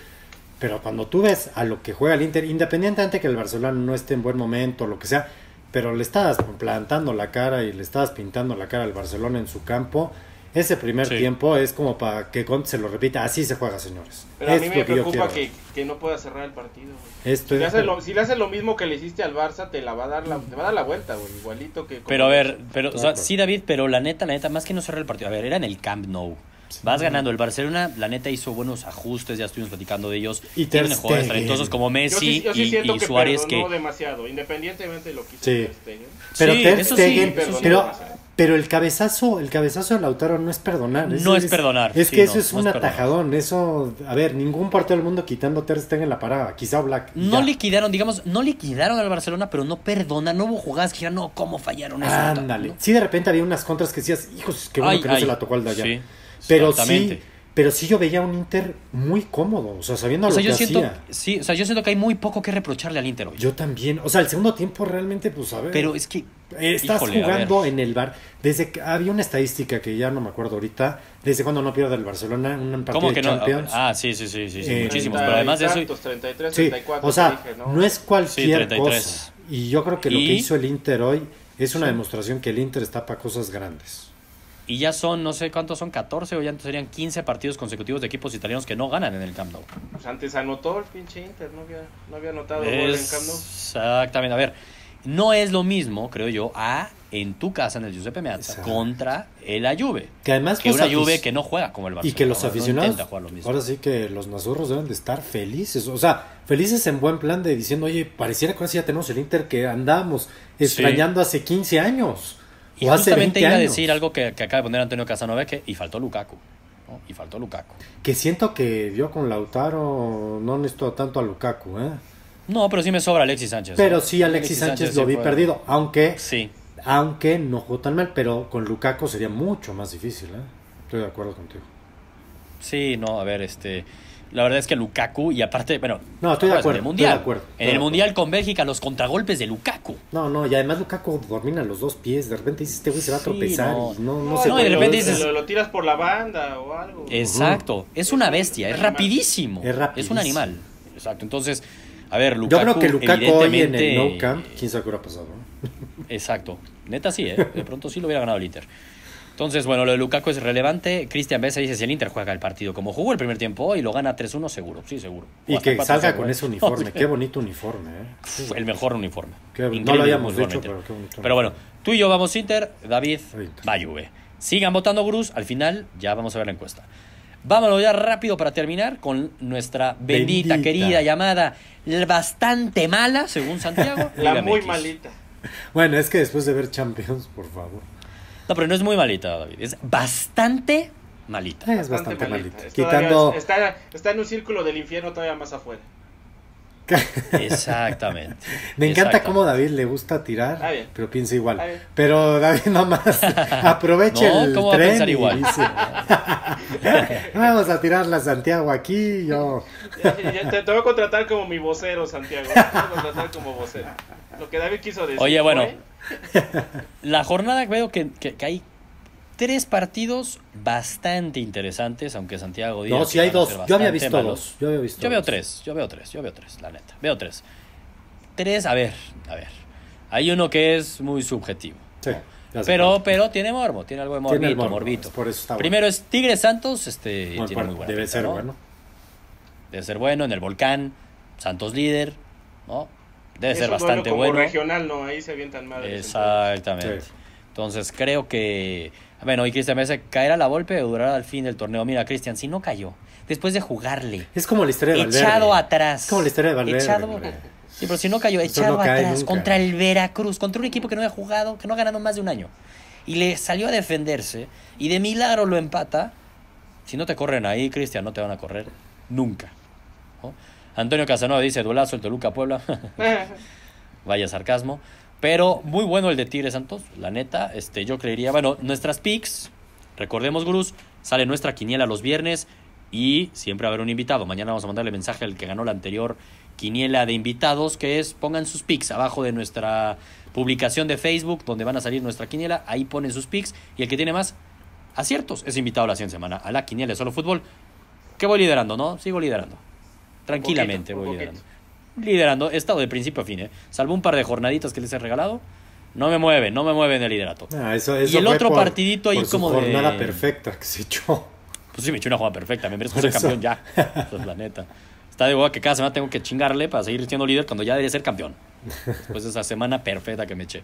[SPEAKER 3] Pero cuando tú ves a lo que juega el Inter, independientemente que el Barcelona no esté en buen momento, lo que sea, pero le estabas plantando la cara y le estabas pintando la cara al Barcelona en su campo, ese primer
[SPEAKER 1] Sí.
[SPEAKER 3] tiempo es como para que Conte se lo repita. Así se juega, señores.
[SPEAKER 2] Pero a
[SPEAKER 3] Es
[SPEAKER 2] mí me
[SPEAKER 3] lo que yo
[SPEAKER 2] preocupa
[SPEAKER 3] quiero.
[SPEAKER 2] que, que no pueda cerrar el partido. güey. Si
[SPEAKER 3] Esto
[SPEAKER 2] le,
[SPEAKER 3] es-
[SPEAKER 2] haces lo, si le haces lo mismo que le hiciste al Barça, te la va a dar la, te va a dar la vuelta, güey. Igualito que. como-
[SPEAKER 1] Pero a ver, pero, o sea,
[SPEAKER 3] Claro.
[SPEAKER 1] sí, David, pero la neta, la neta, más que no cerrar el partido. A ver, era en el Camp Nou. Vas ganando. El Barcelona, la neta, hizo buenos ajustes. Ya estuvimos platicando de ellos.
[SPEAKER 3] Y Ter
[SPEAKER 1] Tienen jugadores
[SPEAKER 3] Stegen.
[SPEAKER 1] talentosos como
[SPEAKER 2] Yo
[SPEAKER 1] Messi
[SPEAKER 2] sí, yo sí
[SPEAKER 1] y-
[SPEAKER 2] siento
[SPEAKER 1] y,
[SPEAKER 2] que
[SPEAKER 1] Suárez.
[SPEAKER 2] perdonó
[SPEAKER 1] que
[SPEAKER 2] demasiado, independientemente de lo que hizo
[SPEAKER 3] Sí.
[SPEAKER 2] Ter Stegen.
[SPEAKER 3] Pero
[SPEAKER 1] Sí,
[SPEAKER 3] Ter
[SPEAKER 1] eso sí,
[SPEAKER 3] Stegen,
[SPEAKER 2] eso sí.
[SPEAKER 3] pero, pero el cabezazo, el cabezazo de Lautaro no es perdonar.
[SPEAKER 1] No es perdonar,
[SPEAKER 3] Es
[SPEAKER 1] sí,
[SPEAKER 3] que
[SPEAKER 1] no,
[SPEAKER 3] eso es
[SPEAKER 1] no
[SPEAKER 3] un
[SPEAKER 1] es perdonar.
[SPEAKER 3] atajadón. Eso, a ver, ningún partido del mundo quitando a Ter Stegen la parada. Quizá Black. y
[SPEAKER 1] no
[SPEAKER 3] ya.
[SPEAKER 1] liquidaron, digamos, no liquidaron al Barcelona, pero no perdonan. No hubo jugadas que dijeran, no, ¿cómo fallaron eso?
[SPEAKER 3] Ándale.
[SPEAKER 1] No.
[SPEAKER 3] Sí, de repente había unas contras que decías, hijos, qué bueno
[SPEAKER 1] Ay,
[SPEAKER 3] que no
[SPEAKER 1] ay.
[SPEAKER 3] se la tocó al de allá.
[SPEAKER 1] Sí,
[SPEAKER 3] pero sí,
[SPEAKER 1] exactamente.
[SPEAKER 3] pero sí yo veía un Inter muy cómodo, o sea, sabiendo
[SPEAKER 1] O sea,
[SPEAKER 3] lo
[SPEAKER 1] yo
[SPEAKER 3] que
[SPEAKER 1] siento,
[SPEAKER 3] hacía.
[SPEAKER 1] sí, o sea, yo siento que hay muy poco que reprocharle al Inter hoy.
[SPEAKER 3] Yo también. O sea, el segundo tiempo realmente, pues, a ver.
[SPEAKER 1] pero es que.
[SPEAKER 3] Eh, Estás
[SPEAKER 1] híjole, a ver.
[SPEAKER 3] jugando en el bar. Desde que había una estadística que ya no me acuerdo ahorita, desde cuando no pierde el Barcelona un partido
[SPEAKER 1] ¿Cómo
[SPEAKER 3] de
[SPEAKER 1] que no?
[SPEAKER 3] Champions.
[SPEAKER 1] Ah, sí, sí, sí, sí, sí,
[SPEAKER 3] Eh,
[SPEAKER 1] muchísimos.
[SPEAKER 2] Treinta
[SPEAKER 1] Pero además
[SPEAKER 2] y
[SPEAKER 1] de eso.
[SPEAKER 2] tantos, 33,
[SPEAKER 3] Sí,
[SPEAKER 2] 34,
[SPEAKER 3] o sea,
[SPEAKER 2] te dije,
[SPEAKER 3] no es cualquier
[SPEAKER 1] 33.
[SPEAKER 3] cosa. Y yo creo que lo
[SPEAKER 1] Y-
[SPEAKER 3] que hizo el Inter hoy es una demostración que el Inter está para cosas grandes.
[SPEAKER 1] Y ya son, no sé cuántos son, 14 o ya serían 15 partidos consecutivos de equipos italianos que no ganan en el Camp Nou.
[SPEAKER 2] Pues antes anotó el pinche Inter, no había, no había anotado gol en Camp Nou.
[SPEAKER 1] Exactamente, a ver, no es lo mismo, creo yo, a en tu casa, en el Giuseppe Meazza,
[SPEAKER 3] Exacto.
[SPEAKER 1] contra el Juve.
[SPEAKER 3] Que además
[SPEAKER 1] Que
[SPEAKER 3] los
[SPEAKER 1] una
[SPEAKER 3] afic-
[SPEAKER 1] Juve que no juega como el Barcelona.
[SPEAKER 3] y que los
[SPEAKER 1] no
[SPEAKER 3] aficionados,
[SPEAKER 1] intenta jugar lo mismo.
[SPEAKER 3] ahora sí que los nazurros deben de estar felices, o sea, felices en buen plan de diciendo, oye, pareciera que ahora sí ya tenemos el Inter que andábamos extrañando hace 15 años.
[SPEAKER 1] Y
[SPEAKER 3] o hace
[SPEAKER 1] justamente
[SPEAKER 3] 20
[SPEAKER 1] iba a
[SPEAKER 3] años.
[SPEAKER 1] decir algo que, que acaba de poner Antonio Casanova, que y faltó Lukaku. ¿no? Y faltó Lukaku.
[SPEAKER 3] Que siento que yo con Lautaro no necesito tanto a Lukaku, ¿eh?
[SPEAKER 1] No, pero sí me sobra Alexis Sánchez.
[SPEAKER 3] Pero
[SPEAKER 1] ¿no?
[SPEAKER 3] sí, Alexis, Sánchez,
[SPEAKER 1] sí
[SPEAKER 3] lo vi
[SPEAKER 1] fue-
[SPEAKER 3] perdido, aunque,
[SPEAKER 1] Sí,
[SPEAKER 3] aunque no jugó tan mal, pero con Lukaku sería mucho más difícil, ¿eh? Estoy de acuerdo contigo.
[SPEAKER 1] sí, no, a ver, este. La verdad es que Lukaku, y aparte, bueno.
[SPEAKER 3] No, estoy de
[SPEAKER 1] en el
[SPEAKER 3] acuerdo, estoy
[SPEAKER 1] mundial,
[SPEAKER 3] de acuerdo, estoy
[SPEAKER 1] en
[SPEAKER 3] de
[SPEAKER 1] el
[SPEAKER 3] acuerdo.
[SPEAKER 1] Mundial con Bélgica, los contragolpes de Lukaku.
[SPEAKER 3] No, no, y además Lukaku domina los dos pies, de repente dices, este güey se va a
[SPEAKER 1] Sí,
[SPEAKER 3] tropezar
[SPEAKER 1] no.
[SPEAKER 3] y no, no,
[SPEAKER 2] No,
[SPEAKER 3] sé
[SPEAKER 1] no, y de
[SPEAKER 3] cómo-
[SPEAKER 1] repente
[SPEAKER 2] lo-
[SPEAKER 1] dices-
[SPEAKER 2] Lo, lo tiras por la banda o algo.
[SPEAKER 1] Exacto. Es una bestia, es
[SPEAKER 2] Es un animal.
[SPEAKER 1] rapidísimo.
[SPEAKER 3] Es rapidísimo.
[SPEAKER 1] un animal. Exacto. Entonces, a ver, Lukaku.
[SPEAKER 3] Yo creo que Lukaku hoy en el
[SPEAKER 1] evidentemente-
[SPEAKER 3] No Camp, quién sabe qué hubiera pasado. ¿no?
[SPEAKER 1] Exacto. Neta sí, ¿eh? De pronto sí lo hubiera ganado el Inter. Entonces, bueno, lo de Lukaku es relevante. Cristian Bessa dice, si el Inter juega el partido como jugó el primer tiempo y lo gana 3-1, seguro. Sí, seguro. O
[SPEAKER 3] Y
[SPEAKER 1] hasta
[SPEAKER 3] que salga
[SPEAKER 1] 4-0,
[SPEAKER 3] con
[SPEAKER 1] ¿eh?
[SPEAKER 3] ese uniforme, qué bonito uniforme. ¿eh?
[SPEAKER 1] Uf, El mejor uniforme.
[SPEAKER 3] Qué- no lo
[SPEAKER 1] Increíble
[SPEAKER 3] habíamos
[SPEAKER 1] uniforme,
[SPEAKER 3] dicho,
[SPEAKER 1] Inter.
[SPEAKER 3] pero qué bonito.
[SPEAKER 1] Pero bueno, tú y yo vamos Inter, David
[SPEAKER 3] Inter.
[SPEAKER 1] va Juve. Sigan votando, Gurús. Al final ya vamos a ver la encuesta. Vámonos ya rápido para terminar con nuestra bendita,
[SPEAKER 3] Bendita.
[SPEAKER 1] querida llamada, la bastante mala, según Santiago.
[SPEAKER 2] La
[SPEAKER 1] Liga
[SPEAKER 2] muy
[SPEAKER 1] MX.
[SPEAKER 2] malita.
[SPEAKER 3] Bueno, es que después de ver Champions, por favor.
[SPEAKER 1] No, pero no es muy malita, David. Es bastante malita.
[SPEAKER 3] Es bastante malito.
[SPEAKER 2] Es todavía-
[SPEAKER 3] Quitando.
[SPEAKER 2] Está, está en un círculo del infierno todavía más afuera.
[SPEAKER 1] Exactamente.
[SPEAKER 3] Me encanta
[SPEAKER 1] Exactamente.
[SPEAKER 3] cómo David le gusta
[SPEAKER 2] Está bien.
[SPEAKER 3] tirar, pero piensa igual.
[SPEAKER 2] Está bien.
[SPEAKER 3] Pero David nomás aprovecha
[SPEAKER 1] No,
[SPEAKER 3] el
[SPEAKER 1] ¿cómo va a
[SPEAKER 3] tren
[SPEAKER 1] pensar
[SPEAKER 3] y
[SPEAKER 1] igual?
[SPEAKER 3] dice, vamos a tirarla a Santiago aquí, yo.
[SPEAKER 2] Ya- ya- te, te voy a contratar como mi vocero, Santiago. Te voy a contratar como vocero. Lo que David quiso decir.
[SPEAKER 1] Oye, bueno.
[SPEAKER 2] fue-
[SPEAKER 1] La jornada veo que, que- que hay tres partidos bastante interesantes, aunque Santiago diga
[SPEAKER 3] No,
[SPEAKER 1] que
[SPEAKER 3] si hay
[SPEAKER 1] van a
[SPEAKER 3] dos.
[SPEAKER 1] ser
[SPEAKER 3] Yo había
[SPEAKER 1] bastante
[SPEAKER 3] visto
[SPEAKER 1] malos.
[SPEAKER 3] dos. Yo había visto.
[SPEAKER 1] Yo veo
[SPEAKER 3] dos.
[SPEAKER 1] tres, yo veo tres, yo veo tres, la neta. Veo tres. Tres, a ver, a ver. Hay uno que es muy subjetivo.
[SPEAKER 3] Ah, Sí, ya sé
[SPEAKER 1] Pero,
[SPEAKER 3] cuál.
[SPEAKER 1] pero tiene morbo, tiene algo de morbito,
[SPEAKER 3] Tiene el morbo,
[SPEAKER 1] morbito.
[SPEAKER 3] por eso está bueno.
[SPEAKER 1] Primero es Tigre Santos, este
[SPEAKER 3] Buen
[SPEAKER 1] tiene muy
[SPEAKER 3] par-
[SPEAKER 1] buena
[SPEAKER 3] debe
[SPEAKER 1] pinta,
[SPEAKER 3] ser
[SPEAKER 1] ¿no?
[SPEAKER 3] bueno.
[SPEAKER 1] Debe ser bueno, en el volcán, Santos líder, ¿no? Debe
[SPEAKER 2] es
[SPEAKER 1] ser
[SPEAKER 2] un duelo
[SPEAKER 1] bastante
[SPEAKER 2] como
[SPEAKER 1] bueno.
[SPEAKER 2] regional, no, ahí se avientan madres.
[SPEAKER 1] Exactamente.
[SPEAKER 3] Sí.
[SPEAKER 1] Entonces creo que. Bueno, y Cristian Mesa caerá la golpe o durará al fin del torneo. Mira, Cristian, si no cayó, después de jugarle,
[SPEAKER 3] Es como la historia de Valverde.
[SPEAKER 1] echado atrás.
[SPEAKER 3] Es como la historia de Valverde.
[SPEAKER 1] Echado-
[SPEAKER 3] hombre.
[SPEAKER 1] Sí, pero si no cayó,
[SPEAKER 3] Eso
[SPEAKER 1] echado
[SPEAKER 3] no cae
[SPEAKER 1] atrás
[SPEAKER 3] nunca.
[SPEAKER 1] contra el Veracruz, contra un equipo que no había jugado, que no ha ganado más de un año. Y le salió a defenderse y de milagro lo empata. Si no te corren ahí, Cristian, no te van a correr nunca. ¿no? Antonio Casanova dice, duelazo el Toluca-Puebla.
[SPEAKER 2] Exactamente.
[SPEAKER 1] Vaya sarcasmo. Pero muy bueno el de Tigre Santos, la neta. Este, yo creería, bueno, nuestras picks, recordemos, gurús, sale nuestra quiniela los viernes y siempre va a haber un invitado. Mañana vamos a mandarle mensaje al que ganó la anterior quiniela de invitados, que es pongan sus picks abajo de nuestra publicación de Facebook, donde van a salir nuestra quiniela. Ahí ponen sus picks y el que tiene más aciertos es invitado la siguiente semana a la quiniela de solo fútbol. Que voy liderando, ¿no? Sigo liderando. Tranquilamente
[SPEAKER 2] poquito, un
[SPEAKER 1] voy
[SPEAKER 2] poquito.
[SPEAKER 1] liderando liderando. He estado de principio a fin, ¿eh? Salvo un par de jornaditas que les he regalado. No me mueven, no me mueven el liderato.
[SPEAKER 3] Ah, eso- eso
[SPEAKER 1] Y el
[SPEAKER 3] fue
[SPEAKER 1] otro
[SPEAKER 3] por-
[SPEAKER 1] partidito ahí
[SPEAKER 3] por su
[SPEAKER 1] como de-
[SPEAKER 3] jornada perfecta que se echó.
[SPEAKER 1] Pues sí, me eché una jugada perfecta. Me merezco ser
[SPEAKER 3] Por eso.
[SPEAKER 1] campeón ya. Pues, la neta. Está de hueva que cada semana tengo que chingarle para seguir siendo líder cuando ya debería ser campeón. Después de esa semana perfecta que me eché.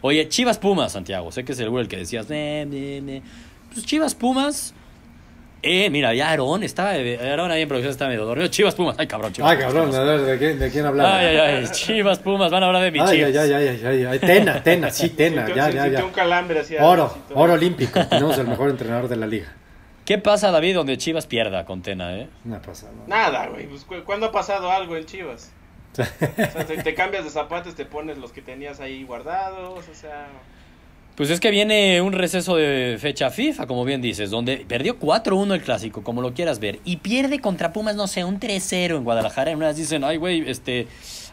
[SPEAKER 1] Oye, Chivas Pumas, Santiago. Sé que es el güey el que decías. "Ne, ne, ne". Pues Chivas Pumas. Eh, mira, ya Aarón estaba. Aarón ahí en producción estaba medio dormido. Chivas Pumas. Ay, cabrón, Chivas
[SPEAKER 3] Ah,
[SPEAKER 1] Pumas,
[SPEAKER 3] cabrón,
[SPEAKER 1] ¿qué
[SPEAKER 3] a
[SPEAKER 1] pasó?
[SPEAKER 3] ver, ¿de quién, de quién hablaba?
[SPEAKER 1] Ay, ay, ay. Chivas Pumas. Van a hablar de mi
[SPEAKER 3] Ay,
[SPEAKER 1] Chivas.
[SPEAKER 3] ay, ay, ay, ay, ay. Tena, Tena, sí, Tena,
[SPEAKER 2] Sintió-
[SPEAKER 3] ya,
[SPEAKER 2] sintió
[SPEAKER 3] ya, ya.
[SPEAKER 2] un calambre así.
[SPEAKER 3] Oro,
[SPEAKER 2] así todo.
[SPEAKER 3] oro olímpico. Tenemos el mejor entrenador de la liga.
[SPEAKER 1] ¿Qué pasa, David, donde Chivas pierda con Tena, eh?
[SPEAKER 3] Una pasada. ¿no?
[SPEAKER 2] Nada, güey. pues, cu- ¿Cuándo ha pasado algo en Chivas? O sea, te, te cambias de zapatos, te pones los que tenías ahí guardados, o sea...
[SPEAKER 1] Pues es que viene un receso de fecha FIFA, como bien dices, donde perdió 4-1 el clásico, como lo quieras ver, y pierde contra Pumas, no sé, un 3-0 en Guadalajara. En unas dicen, ay, güey, este,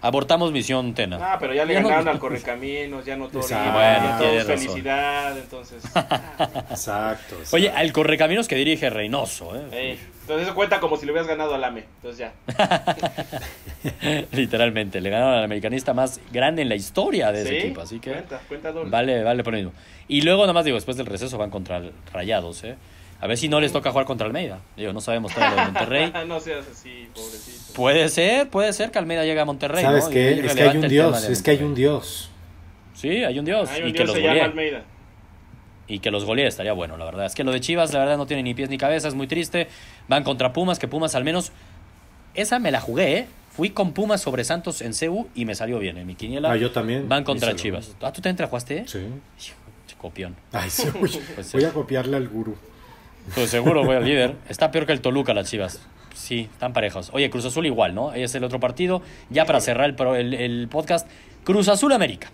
[SPEAKER 1] Abortamos misión Tena.
[SPEAKER 2] Ah, pero ya le ganaron al Correcaminos, ya no todo.
[SPEAKER 3] Exacto.
[SPEAKER 2] ya
[SPEAKER 3] Bueno,
[SPEAKER 2] todos
[SPEAKER 1] tienes razón.
[SPEAKER 2] felicidad, entonces. ah,
[SPEAKER 3] Exacto. exacto.
[SPEAKER 1] Oye, al Correcaminos que dirige Reynoso, ¿eh?
[SPEAKER 2] ey. Entonces eso cuenta como si le hubieras ganado al AME. Entonces ya.
[SPEAKER 1] Literalmente, le ganaron al americanista más grande en la historia de ese
[SPEAKER 2] Sí,
[SPEAKER 1] equipo, así que
[SPEAKER 2] Cuenta, cuenta doble.
[SPEAKER 1] vale, vale por lo mismo. Y luego nada más digo, después del receso van contra el Rayados, ¿eh? A ver si no les toca jugar contra Almeida. Digo, no sabemos todo lo de Monterrey.
[SPEAKER 2] Ah, no seas así, pobrecito.
[SPEAKER 1] Puede ser, puede ser que Almeida llegue a Monterrey.
[SPEAKER 3] ¿Sabes
[SPEAKER 1] ¿no? Y
[SPEAKER 3] qué?
[SPEAKER 1] ahí
[SPEAKER 3] Es que hay
[SPEAKER 1] relevante
[SPEAKER 3] un
[SPEAKER 1] el tema
[SPEAKER 3] dios,
[SPEAKER 1] de
[SPEAKER 3] es que hay un
[SPEAKER 1] Monterrey.
[SPEAKER 3] dios.
[SPEAKER 1] Sí, hay un dios.
[SPEAKER 2] Hay
[SPEAKER 1] y,
[SPEAKER 2] un
[SPEAKER 1] que
[SPEAKER 2] dios
[SPEAKER 1] los
[SPEAKER 2] se llama
[SPEAKER 1] golee.
[SPEAKER 2] Almeida.
[SPEAKER 1] y que los golee estaría bueno, la verdad. Es que lo de Chivas, la verdad, no tiene ni pies ni cabeza, es muy triste. Van contra Pumas, que Pumas al menos. Esa me la jugué, ¿eh? Fui con Pumas sobre Santos en CU y me salió bien en mi quiniela.
[SPEAKER 3] Ah, yo también.
[SPEAKER 1] Van contra
[SPEAKER 3] Díselo.
[SPEAKER 1] Chivas. Ah, ¿tú también te la jugaste?
[SPEAKER 3] Sí.
[SPEAKER 1] Hijo, copión.
[SPEAKER 3] Ay, sí, oye,
[SPEAKER 1] Pues sí.
[SPEAKER 3] voy a copiarle al gurú.
[SPEAKER 1] Pues seguro, voy al líder. Está peor que el Toluca, las Chivas. Sí, están parejos. Oye, Cruz Azul igual, ¿no? Es el otro partido. Ya para cerrar el, pro- el- el podcast, Cruz Azul América.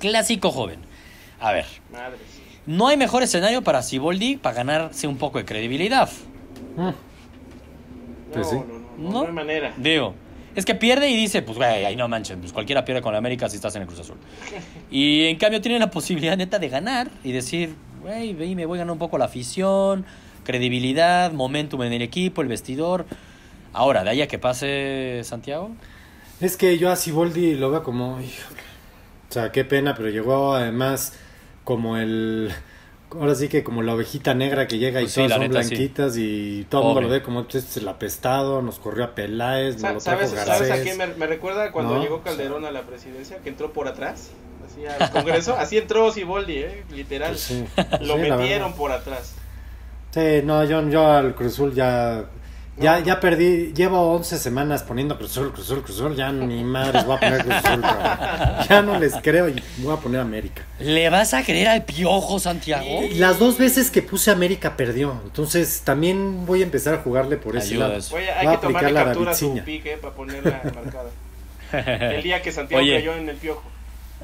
[SPEAKER 1] Clásico joven. A ver,
[SPEAKER 2] Madre.
[SPEAKER 1] no hay mejor escenario para Siboldi para ganarse un poco de credibilidad. Pues
[SPEAKER 2] No,
[SPEAKER 3] Pues sí.
[SPEAKER 2] no, no, no, no hay manera.
[SPEAKER 1] Digo, es que pierde y dice, pues güey, ahí no manchen, pues cualquiera pierde con la América si estás en el Cruz Azul. Y en cambio tiene la posibilidad neta de ganar y decir, güey, ve y me voy a ganar un poco la afición, credibilidad, momentum en el equipo, el vestidor. Ahora, de ahí a que pase Santiago.
[SPEAKER 3] Es que yo a Siboldi lo veo como, híjole. O sea, qué pena, pero llegó además como el. Ahora sí que como la ovejita negra que llega y
[SPEAKER 1] Pues sí,
[SPEAKER 3] todas
[SPEAKER 1] la
[SPEAKER 3] son
[SPEAKER 1] neta, sí.
[SPEAKER 3] blanquitas y todo el mundo
[SPEAKER 1] Pobre.
[SPEAKER 3] lo ve como este es el apestado, nos corrió a Peláez, nos
[SPEAKER 2] Sa-
[SPEAKER 3] lo trajo
[SPEAKER 2] ¿Sabes, ¿Sabes a quién
[SPEAKER 3] Garcés.
[SPEAKER 2] me, me recuerda cuando
[SPEAKER 3] No.
[SPEAKER 2] llegó Calderón a la presidencia? Que entró por atrás, así al Congreso. así entró Siboldi, ¿eh? literal.
[SPEAKER 3] Pues sí.
[SPEAKER 2] Lo
[SPEAKER 3] Sí, la
[SPEAKER 2] metieron
[SPEAKER 3] verdad.
[SPEAKER 2] por atrás.
[SPEAKER 3] Sí, no, yo, yo al Cruzul ya. Ya, ya perdí, llevo 11 semanas poniendo Cruzul, Cruzul, Cruzul, ya ni madres voy a poner Cruzul, cabrón. ya no les creo y voy a poner América.
[SPEAKER 1] ¿Le vas a creer al piojo, Santiago?
[SPEAKER 3] Las dos veces que puse América perdió, entonces también voy a empezar a jugarle por ese
[SPEAKER 1] Ayuda
[SPEAKER 3] lado.
[SPEAKER 1] eso.
[SPEAKER 2] Oye, hay
[SPEAKER 3] Voy a
[SPEAKER 2] que tomarle
[SPEAKER 3] aplicar la
[SPEAKER 2] captura a su
[SPEAKER 3] Davidzinha.
[SPEAKER 2] pique eh, para ponerla marcada. El día que Santiago
[SPEAKER 1] Oye.
[SPEAKER 2] cayó en el piojo.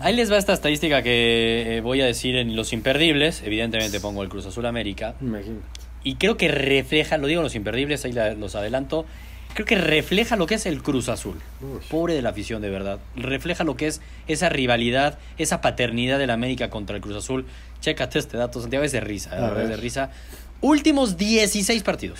[SPEAKER 1] Ahí les va esta estadística que eh, voy a decir en Los Imperdibles. Evidentemente pongo el Cruz Azul América.
[SPEAKER 3] Imagínate.
[SPEAKER 1] y creo que refleja, lo digo en los imperdibles, ahí la- los adelanto, creo que refleja lo que es el Cruz Azul.
[SPEAKER 3] Uy.
[SPEAKER 1] Pobre de la afición, de verdad. Refleja lo que es esa rivalidad, esa paternidad del América contra el Cruz Azul. Chécate este dato, Santiago, es de risa,
[SPEAKER 3] A
[SPEAKER 1] la verdad, es de
[SPEAKER 3] ver.
[SPEAKER 1] risa. Últimos 16 partidos.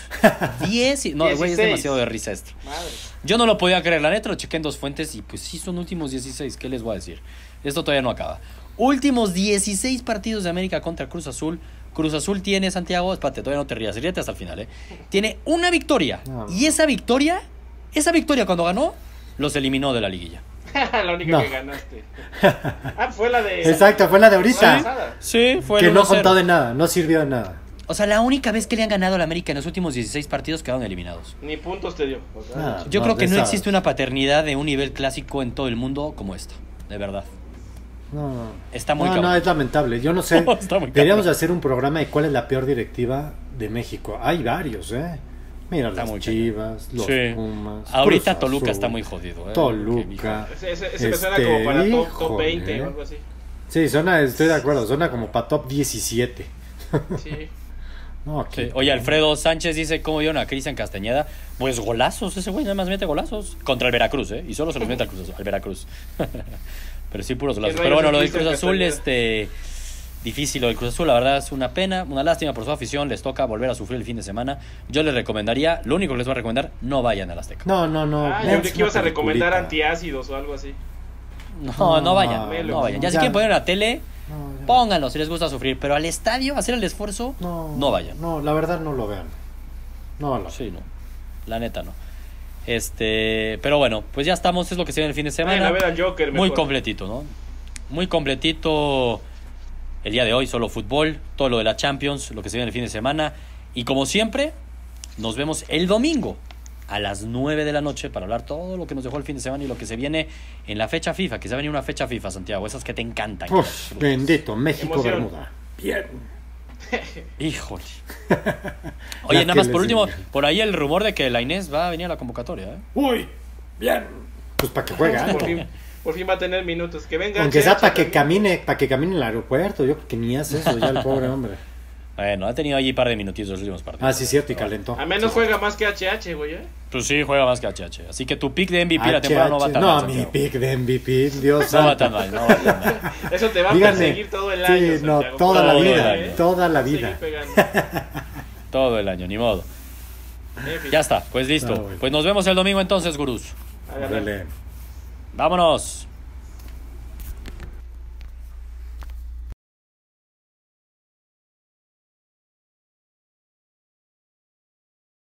[SPEAKER 1] 10, no, güey, es
[SPEAKER 2] 16.
[SPEAKER 1] demasiado de risa esto.
[SPEAKER 2] Madre.
[SPEAKER 1] Yo no lo podía creer, la neta lo chequé en dos fuentes y pues sí, son últimos 16, ¿qué les voy a decir? Esto todavía no acaba. Últimos 16 partidos de América contra Cruz Azul. Cruz Azul tiene, Santiago, espérate, todavía no te rías, ríete hasta el final, ¿eh? Tiene una victoria.
[SPEAKER 3] No.
[SPEAKER 1] Y esa victoria, esa victoria cuando ganó, los eliminó de la liguilla.
[SPEAKER 2] la única
[SPEAKER 3] No.
[SPEAKER 2] que ganaste. Ah, fue la de.
[SPEAKER 3] Exacto, fue la de
[SPEAKER 2] fue la
[SPEAKER 3] ahorita,
[SPEAKER 2] pasada.
[SPEAKER 1] Sí, fue
[SPEAKER 3] que
[SPEAKER 1] el
[SPEAKER 3] no
[SPEAKER 1] 1-0.
[SPEAKER 3] contó de nada, no sirvió de nada.
[SPEAKER 1] O sea, la única vez que le han ganado a la América en los últimos 16 partidos quedaron eliminados.
[SPEAKER 2] Ni puntos te dio. o sea,
[SPEAKER 3] Ah.
[SPEAKER 1] Yo
[SPEAKER 3] No,
[SPEAKER 1] creo que
[SPEAKER 3] de
[SPEAKER 1] no
[SPEAKER 3] esa-
[SPEAKER 1] existe una paternidad de un nivel clásico en todo el mundo como esta, de verdad.
[SPEAKER 3] No,
[SPEAKER 1] Está muy
[SPEAKER 3] no, no,
[SPEAKER 1] cabrón.
[SPEAKER 3] es lamentable. Yo no sé.
[SPEAKER 1] Está muy
[SPEAKER 3] Deberíamos
[SPEAKER 1] cabrón.
[SPEAKER 3] hacer un programa de cuál es la peor directiva de México. Hay varios, ¿eh? Mira,
[SPEAKER 1] Está
[SPEAKER 3] las
[SPEAKER 1] muy
[SPEAKER 3] Chivas, los
[SPEAKER 1] Sí.
[SPEAKER 3] Pumas.
[SPEAKER 1] Ahorita
[SPEAKER 3] Cruz
[SPEAKER 1] Toluca
[SPEAKER 3] Azul,
[SPEAKER 1] está muy jodido. ¿eh?
[SPEAKER 3] Toluca.
[SPEAKER 2] Ese, ese, ese me suena
[SPEAKER 3] Este,
[SPEAKER 2] como para top, top
[SPEAKER 3] híjole.
[SPEAKER 2] 20 o algo así.
[SPEAKER 3] Sí, suena, estoy de acuerdo, suena como para top 17.
[SPEAKER 2] Sí.
[SPEAKER 3] No, aquí-
[SPEAKER 1] Sí. Oye, Alfredo Sánchez dice cómo vieron a Cristian Castañeda. Pues golazos, ese güey nada más mete golazos. Contra el Veracruz, ¿eh? Y solo se los mete al, Cruz Azul- al Veracruz. Pero sí, puros golazos.
[SPEAKER 2] rayos
[SPEAKER 1] Pero bueno,
[SPEAKER 2] es
[SPEAKER 1] lo del
[SPEAKER 2] Cristian
[SPEAKER 1] Cruz Azul,
[SPEAKER 2] Castañeda?
[SPEAKER 1] este. Difícil lo del Cruz Azul, la verdad es una pena, una lástima por su afición. Les toca volver a sufrir el fin de semana. Yo les recomendaría, lo único que les voy a recomendar, no vayan al Azteca.
[SPEAKER 3] No, no, no.
[SPEAKER 2] Ah, yo
[SPEAKER 3] es
[SPEAKER 2] creí
[SPEAKER 3] una
[SPEAKER 2] que ibas a recomendar
[SPEAKER 3] peliculita.
[SPEAKER 2] antiácidos o algo así.
[SPEAKER 1] No, no,
[SPEAKER 3] No,
[SPEAKER 1] vayan,
[SPEAKER 2] Melo.
[SPEAKER 1] no vayan. Ya si
[SPEAKER 3] Ya.
[SPEAKER 1] quieren poner la tele,
[SPEAKER 3] No, ya.
[SPEAKER 1] pónganlo si les gusta sufrir. Pero al estadio, hacer el esfuerzo,
[SPEAKER 3] No,
[SPEAKER 1] no vayan.
[SPEAKER 3] No, la verdad no lo vean. No, lo
[SPEAKER 1] Sí, no. La neta no. Este, pero bueno, pues ya estamos, es lo que se ve en el fin de
[SPEAKER 2] Vayan a
[SPEAKER 1] semana.
[SPEAKER 2] ver al Joker.
[SPEAKER 1] Muy
[SPEAKER 2] mejor.
[SPEAKER 1] completito, ¿no? Muy completito el día de hoy, solo fútbol, todo lo de la Champions, lo que se ve en el fin de semana. Y como siempre, nos vemos el domingo a las 9 de la noche para hablar todo lo que nos dejó el fin de semana y lo que se viene en la fecha FIFA, que se va a venir una fecha FIFA, Santiago, esas que te encantan. que las
[SPEAKER 3] Uf,
[SPEAKER 1] disfrutas.
[SPEAKER 3] bendito, México,
[SPEAKER 2] Emoción.
[SPEAKER 3] Bermuda. Bien.
[SPEAKER 1] Híjole. Oye,
[SPEAKER 3] Las
[SPEAKER 1] nada
[SPEAKER 3] que
[SPEAKER 1] más por
[SPEAKER 3] les
[SPEAKER 1] último,
[SPEAKER 3] encantan.
[SPEAKER 1] por ahí el rumor de que la Inés va a venir a la convocatoria, ¿eh?
[SPEAKER 3] Uy, bien. Pues para que
[SPEAKER 2] Por
[SPEAKER 3] juegue.
[SPEAKER 2] fin, por fin va a tener minutos. Que venga.
[SPEAKER 3] Aunque sea
[SPEAKER 2] Checha
[SPEAKER 3] para que
[SPEAKER 2] también.
[SPEAKER 3] camine, para que camine en el aeropuerto. Yo creo que ni hace eso ya el pobre hombre.
[SPEAKER 1] Bueno, ha tenido allí un par de minutitos los últimos partidos.
[SPEAKER 3] Ah, sí, cierto, y calentó.
[SPEAKER 2] A menos juega más que HH, güey. ¿eh?
[SPEAKER 1] Pues sí, juega más que HH. Así que tu pick de MVP la temporada no va
[SPEAKER 3] HH.
[SPEAKER 1] tan
[SPEAKER 3] No,
[SPEAKER 1] mal.
[SPEAKER 3] mi
[SPEAKER 1] Santiago.
[SPEAKER 3] pick de MVP, Dios
[SPEAKER 1] No va
[SPEAKER 3] santo.
[SPEAKER 1] tan mal, no va tan mal.
[SPEAKER 2] Eso te va a
[SPEAKER 3] Díganme.
[SPEAKER 2] perseguir todo el
[SPEAKER 3] Sí,
[SPEAKER 2] año.
[SPEAKER 3] no,
[SPEAKER 2] Santiago.
[SPEAKER 3] toda
[SPEAKER 1] la
[SPEAKER 2] Todo el
[SPEAKER 1] vida,
[SPEAKER 2] año, ¿eh?
[SPEAKER 3] toda la
[SPEAKER 2] Seguir
[SPEAKER 3] vida.
[SPEAKER 2] pegando.
[SPEAKER 1] Todo el año, ni modo.
[SPEAKER 2] En fin,
[SPEAKER 1] Ya está, pues listo.
[SPEAKER 3] No, Ah, bueno.
[SPEAKER 1] Pues nos vemos el domingo entonces, gurús.
[SPEAKER 2] a ganar.
[SPEAKER 3] Órale.
[SPEAKER 1] Vámonos.